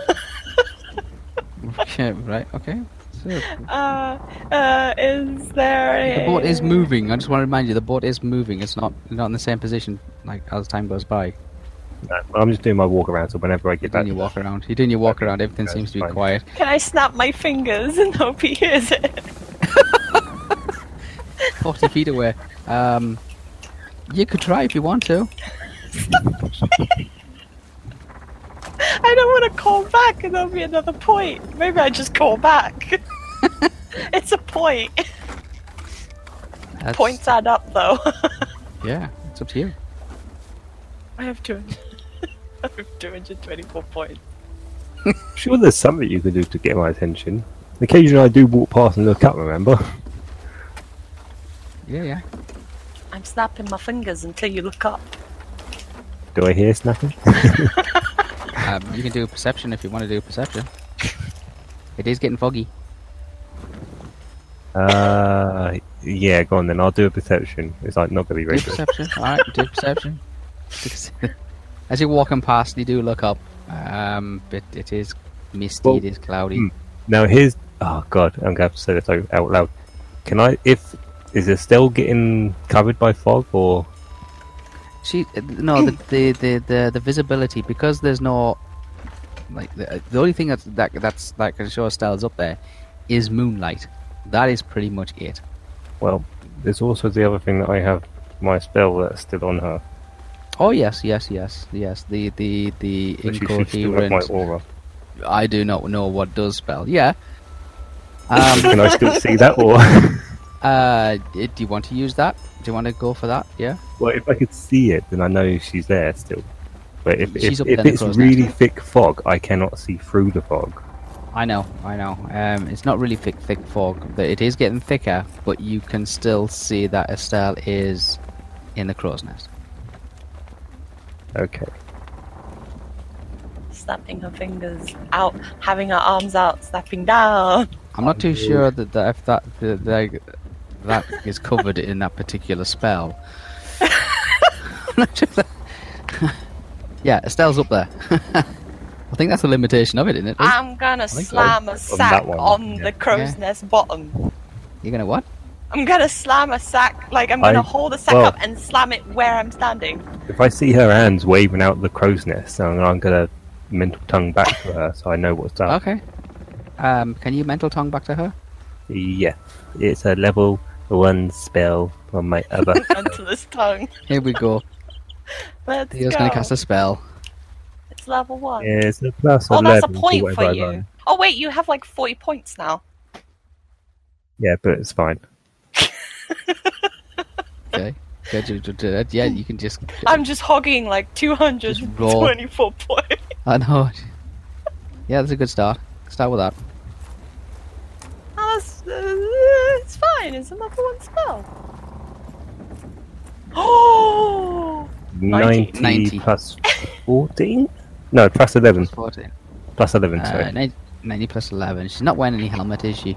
Okay, right, okay. So uh, uh, is there the a... board is moving. I just want to remind you the board is moving. It's not not in the same position like as time goes by. No, I'm just doing my walk around, so whenever I You're get doing back, your walk around. You're doing your walk around, everything That's seems to be fine. quiet. Can I snap my fingers *laughs* and hope he hears it? Forty feet away. Um you could try if you want to. I don't want to call back and there'll be another point. Maybe I just call *laughs* back. it's a point. That's- Points add up, though. *laughs* Yeah, it's up to you. I have 200. *laughs* I have 224 points. sure, there's something you can do to get my attention. Occasionally, I do walk past and look up. Remember, Yeah, yeah. I'm snapping my fingers until you look up. do I hear snapping? Um, you can do a perception if you want to do a perception. It is getting foggy. Uh, yeah, go on then. I'll do a perception. It's like not going to be Do very *laughs* a good. perception. All right, do a perception. *laughs* As you're walking past, you do look up. Um, but it is misty. Well, it is cloudy. hmm. Now here's oh god, I'm going to have to say this out out loud. Can I? If is Estelle getting covered by fog or? She uh, no the, the, the, the, the visibility because there's no like the, uh, the only thing that's that that's that can show styles up there is moonlight. That is pretty much it. Well, there's also the other thing that I have my spell that's still on her. Oh yes, yes, yes, yes. The the the So she should still have my incoherent. aura. I do not know what does spell. Yeah. Um, *laughs* Can I still see that or? Uh, d- do you want to use that? Do you want to go for that? Yeah. Well, if I could see it, then I know she's there still. But if, She's if, up there if in the it's crow's really thick fog, I cannot see through the fog. I know, I know. Um, it's not really thick, thick fog. But it is getting thicker, but you can still see that Estelle is in the crow's nest. Okay. Snapping her fingers out, having her arms out, snapping down. I'm not too sure that, that if that the, the, that is covered in that particular spell. *laughs* I'm not sure that- yeah, Estelle's up there. *laughs* I think that's the limitation of it, isn't it? Liz? I'm gonna think so. slam a sack one, on yeah. the crow's Yeah. nest bottom. You're gonna what? I'm gonna slam a sack, like, I'm gonna I- hold a sack well- up and slam it where I'm standing. If I see her hands waving out the crow's nest, I'm, I'm gonna mental tongue back to her so I know what's up. Okay. Um, can you mental tongue back to her? Yeah, it's a level one spell on my *laughs* other. Onto this tongue. Here we go. Let's Theo's go. gonna cast a spell. It's level one. it's a plus Oh, that's a 11 to point whatever for I you. roll. Oh, wait, you have like 40 points now. Yeah, but it's fine. Okay. Good, you- you- you- Yeah, you can just. I'm just hogging like roll. 224 points. *laughs* I know. Yeah, that's a good start. Start with that. Oh, that's, uh, it's fine, it's a level one spell. *gasps* Oh! 90, 90. plus 14? No, plus 11. 14. Plus 11, sorry. Uh, 90, 90 plus 11. She's not wearing any helmet, is she?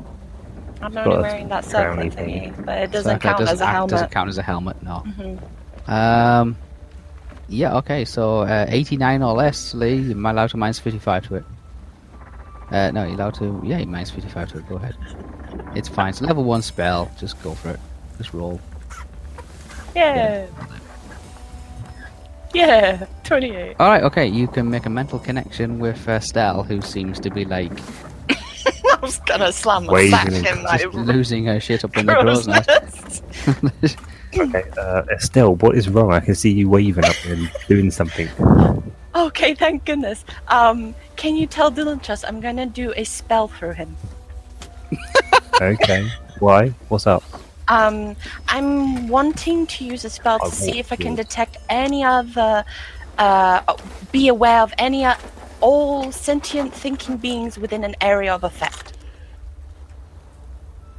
I'm got only a wearing that brownie circlet thing. thingy, but it doesn't Circle count doesn't as a act- helmet. Doesn't count as a helmet, no. Mhm. Um, yeah, okay, so uh, 89 or less, Lee, you're allowed to minus 55 to it. Uh, no, you're allowed to. Yeah, you minus 55 to it, go ahead. It's fine. It's a level 1 spell, just go for it. Just roll. Yeah. Yeah, *laughs* 28. All right, okay. You can make a mental connection with uh, Stell, who seems to be like I was gonna slam a Waving sack and in just my losing her shit up in the crow's crow's nest. nest. Okay, uh, Estelle, what is wrong? I can see you waving up and doing something. *laughs* Okay, thank goodness. Um, can you tell Dylan Trust I'm gonna do a spell through him? Okay. Why? What's up? Um, I'm wanting to use a spell I to see if I can want to. detect any other, uh, oh, be aware of any o- all sentient thinking beings within an area of effect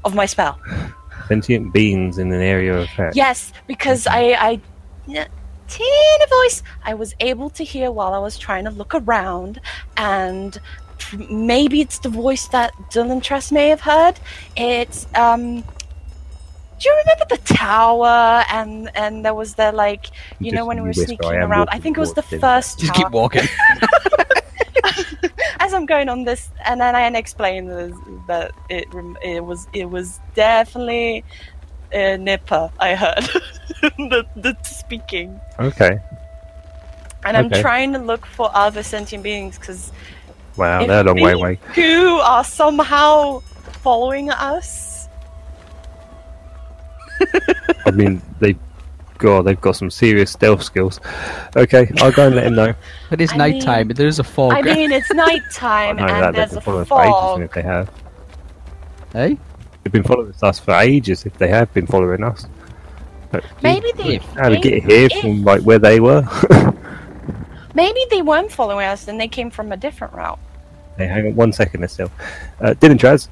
of my spell. Sentient beings in an area of effect. Yes, because I, I, n- teeny voice, I was able to hear while I was trying to look around, and tr- maybe it's the voice that Dylan Tress may have heard. It's um. Do you remember the tower and and there was the like you know Just when we were whisper, sneaking I am around? I walking think it was the towards Dylan. first Just tower. keep walking. As I'm going on this, and then I explain this, that it rem- it was it was definitely a nipper. I heard *laughs* the the speaking. Okay. And I'm Okay. trying to look for other sentient beings because Wow, If they're a long way we- away. who are somehow following us. I mean, they, God, they've got some serious stealth skills. Okay, I'll go and let him know. But it's I nighttime. There is a fog. I mean, it's I nighttime know that *laughs* and they've there's been a following us for fog. ages, and if they have, hey, they've been following us for ages. If they have been following us, But we- Maybe they how to get maybe, here if- from like where they were? *laughs* maybe they weren't following us and they came from a different route. hey, hang on one second, still. Uh, Dylan Traz,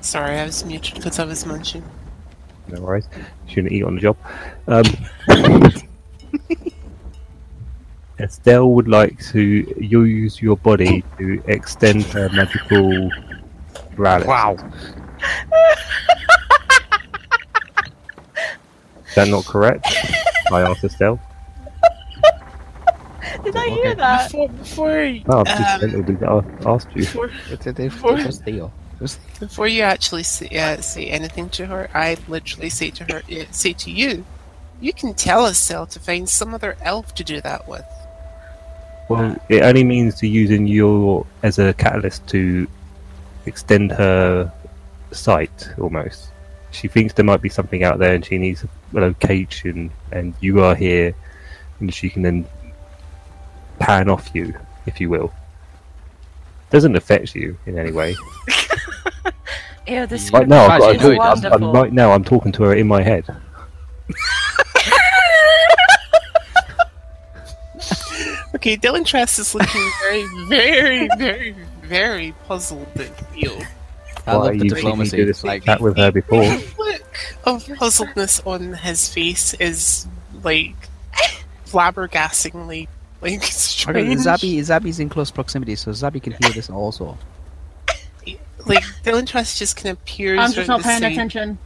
Sorry, I was muted because I was munching. no worries. Shouldn't eat on the job. Um, *laughs* Estelle would like to use your body to extend her magical paralysis. Wow. Is that not correct? I asked Estelle. Did I Okay. hear that? Before, before, No, Oh, I've um, just mentally a- asked you. before, it, it, it, was Theo. It was- before you actually say, uh, say anything to her, I literally say to her, uh, say to you, you can tell Estelle to find some other elf to do that with. Well, it only means to using your as a catalyst to extend her sight almost. She thinks there might be something out there and she needs a location, and you are here, and she can then pan off you, if you will. Doesn't affect you in any way. Yeah, this *laughs* Right now, I've got Actually, a no, it talk- I'm- I'm, doesn't. right now, I'm talking to her in my head. Okay, Dylan Trask is *laughs* looking very, very, very, very puzzled at Theo. I Why love the you made me do diplomacy. this Like, chat *laughs* with her before? Look of puzzledness on his face is like *laughs* flabbergastingly like okay, strange. Zabi, Zabi's in close proximity, so Zabi can hear this also. *laughs* Like Dylan Trask just kind of peers. I'm just around not the paying side. attention.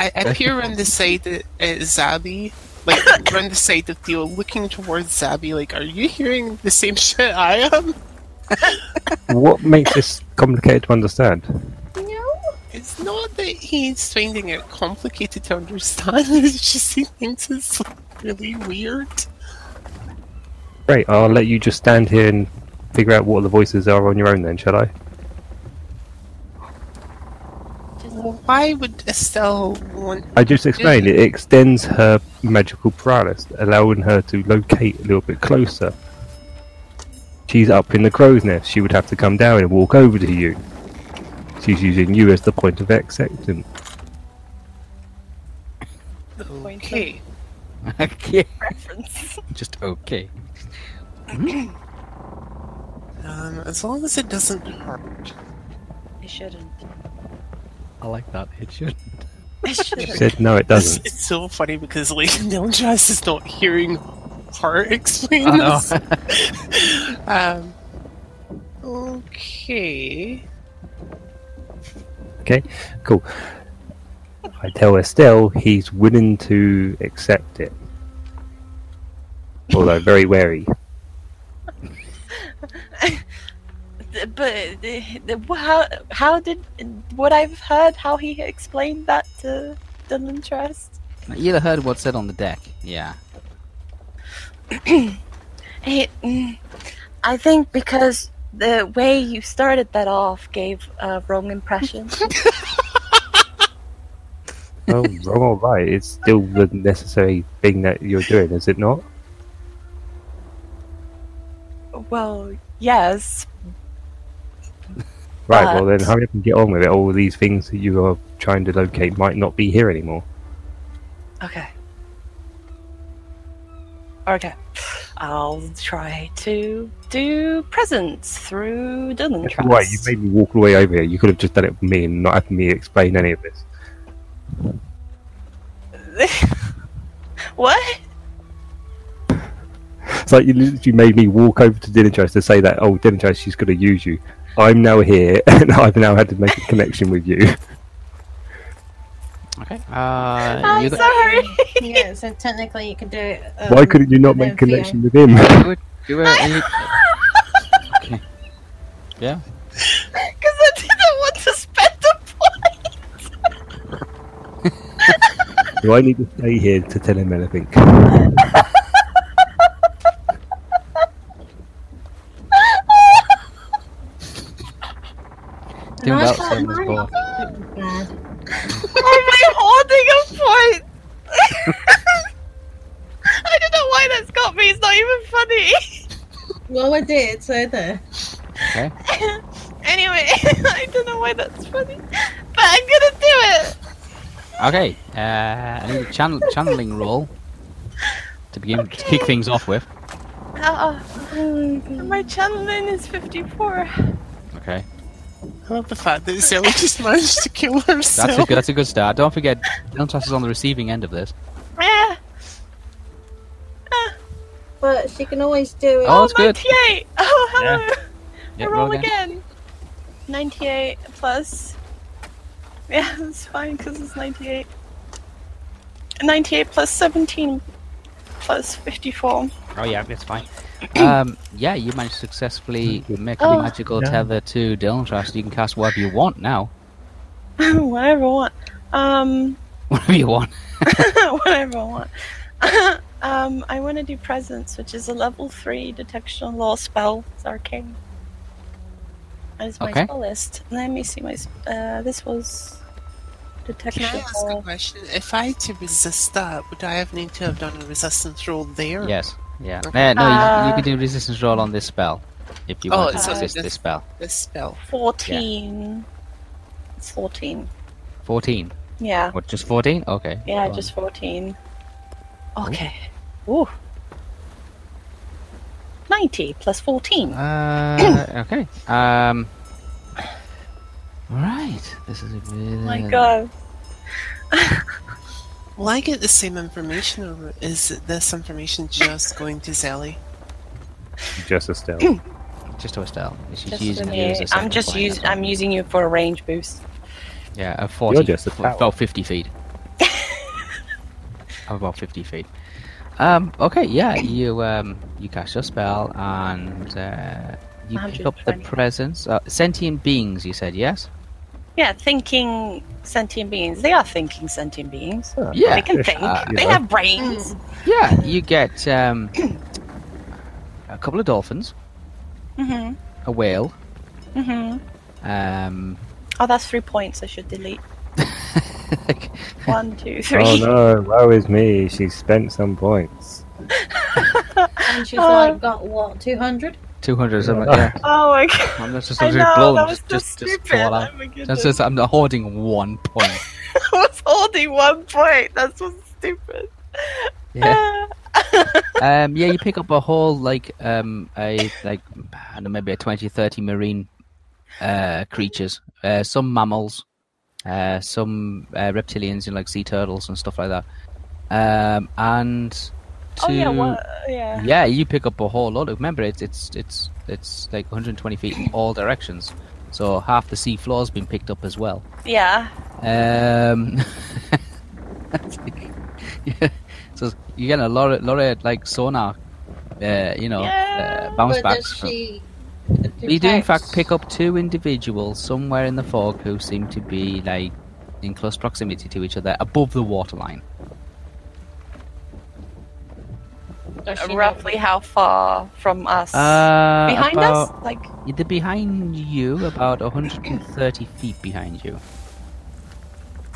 I, I peer around the side at, at Zabi, *laughs* like around the side of Theo, looking towards Zabi. Like, are you hearing the same shit I am? what makes this complicated to understand? It's not that he's finding it complicated to understand. *laughs* It's just he thinks it's really weird. Great, I'll let you just stand here and figure out what the voices are on your own then, shall I? Well, why would Estelle want? I just explained it extends her magical prowess, allowing her to locate a little bit closer. She's up in the crow's nest. She would have to come down and walk over to you. She's using you as the point of acceptance. Okay, okay. reference. Just okay. um, as long as it doesn't hurt. It shouldn't. I like that. It should. It She *laughs* shouldn't. said, "No, it It's, doesn't." it's so funny because like *laughs* Dylan Joss is not hearing her explain I know. this. um, okay. I tell Estelle he's willing to accept it, although very wary. Th- but the, the, wh- how how did what I've heard how he explained that to Dylan Trust? You heard what's said on the deck. Yeah. He, mm, I think because the way you started that off gave a wrong impression. Oh, wrong or right? It's still the necessary thing that you're doing, is it not? well, yes, Right, well then But- hurry up and get on with it. All these things that you are trying to locate might not be here anymore. Okay. Okay. I'll try to do presents through Dylan That's why you *laughs* Trust. made me walk all the way over here. You could have just done it for me and not had me explain any of this. what? It's like you literally made me walk over to Dinichos to say that, oh, Dinichos, she's going to use you. I'm now here, *laughs* and I've now had to make a connection with you. *laughs* Okay. Uh, I'm you got- sorry. *laughs* yeah, so technically you can do it. um, Why couldn't you not make then Theo. a connection with him? *laughs* do it. Do it. any- okay. Yeah. Because I didn't want to spend the *laughs* point. Do I need to stay here to tell him anything? Think I about thought saying mine before. wasn't bad. Oh, my hoarding a point. *laughs* I don't know why that's got me. It's not even funny. Well, I did, so there. Okay. *laughs* Anyway, *laughs* I don't know why that's funny, but I'm gonna do it. Okay. Uh, I need a channel channeling roll to begin to kick things off with. Oh, my channeling is 54. Okay. I love the fact *laughs* that Zell just managed to kill herself. That's a good, that's a good start. Don't forget, Deltas is on the receiving end of this. Yeah, But she can always do it. Oh, that's good. 98. *laughs* Oh, hello. Yeah, I roll, again. 98 plus. Yeah, it's fine because it's 98. 98 plus 17 plus 54. Oh yeah, it's fine. um, yeah, you managed to successfully make a Oh. magical tether to Deltas. You can cast whatever you want now. *laughs* *laughs* Whatever I want. Um, Whatever you want. *laughs* whatever I want. *laughs* um, I want to do Presence, which is a level 3 detection law spell. It's arcane. As my Okay. spell list. Let me see my. sp- Uh, this was. Detection Can I ask a law. question? If I had to resist that, would I have need to have done a resistance roll there? Yes. Yeah. Hmm. Okay. Eh, no, you, you Uh, can do resistance roll on this spell if you Oh, want it's to on resist this- this spell. This spell. 14. It's 14. Fourteen. Yeah. What? Just fourteen? Okay. Yeah, go on. just 14. Okay. Ooh. 90 plus 14. *coughs* Uh, okay. Um. All right. This is a really. my god. Will I get the same information, or is this information just going to Zelly? Just Estelle. *clears throat* Just to Estelle. She's Just using for you as me. a I'm second just point, using that's all. I'm using you for a range boost. Yeah, a 40. just a f- tower. about *laughs* 50 feet. Of about 50 feet. Um, okay, yeah, you um, you cast your spell and uh, you pick up the 120. presence. Uh, sentient beings, you said, yes? Yeah, thinking sentient beings. They are thinking sentient beings. Yeah. They can think. Uh, they have brains. Mm. Yeah, you get um, a couple of dolphins, Mhm. a whale. Mhm. Um, Oh, that's 3 points I should *laughs* delete. One, two, three. Oh no, woe is me. She spent some points. And she's Oh. like, got what, 200? 200 or *laughs* something, yeah. Oh my god. I'm just, just, I just, know, blown, that was just, so just, just stupid. fall out. Oh my That's *laughs* goodness. just, I'm hoarding one point. I was holding one point. That's so stupid. Yeah. um, yeah, you pick up a whole like um, a like I don't know, maybe a 20, 30 marine uh, creatures. Uh, some mammals, uh, some uh, reptilians, and like sea turtles and stuff like that. Um, and to, Oh yeah, what? Yeah. yeah, you pick up a whole lot. of- Remember, it's it's it's it's like 120 feet in all directions. So half the sea floor's been picked up as well. Yeah. Um, *laughs* it's like- yeah, so you get a lot of, lot of like sonar, uh, you know, Yeah, uh, bounce But does backs. from- she you do in fact detect- pick up two individuals somewhere in the fog who seem to be like in close proximity to each other above the waterline. does she Roughly how far from us? Uh, Behind about, us? Like They're behind you, about 130 feet behind you.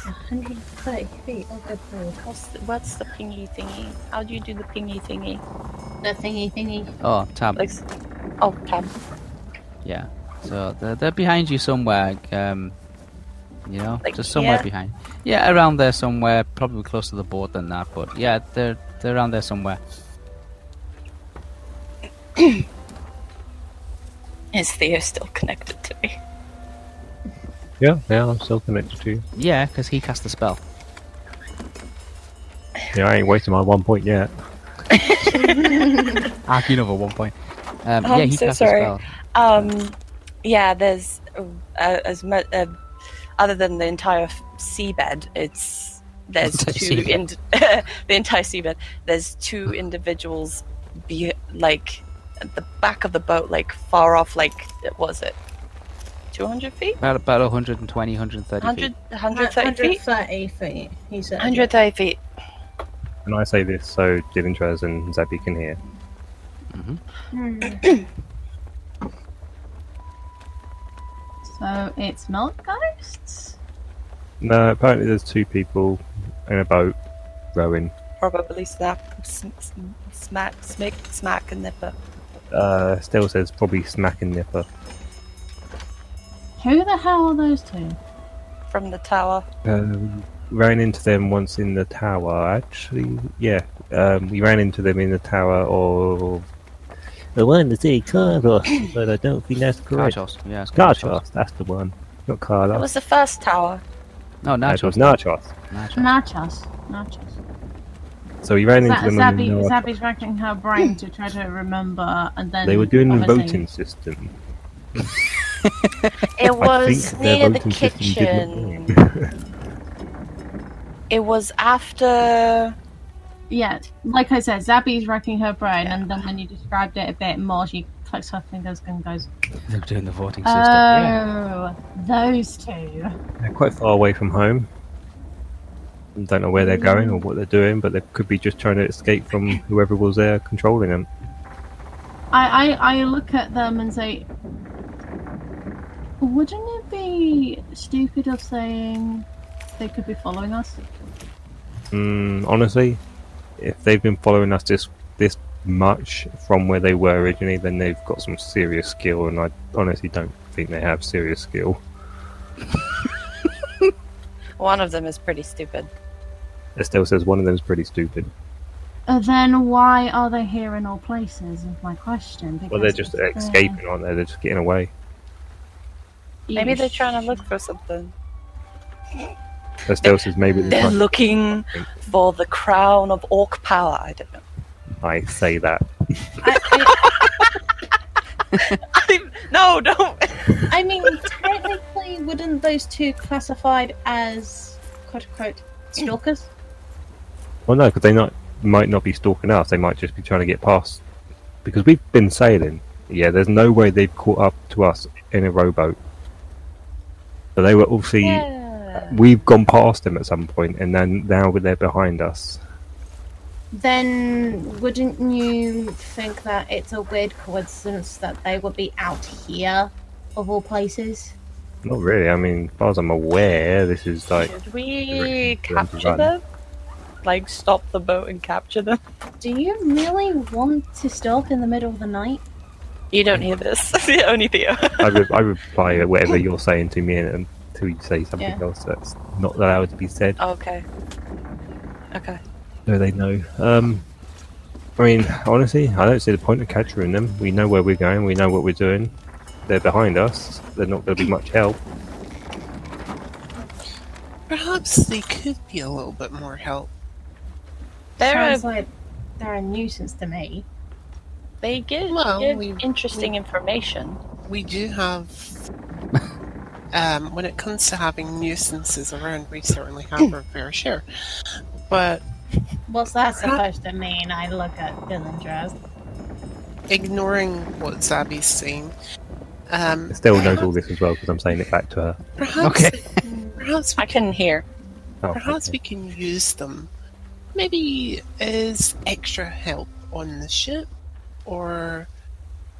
130 feet. Oh, good lord. what's the, what's the pingy thingy? How do you do the pingy thingy? The thingy thingy. Oh, tab. Like, s- oh, tab. Yeah. So they're, they're behind you somewhere, um, you know, Like just somewhere here? behind. Yeah, around there somewhere, probably closer to the board than that, but yeah, they're, they're around there somewhere. Is Theo still connected to me? Yeah, yeah, I'm still connected to you. Yeah, because he cast the spell. Yeah, I ain't wasting my one point yet. Ah, you know, for one point. Um, Oh, yeah, I'm he so cast sorry. the spell. Um, yeah, there's uh, as much uh, other than the entire f- seabed. It's there's Entire two seabed. in, *laughs* the entire seabed. There's two individuals, be, like at the back of the boat, like far off, like what was it, two hundred feet, About, about 120, 130 100, feet. 130 feet, 130 feet. He said. 130 feet. And I say this so Divintraz and Zabby can hear. So it's not ghosts. No, apparently there's two people in a boat rowing. Probably snap, sm- sm- smack, smick, smack, and nipper. Uh, still says probably smack and nipper. Who the hell are those two? from the tower. Um, ran into them once in the tower, actually. Yeah, um, we ran into them in the tower or. The one to say Carlos, but I don't think that's correct. Nachos, yeah. it's called Carlos, that's the one. Not It Carlos. was the first tower. No, That nachos. was Nachos. nachos. Nachos. Nachos. So we ran into Za- them Zabby, and uh, Zabby's racking her brain to try to remember, and then they were doing the obviously- *laughs* voting system. It I was think their near the voting system kitchen. did not work. It was after. Yeah, like I said, Zabby's racking her brain, and then when you described it a bit more, she clicks her fingers and goes, They're *laughs* doing the voting "Oh, system. yeah. those two. They're quite far away from home. I Don't know where they're going or what they're doing, but they could be just trying to escape from whoever was there controlling them. I, I, I look at them and say, wouldn't it be stupid of saying they could be following us? Mm, honestly, if they've been following us this this much from where they were originally, then they've got some serious skill, and I honestly don't think they have serious skill. One of them is pretty stupid. Estelle says one of them's pretty stupid. Uh, then why are they here in all places? Is my question. Well, they're just escaping, aren't they? They're just getting away. Maybe they're trying to look for something. Estelle says maybe they're They're trying. looking for the crown of orc power. I don't know. *laughs* I say that. I, no, don't. *laughs* I mean, technically, wouldn't those two classified as quote unquote stalkers? Well, no, because they not might not be stalking us. They might just be trying to get past. Because we've been sailing. Yeah, there's no way they've caught up to us in a rowboat. So they were obviously Yeah. we've gone past them at some point, and then now they're behind us. Then wouldn't you think that it's a weird coincidence that they would be out here of all places? Not really. I mean, as far as I'm aware, this is like Should Direction we for them to capture run. them? Like, stop the boat and capture them? Do you really want to stalk in the middle of the night? You don't *laughs* hear this. the only Theo. I, re- I reply at whatever you're saying to me, and until you say something Yeah. else that's not allowed to be said, okay. Okay. so they know. Um, I mean, honestly, I don't see the point of capturing them. We know where we're going. We know what we're doing. They're behind us. They're not going to be much help. Perhaps they could be a little bit more help. They're a Sounds like they're a nuisance to me. They give, Well, give we- interesting information. We *laughs* do have. Um, when it comes to having nuisances around, we certainly have our fair share. But What's that supposed to mean? I look at Dylan Dress. ignoring what Zabby's saying, um, Estelle knows all this as well because I'm saying it back to her. perhaps Okay. *laughs* perhaps we I couldn't hear. Oh, Perhaps okay. we can use them maybe as extra help on the ship, or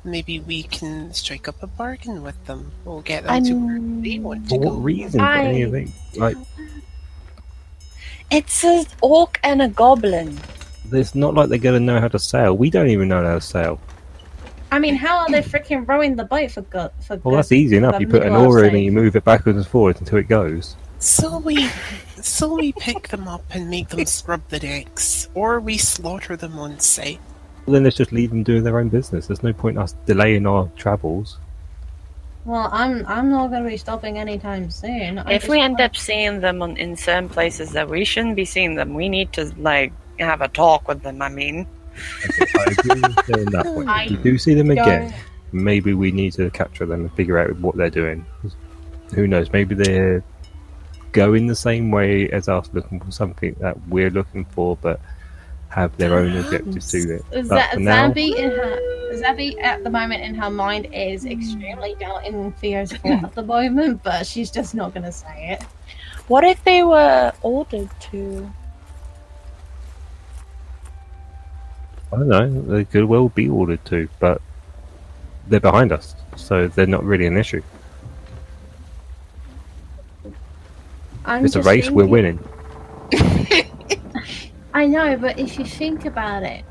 maybe we can strike up a bargain with them. We'll get them to where they want to For go. what reason? I- For anything? Like, It's an orc and a goblin. it's not like they're going to know how to sail. We don't even know how to sail. I mean, how are they freaking rowing the boat for good? For Well, good- that's easy enough. the You put an middle of aura in it, sea? you move it backwards and forwards until it goes. So we, so we pick them up and make them scrub the decks, or we slaughter them on site. Well, then let's just leave them doing their own business. There's no point in us delaying our travels. Well, I'm I'm not going to be stopping anytime soon. I If just we end want- up seeing them on, in certain places that we shouldn't be seeing them, we need to like have a talk with them. I mean, I agree with you on that point. I If you do see them don't- again, maybe we need to capture them and figure out what they're doing. Who knows? Maybe they're going the same way as us, looking for something that we're looking for, but have their own objectives to it. Z- But for now, Zabi in her Zabi at the moment in her mind is extremely doubting Theo's fault at the moment, but she's just not going to say it. what if they were ordered to? I don't know. They could well be ordered to, but they're behind us, so they're not really an issue. I'm It's a just race. We're thinking- winning. I know, but if you think about it,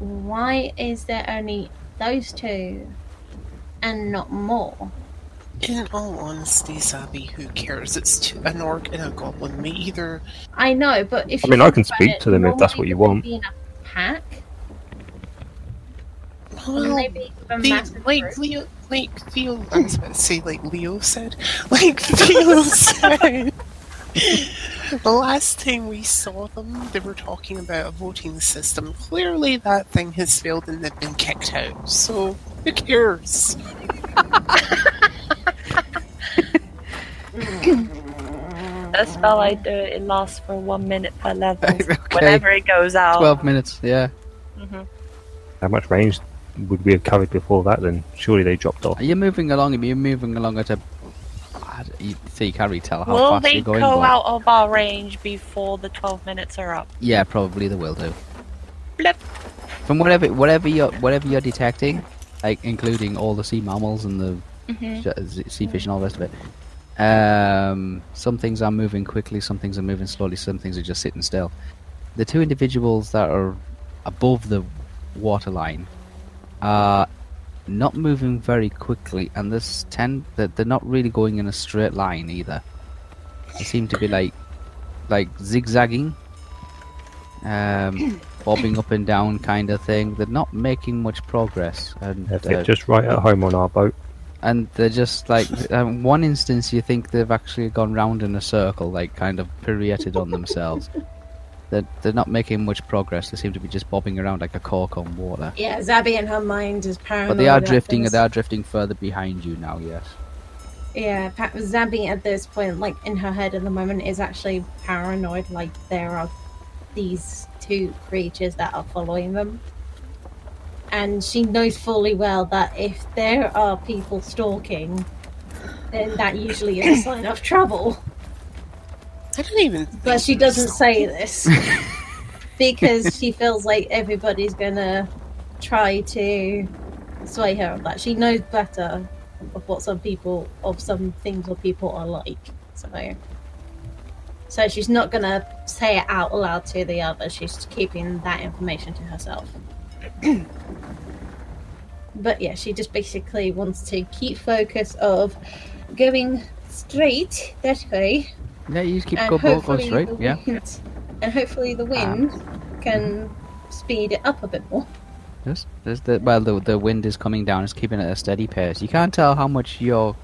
why is there only those two and not more? In all honesty, Zabi, who cares? It's two, an orc and a goblin. We either I know, but if I you mean, I think can about speak it, to them if that's what you normally want. they'd be in a pack, well, maybe even a Theo, massive like group. Leo, like *laughs* Theo. I was about to say, like Leo said, *laughs* like Theo said. the last time we saw them, they were talking about a voting system. Clearly, that thing has failed, and they've been kicked out. So who cares? A spell I do it lasts for one minute per level. Okay. Whenever it goes out, Twelve minutes. Yeah. Mhm. How much range would we have covered before that? Then surely they dropped off. Are you moving along? Are you moving along at a? I d- You, so you can't really tell how will fast they you're going. go but- out of our range before the twelve minutes are up? Yeah, probably they will do. Blip. From whatever, whatever you're, whatever you're detecting, like including all the sea mammals and the Mm-hmm. sh- uh, z- sea fish and all the rest of it. Um, some things are moving quickly, some things are moving slowly, some things are just sitting still. The two individuals that are above the waterline are not moving very quickly, and this tend that they're not really going in a straight line either. They seem to be like, like zigzagging, um, *coughs* bobbing up and down kind of thing. They're not making much progress, and If uh, they're just right at home on our boat, and they're just like um, one instance you think they've actually gone round in a circle like kind of pirouetted on themselves they're, they're not making much progress they seem to be just bobbing around like a cork on water Yeah, Zabi in her mind is paranoid. but they are about drifting this. they are drifting further behind you now yes Yeah, pa- Zabi at this point, like in her head at the moment, is actually paranoid. Like there are these two creatures that are following them, and she knows fully well that if there are people stalking, then that usually is a sign of trouble. I don't even. Think But she doesn't so. say this because she feels like everybody's gonna try to sway her on that. She knows better of what some people, of some things or people are like. So, so she's not gonna say it out loud to the others. She's keeping that information to herself. *clears throat* but yeah, she just basically wants to keep focus of going straight that way yeah you just keep go, go, go straight the yeah Um. wind- And hopefully the wind can speed it up a bit more. Yes, there's the well the the wind is coming down. It's keeping it at a steady pace. You can't tell how much *coughs* you're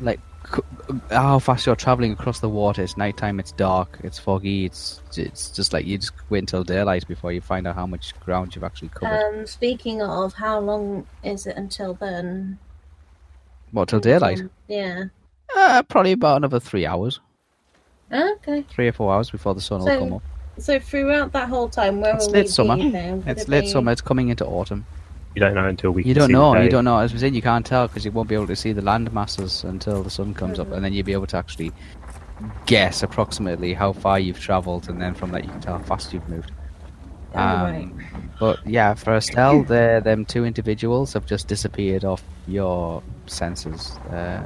like c- how fast you're traveling across the water. It's nighttime. It's dark. It's foggy. It's it's just like you just wait until daylight before you find out how much ground you've actually covered. Um, speaking of, how long is it until then? what till daylight? Um, yeah. Uh, probably about another three hours, Okay. three or four hours before the sun So, will come up. So throughout that whole time, where It's will late we summer. be then? Would It's it late be- summer. It's coming into autumn. you don't know until we. You can don't see the know. You day. don't know. As we said, you can't tell because you won't be able to see the land masses until the sun comes up, and then you'll be able to actually guess approximately how far you've travelled, and then from that you can tell how fast you've moved. Um, Alright. But yeah, for Estelle, *laughs* they're, them two individuals have just disappeared off your senses. Uh,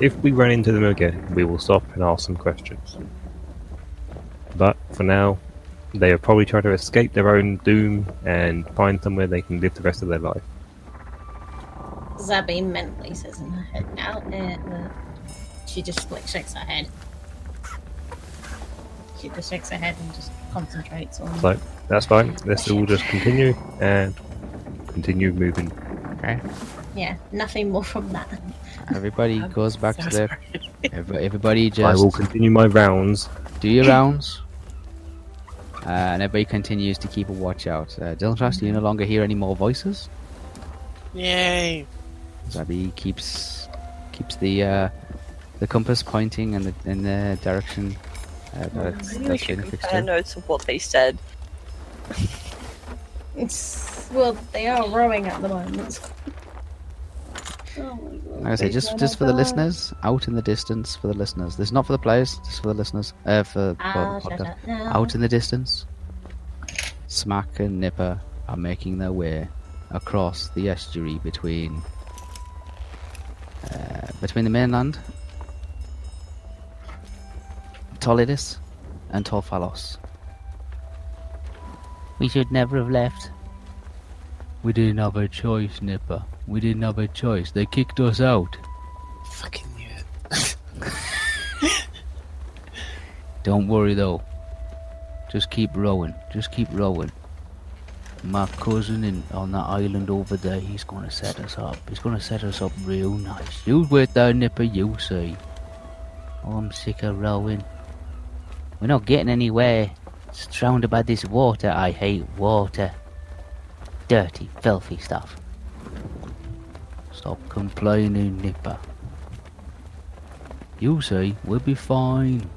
If we run into them again, we will stop and ask some questions. But for now, They are probably trying to escape their own doom and find somewhere they can live the rest of their life. Zabby mentally says in her head now, and uh, she just like shakes her head. She just shakes her head and just concentrates on. So that's fine. Let's all just continue and continue moving. Okay. Yeah, nothing more from that. Everybody goes back to their. Every- Everybody I just will continue my rounds. do your rounds. Uh, and everybody continues to keep a watch out. Uh, Dylan Trust, you no longer hear any more voices. Yay. Zabby keeps keeps the uh, the compass pointing in the in the direction uh, that's, Oh, Maybe we that's should been fixed compare to. notes of what they said. It's well, they are rowing at the moment. Oh my god. Like I say, just just for the listeners, out in the distance for the listeners. This is not for the players, just for the listeners. Uh, for well, Ah, the shut podcast. up now. Out in the distance, Smack and Nipper are making their way across the estuary between uh, between the mainland, Tolidus, and Torphalos. We should never have left. We didn't have a choice, Nipper. We didn't have a choice. They kicked us out. Fucking knew it. Don't worry though. Just keep rowing. Just keep rowing. My cousin in, on that island over there, he's gonna set us up. He's gonna set us up real nice. You wait there, Nipper, you see. Oh, I'm sick of rowing. We're not getting anywhere. Surrounded by this water. I hate water. Dirty, filthy stuff. Stop complaining, Nipper. You see, we'll be fine.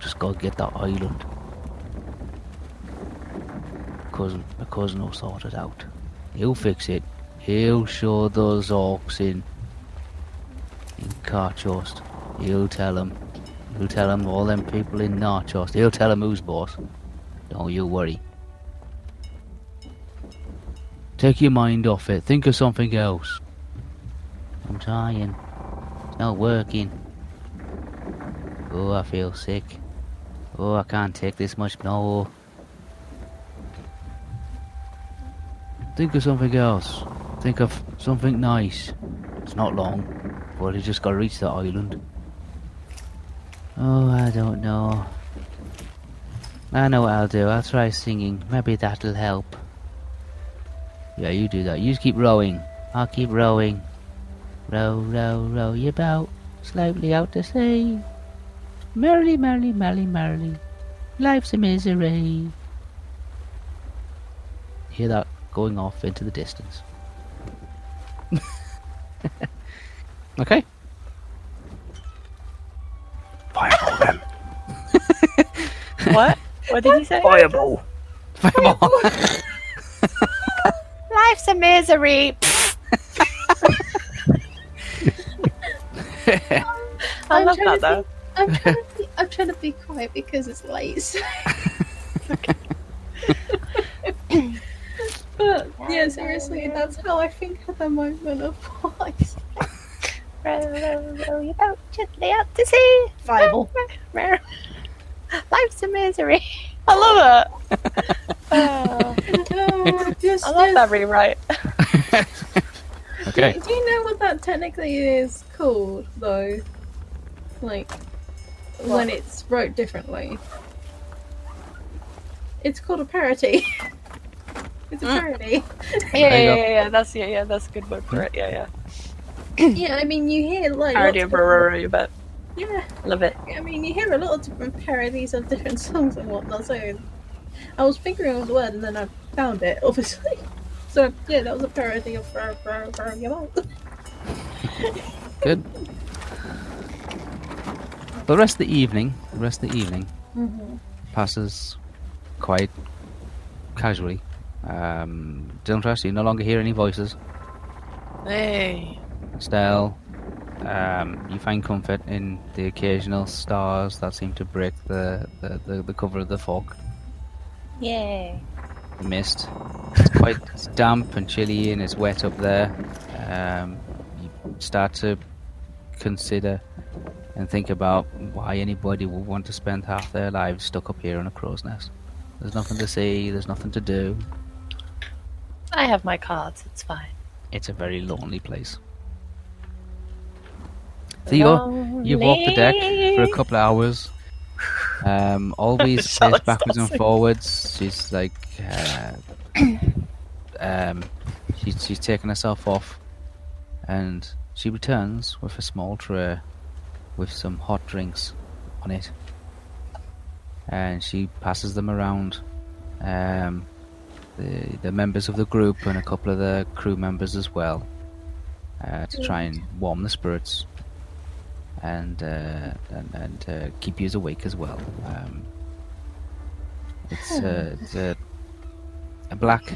Just gotta get that island. Cousin, my cousin will sort it out. He'll fix it. He'll show those orcs in. In Karchost. He'll tell 'em. He'll tell 'em all them people in Narchost. He'll tell 'em who's boss. Don't you worry. Take your mind off it. Think of something else. I'm trying. It's not working. Oh, I feel sick. Oh, I can't take this much more. Think of something else. Think of something nice. It's not long. Well, you just gotta reach that island. Oh, I don't know. I know what I'll do. I'll try singing. Maybe that'll help. Yeah, you do that. You just keep rowing. I'll keep rowing. Row, row, row your boat slowly out to sea. Merrily, merrily, merrily, merrily. Life's a misery. Hear that going off into the distance. okay. Fireball them. What? What did you say? Fireball. Life's a misery. I I'm love that trying to though. I'm trying, to be, I'm trying to be quiet because it's late. *laughs* so- but yeah, seriously, that's how I think at the moment of what I said. row, row, row your boat gently out to sea. Viable. Row. Life's a misery. I love it. *laughs* Ah. Oh, just, I love just- that rewrite. Okay. Do you know what that technically is called, though? Like, when it's wrote differently. It's called a parody. it's a parody. Yeah, There you yeah, go. yeah, yeah. That's yeah, yeah. That's a good word for it. Yeah, yeah. yeah, I mean, you hear like. Parody of lots Rorori, but Yeah, love it. I mean, you hear a lot of different parodies of different songs and whatnot, so. I was figuring out the word and then I found it, obviously. So, yeah, that was a parody of Row, Row, Row Your Boat. Good. The rest of the evening, the rest of the evening, passes quite casually. Um, Dylan Trash, you no longer hear any voices. Hey. Still, um, you find comfort in the occasional stars that seem to break the, the, the, the cover of the fog, Yeah. the mist. It's quite *laughs* it's damp and chilly and it's wet up there. Um, you start to consider and think about why anybody would want to spend half their lives stuck up here on a crow's nest. There's nothing to see. There's nothing to do. I have my cards. It's fine. It's a very lonely place. So you go, you walk the deck for a couple of hours. Um, always says Charlotte's backwards and awesome. forwards. She's like, uh, *coughs* um, she's she's taken herself off, and she returns with a small tray with some hot drinks on it, and she passes them around. Um, the the members of the group and a couple of the crew members as well, uh, to try and warm the spirits and uh, and, and uh, keep you awake as well. Um, it's, uh, it's a, a black,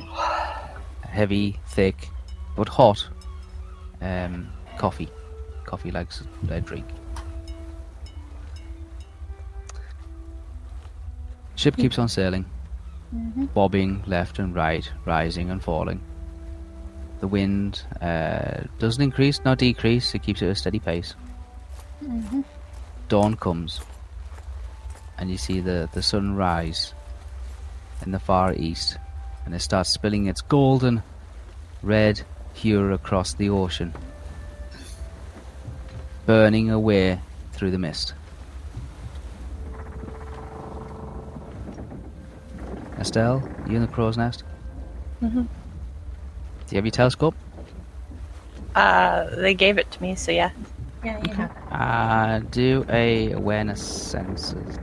heavy, thick, but hot um, coffee. Coffee likes a drink. Ship keeps on sailing, bobbing left and right, rising and falling. The wind uh, doesn't increase nor decrease, it keeps at a steady pace dawn comes and you see the, the sun rise in the far east and it starts spilling its golden red hue across the ocean burning away through the mist Estelle, you in the crow's nest? Mm-hmm. Do you have your telescope? Uh, they gave it to me, so yeah. Yeah, you have. Uh, do a awareness senses.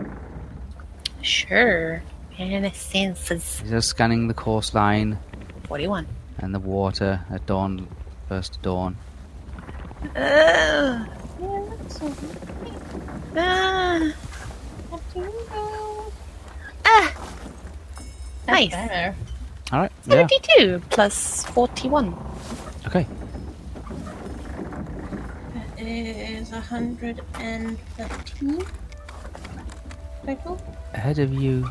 Sure. And it senses. You're scanning the coastline What do you want? and the water at dawn, first dawn. Uh, ah, ah, nice. Better. All right. Yeah. 32 plus 41. Okay. That is 113. Total? Ahead of you.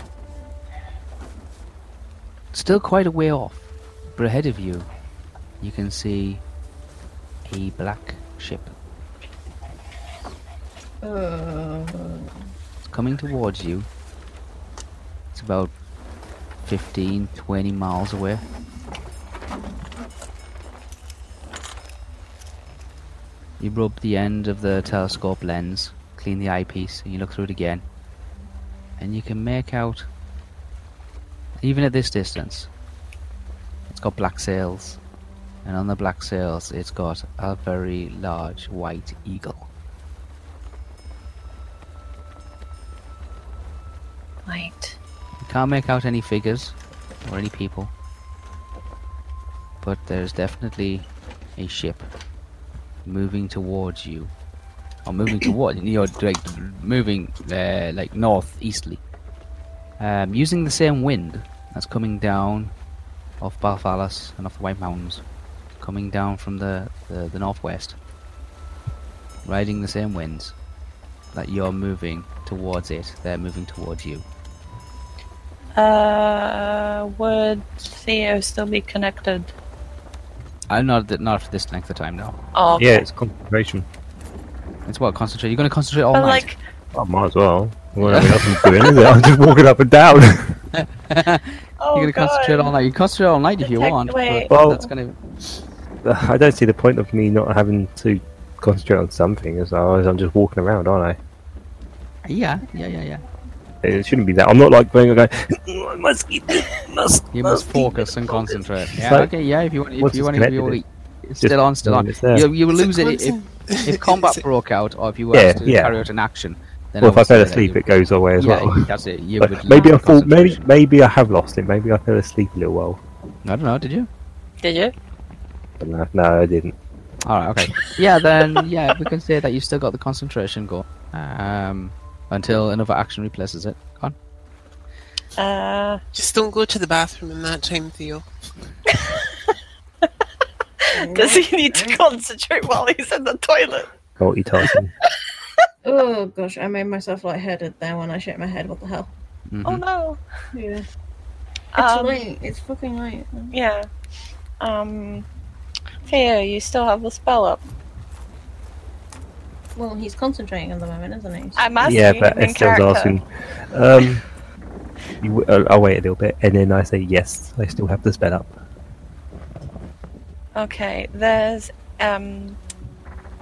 Still quite a way off, but ahead of you, you can see a black ship. It's coming towards you. It's about 15, 20 miles away. You rub the end of the telescope lens, clean the eyepiece, and you look through it again. And you can make out, even at this distance, it's got black sails. And on the black sails, it's got a very large white eagle. Right. You can't make out any figures or any people. But there's definitely a ship moving towards you. Or moving toward you're like moving uh, like northeasterly. Um, using the same wind that's coming down off Balfalas and off the White Mountains. Coming down from the, the, the northwest. Riding the same winds that you're moving towards it, they're moving towards you. Uh, would Theo still be connected? I'm not th- not for this length of time now. Oh, Yeah, it's concentration. It's what concentrate. You're going to concentrate all but like, night. I might as well. Well, I mean, nothing's doing, is it? I'm just walking up and down. *laughs* oh, You're going to God. concentrate all night. You can concentrate all night if you Detect want. wave. But Well- that's going to. I don't see the point of me not having to concentrate on something as well as I'm just walking around, aren't Yeah, yeah, yeah, yeah. I? It shouldn't be that. I'm not like going "Oh, and going, You must focus and concentrate. Yeah. like- okay. Yeah. If you want, if Once you it's want to be all. connected, it's Still on, still on. Mm, it's there. You, you will Is it lose it if, *laughs* constant? if combat *laughs* Is it- broke out or if you were Yeah, to yeah. carry out an action. Then well, if I would say fell that asleep, you- it goes away as yeah, well. that's it. You But would maybe I lose thought maybe concentration. maybe I have lost it. Maybe I fell asleep a little while. I don't know. Did you? Did you? But no, no, I didn't. All right. Okay. yeah. *laughs* Then yeah, we can say that you still got the concentration going um, until another action replaces it. Go on. Uh, Just don't go to the bathroom in that time, *laughs* Theo. does he need *laughs* to concentrate while he's in the toilet? Multitasking. Oh gosh, I made myself lightheaded there when I shook my head. What the hell? Mhm. Oh no. Yeah. It's Um, light. It's fucking light. Yeah. Um. Theo, you still have the spell up. Well, he's concentrating at the moment, isn't he? I'm asking yeah, but in Estelle's character. asking. Um, you, w- I'll- I'll wait a little bit, and then I say yes. I still have the spell up. Okay, there's um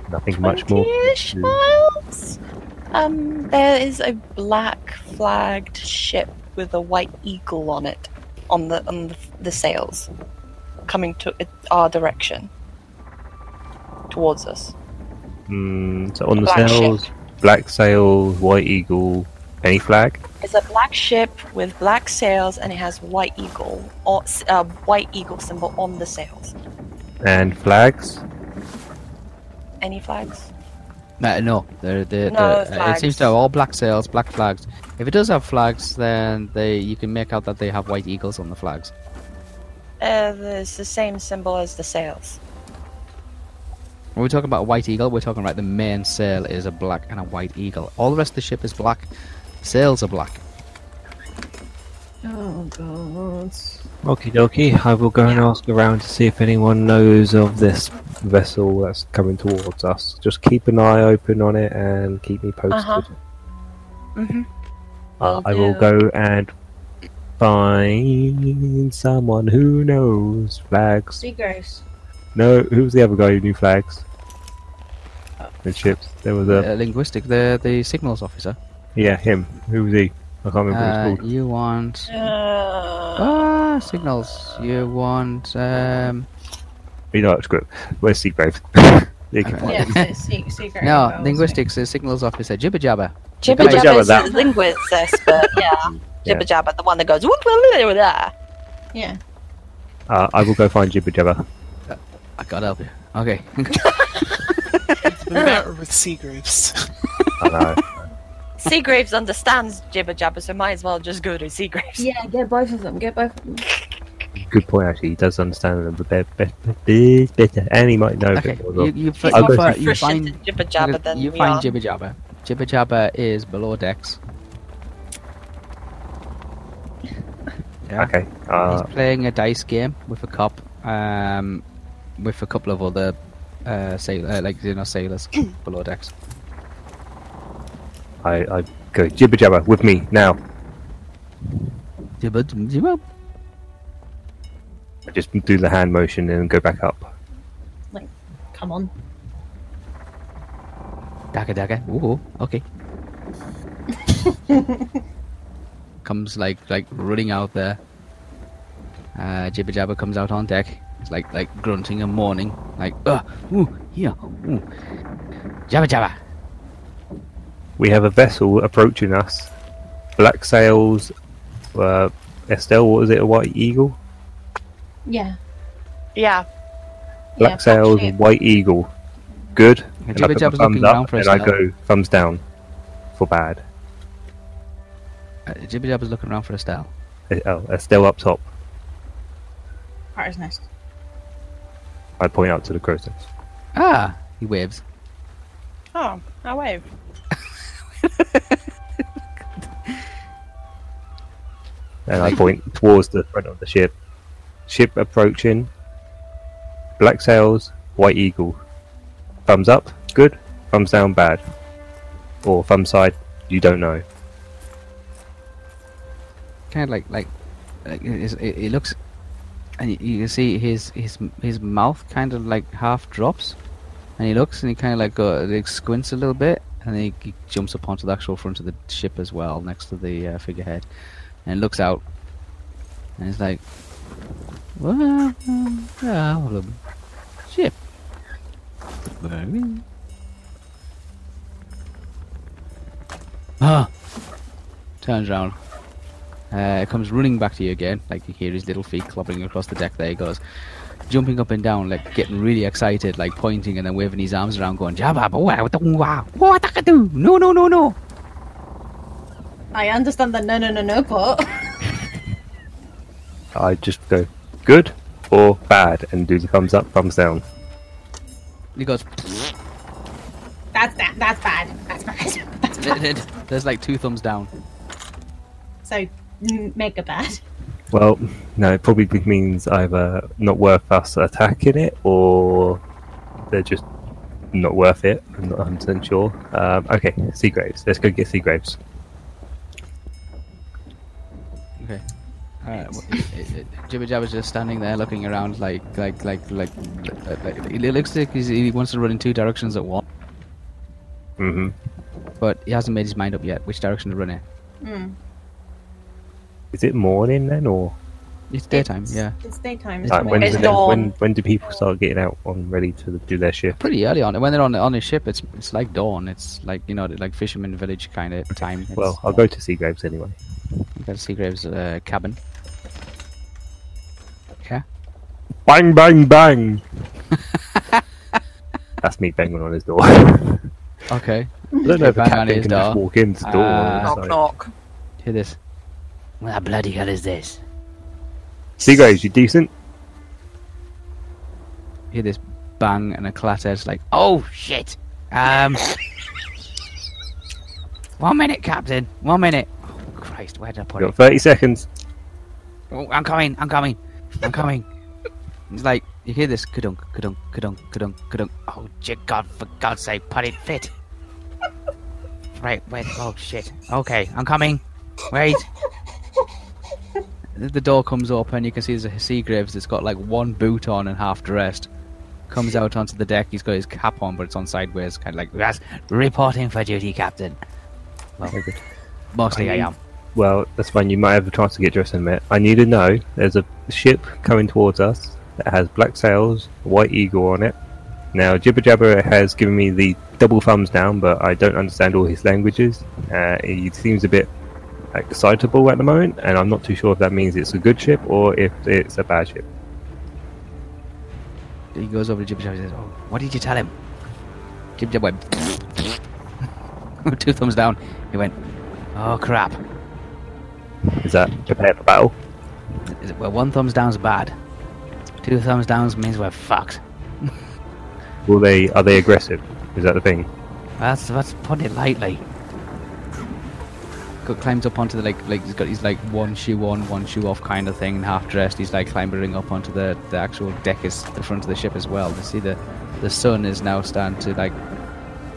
Nothing much more. twenty-ish miles. Um, there is a black flagged ship with a white eagle on it, on the on the, the sails, coming to it- our direction, towards us. Mm, so on the Black sails, black sail, white eagle, any flag. It's a black ship with black sails, and it has white eagle or s- uh, white eagle symbol on the sails. And flags? Any flags? No, no, they're, they're, No they're- uh, it seems to have all black sails, black flags. If it does have flags, then they you can make out that they have white eagles on the flags. Uh, it's the same symbol as the sails. When we're talking about a white eagle, we're talking about the main sail is a black and a white eagle. All the rest of the ship is black. Sails are black. Oh god. Okie dokie. I will go and ask around to see if anyone knows of this vessel that's coming towards us. Just keep an eye open on it and keep me posted. Uh-huh. Mhm. Uh, Will I will do. go and find someone who knows flags. Be gross. No, who was the other guy who knew flags? Uh, The ships. There was a Uh, linguistic, they're the signals officer. yeah, him. Who was he? I can't remember what Uh, he's called. you want Uh, ah signals. You want um You know, it's good. Where's Seagrave? *laughs* there you go. Yeah. Yeah, so se- secret. no spells. linguistics. The signals officer jibber jabber. Jibber Jibber jabber is jabber, the linguist, but yeah, jibber jabber, the one that goes. "Whoop, whoop, whoop, whoop." Yeah. Uh, I will go find Jibber Jabber. I gotta help you. *laughs* Okay. The matter with sea groups. I know. Seagraves understands jibber jabber, so might as well just go to Seagraves. Yeah, get both of them. Get both of them. Good point, actually. He does understand them a bit, bit, bit better, and he might know a okay. bit more. as You well. you, fi- He's I'll you, go fi- to- you proficient find in jibber jabber than you we find are. jibber jabber. Jibber jabber is below decks. Yeah. Okay. Uh, He's playing a dice game with a cop, um, with a couple of other uh, sail- uh, like you know *coughs* sailors below decks. I, I go Jibber Jabber with me now. Jibber jibber. I just do the hand motion and go back up. Come on. Dagger, dagger. Ooh, okay. *laughs* comes like like running out there. Uh, Jibber Jabber comes out on deck. It's like like grunting and moaning. Like, uh, ooh, here, ooh. Jabber Jabber. We have a vessel approaching us. Black sails. Uh, Estelle, what is it? A white eagle? Yeah. Yeah, Black yeah, sails, actually- white eagle. Good. And And I Jibber put my Jabber's thumbs looking around up for and I Estelle. go thumbs down for bad. Uh, Jibber Jabber's looking around for Estelle. Oh, Estelle up top. Heart is nest. I point out to the croesus. Ah, he waves. Oh, I wave. and I point towards the front of the ship. Ship approaching. Black sails, white eagle. Thumbs up, good. Thumbs down, bad. Or thumb side, you don't know. kind of like like, like it, is- it, it looks, and you, you can see his his his mouth kind of like half drops, and he looks and he kind of like uh, like squints a little bit, and then he, he jumps up onto the actual front of the ship as well, next to the uh, figurehead, and looks out, and he's like, well, um, problem, ship. Ah, turns around. Uh, comes running back to you again. Like you hear his little feet clobbering across the deck. There he goes, jumping up and down, like getting really excited, like pointing and then waving his arms around, going "Jabba, wow, wow, what I can do? No, no, no, no." I understand that no, no, no, no part. I just go good or bad and do the thumbs up, thumbs down. He goes. *laughs* *laughs* That's that. That's bad. That's bad. *laughs* That's bad. There's like two thumbs down. So mm, mega bad. Well, no, it probably means either not worth us attacking it or they're just not worth it. I'm not 100% sure. Um, okay, Seagraves. Let's go get Seagraves. Okay. Uh, well, it- it- Jibber Jabber's just standing there looking around like, like, like, like, like, like it looks like he's, he wants to run in two directions at once, Mm-hmm. but he hasn't made his mind up yet which direction to run in. Is it morning then, or It's daytime, It's- yeah. It's daytime. It's like, when, morning. do It's they- dawn. when when do people start getting out on ready to do their shift? Pretty early on. When they're on on a ship, it's it's like dawn. It's like you know, like fisherman village kind of time. It's, Well, I'll go to Seagraves anyway. you go to Seagrave's uh, cabin. Yeah. Bang, *laughs* bang, bang. That's me banging on his *laughs* door. Okay. I don't know if a Bang on captain his can door. just walk in the door. Ah. and Knock, it's like, knock. Hear this. What the bloody hell is this? Seagraves, you decent? Hear this bang and a clatter. It's like, oh shit. *laughs* Um. one minute, Captain. One minute. Oh Christ, where did I put You it? got 30 seconds. Oh, I'm coming, I'm coming, I'm coming. it's like, you hear this, kadunk, kadunk, kadunk, kadunk, kadunk. Oh, dear God, for God's sake, put it fit. right, wait, oh shit. Okay, I'm coming. Wait. the the door comes open, you can see there's a Seagraves that's got like one boot on and half dressed. Comes out onto the deck, he's got his cap on, but it's on sideways, kind of like, that's reporting for duty, Captain. Well, Okay. mostly I I am. Well, that's fine. You might have a chance to get dressed in a minute. I need to know there's a ship coming towards us that has black sails, white eagle on it. Now, Jibber Jabber has given me the double thumbs down, but I don't understand all his languages. Uh, he seems a bit excitable at the moment, and I'm not too sure if that means it's a good ship or if it's a bad ship. He goes over to Jib Jab and says, Oh, what did you tell him? Jib Jab went, *laughs* two thumbs down. He went, Oh crap. Is that prepare for battle? Is it- Well, one thumbs down's bad. Two thumbs downs means we're fucked. Will they? Are they aggressive? Is that the thing? That's that's putting it lightly. Got climbs up onto the like like he's got his like one shoe on, one shoe off kind of thing, half dressed. He's like climbing up onto the the actual deck is the front of the ship as well. To see the the sun is now starting to like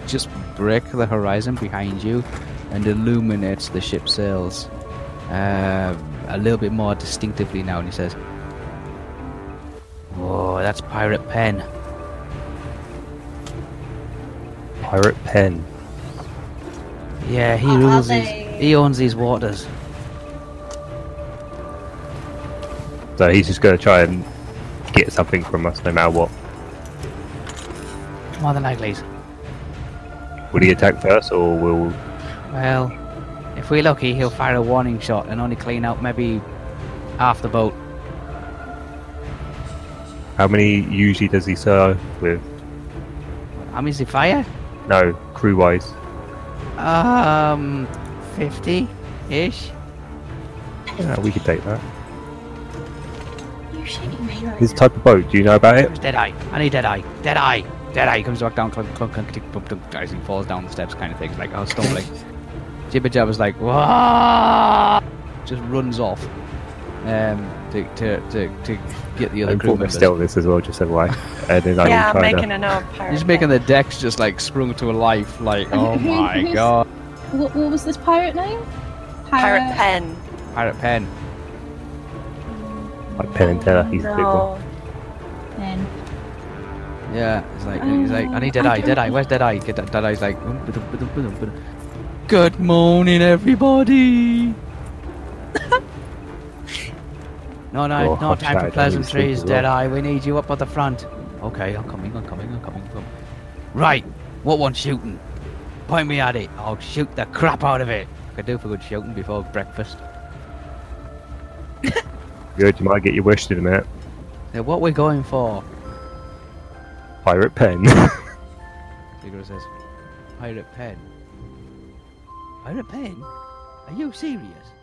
just break the horizon behind you and illuminates the ship sails uh, a little bit more distinctively now. And he says, "Whoa, that's Pirate Pen." Pirate Pen. Yeah, he Are rules. His, they- he owns these waters. So he's just going to try and get something from us, no matter what. More than likely. Will he attack first, or will Well, if we're lucky, he'll fire a warning shot and only clean out maybe half the boat. How many usually does he serve with? How many's he fire? No, crew wise. Um, 50 ish. Yeah, we could take that. You shaking me right His type of boat, do you know about it? Where's Deadeye? I need Deadeye. Deadeye. Deadeye. He comes back down, clunk, clunk, clunk, click, bump, dunk, as he falls down the steps, kind of thing. Like, oh, *laughs* stumbling. Jibber Jabber's like, Whoa! just runs off um, to, to, to, to get the other I'm crew putting members. stillness as well, just so I. And then I yeah, will I'm try making to. an old pirate. He's making the decks just like sprung to life, like, *laughs* oh Who- my who's- god. What, what was this pirate name? pirate pen. Pirate Pen. Like Penn and Teller, he's a big one. No. Then Yeah, it's like he's like, Oh. I need Deadeye, Deadeye, where's Deadeye? Get that Deadeye's like "Um, ba-dum, ba-dum, ba-dum, ba-dum." Good morning *laughs* everybody No no Oh, no I've time tried, I for need pleasantries, sleep as well. Deadeye, we need you up at the front. Okay, I'm coming, I'm coming, I'm coming, I'm coming. Right, what one's shooting? Point me at it, I'll shoot the crap out of it. Could do for good shooting before breakfast. Good, you might get your wish in a minute. Now what we're going for Pirate Pen. *laughs* Figaro says, Pirate Pen. Pirate Pen? Are you serious?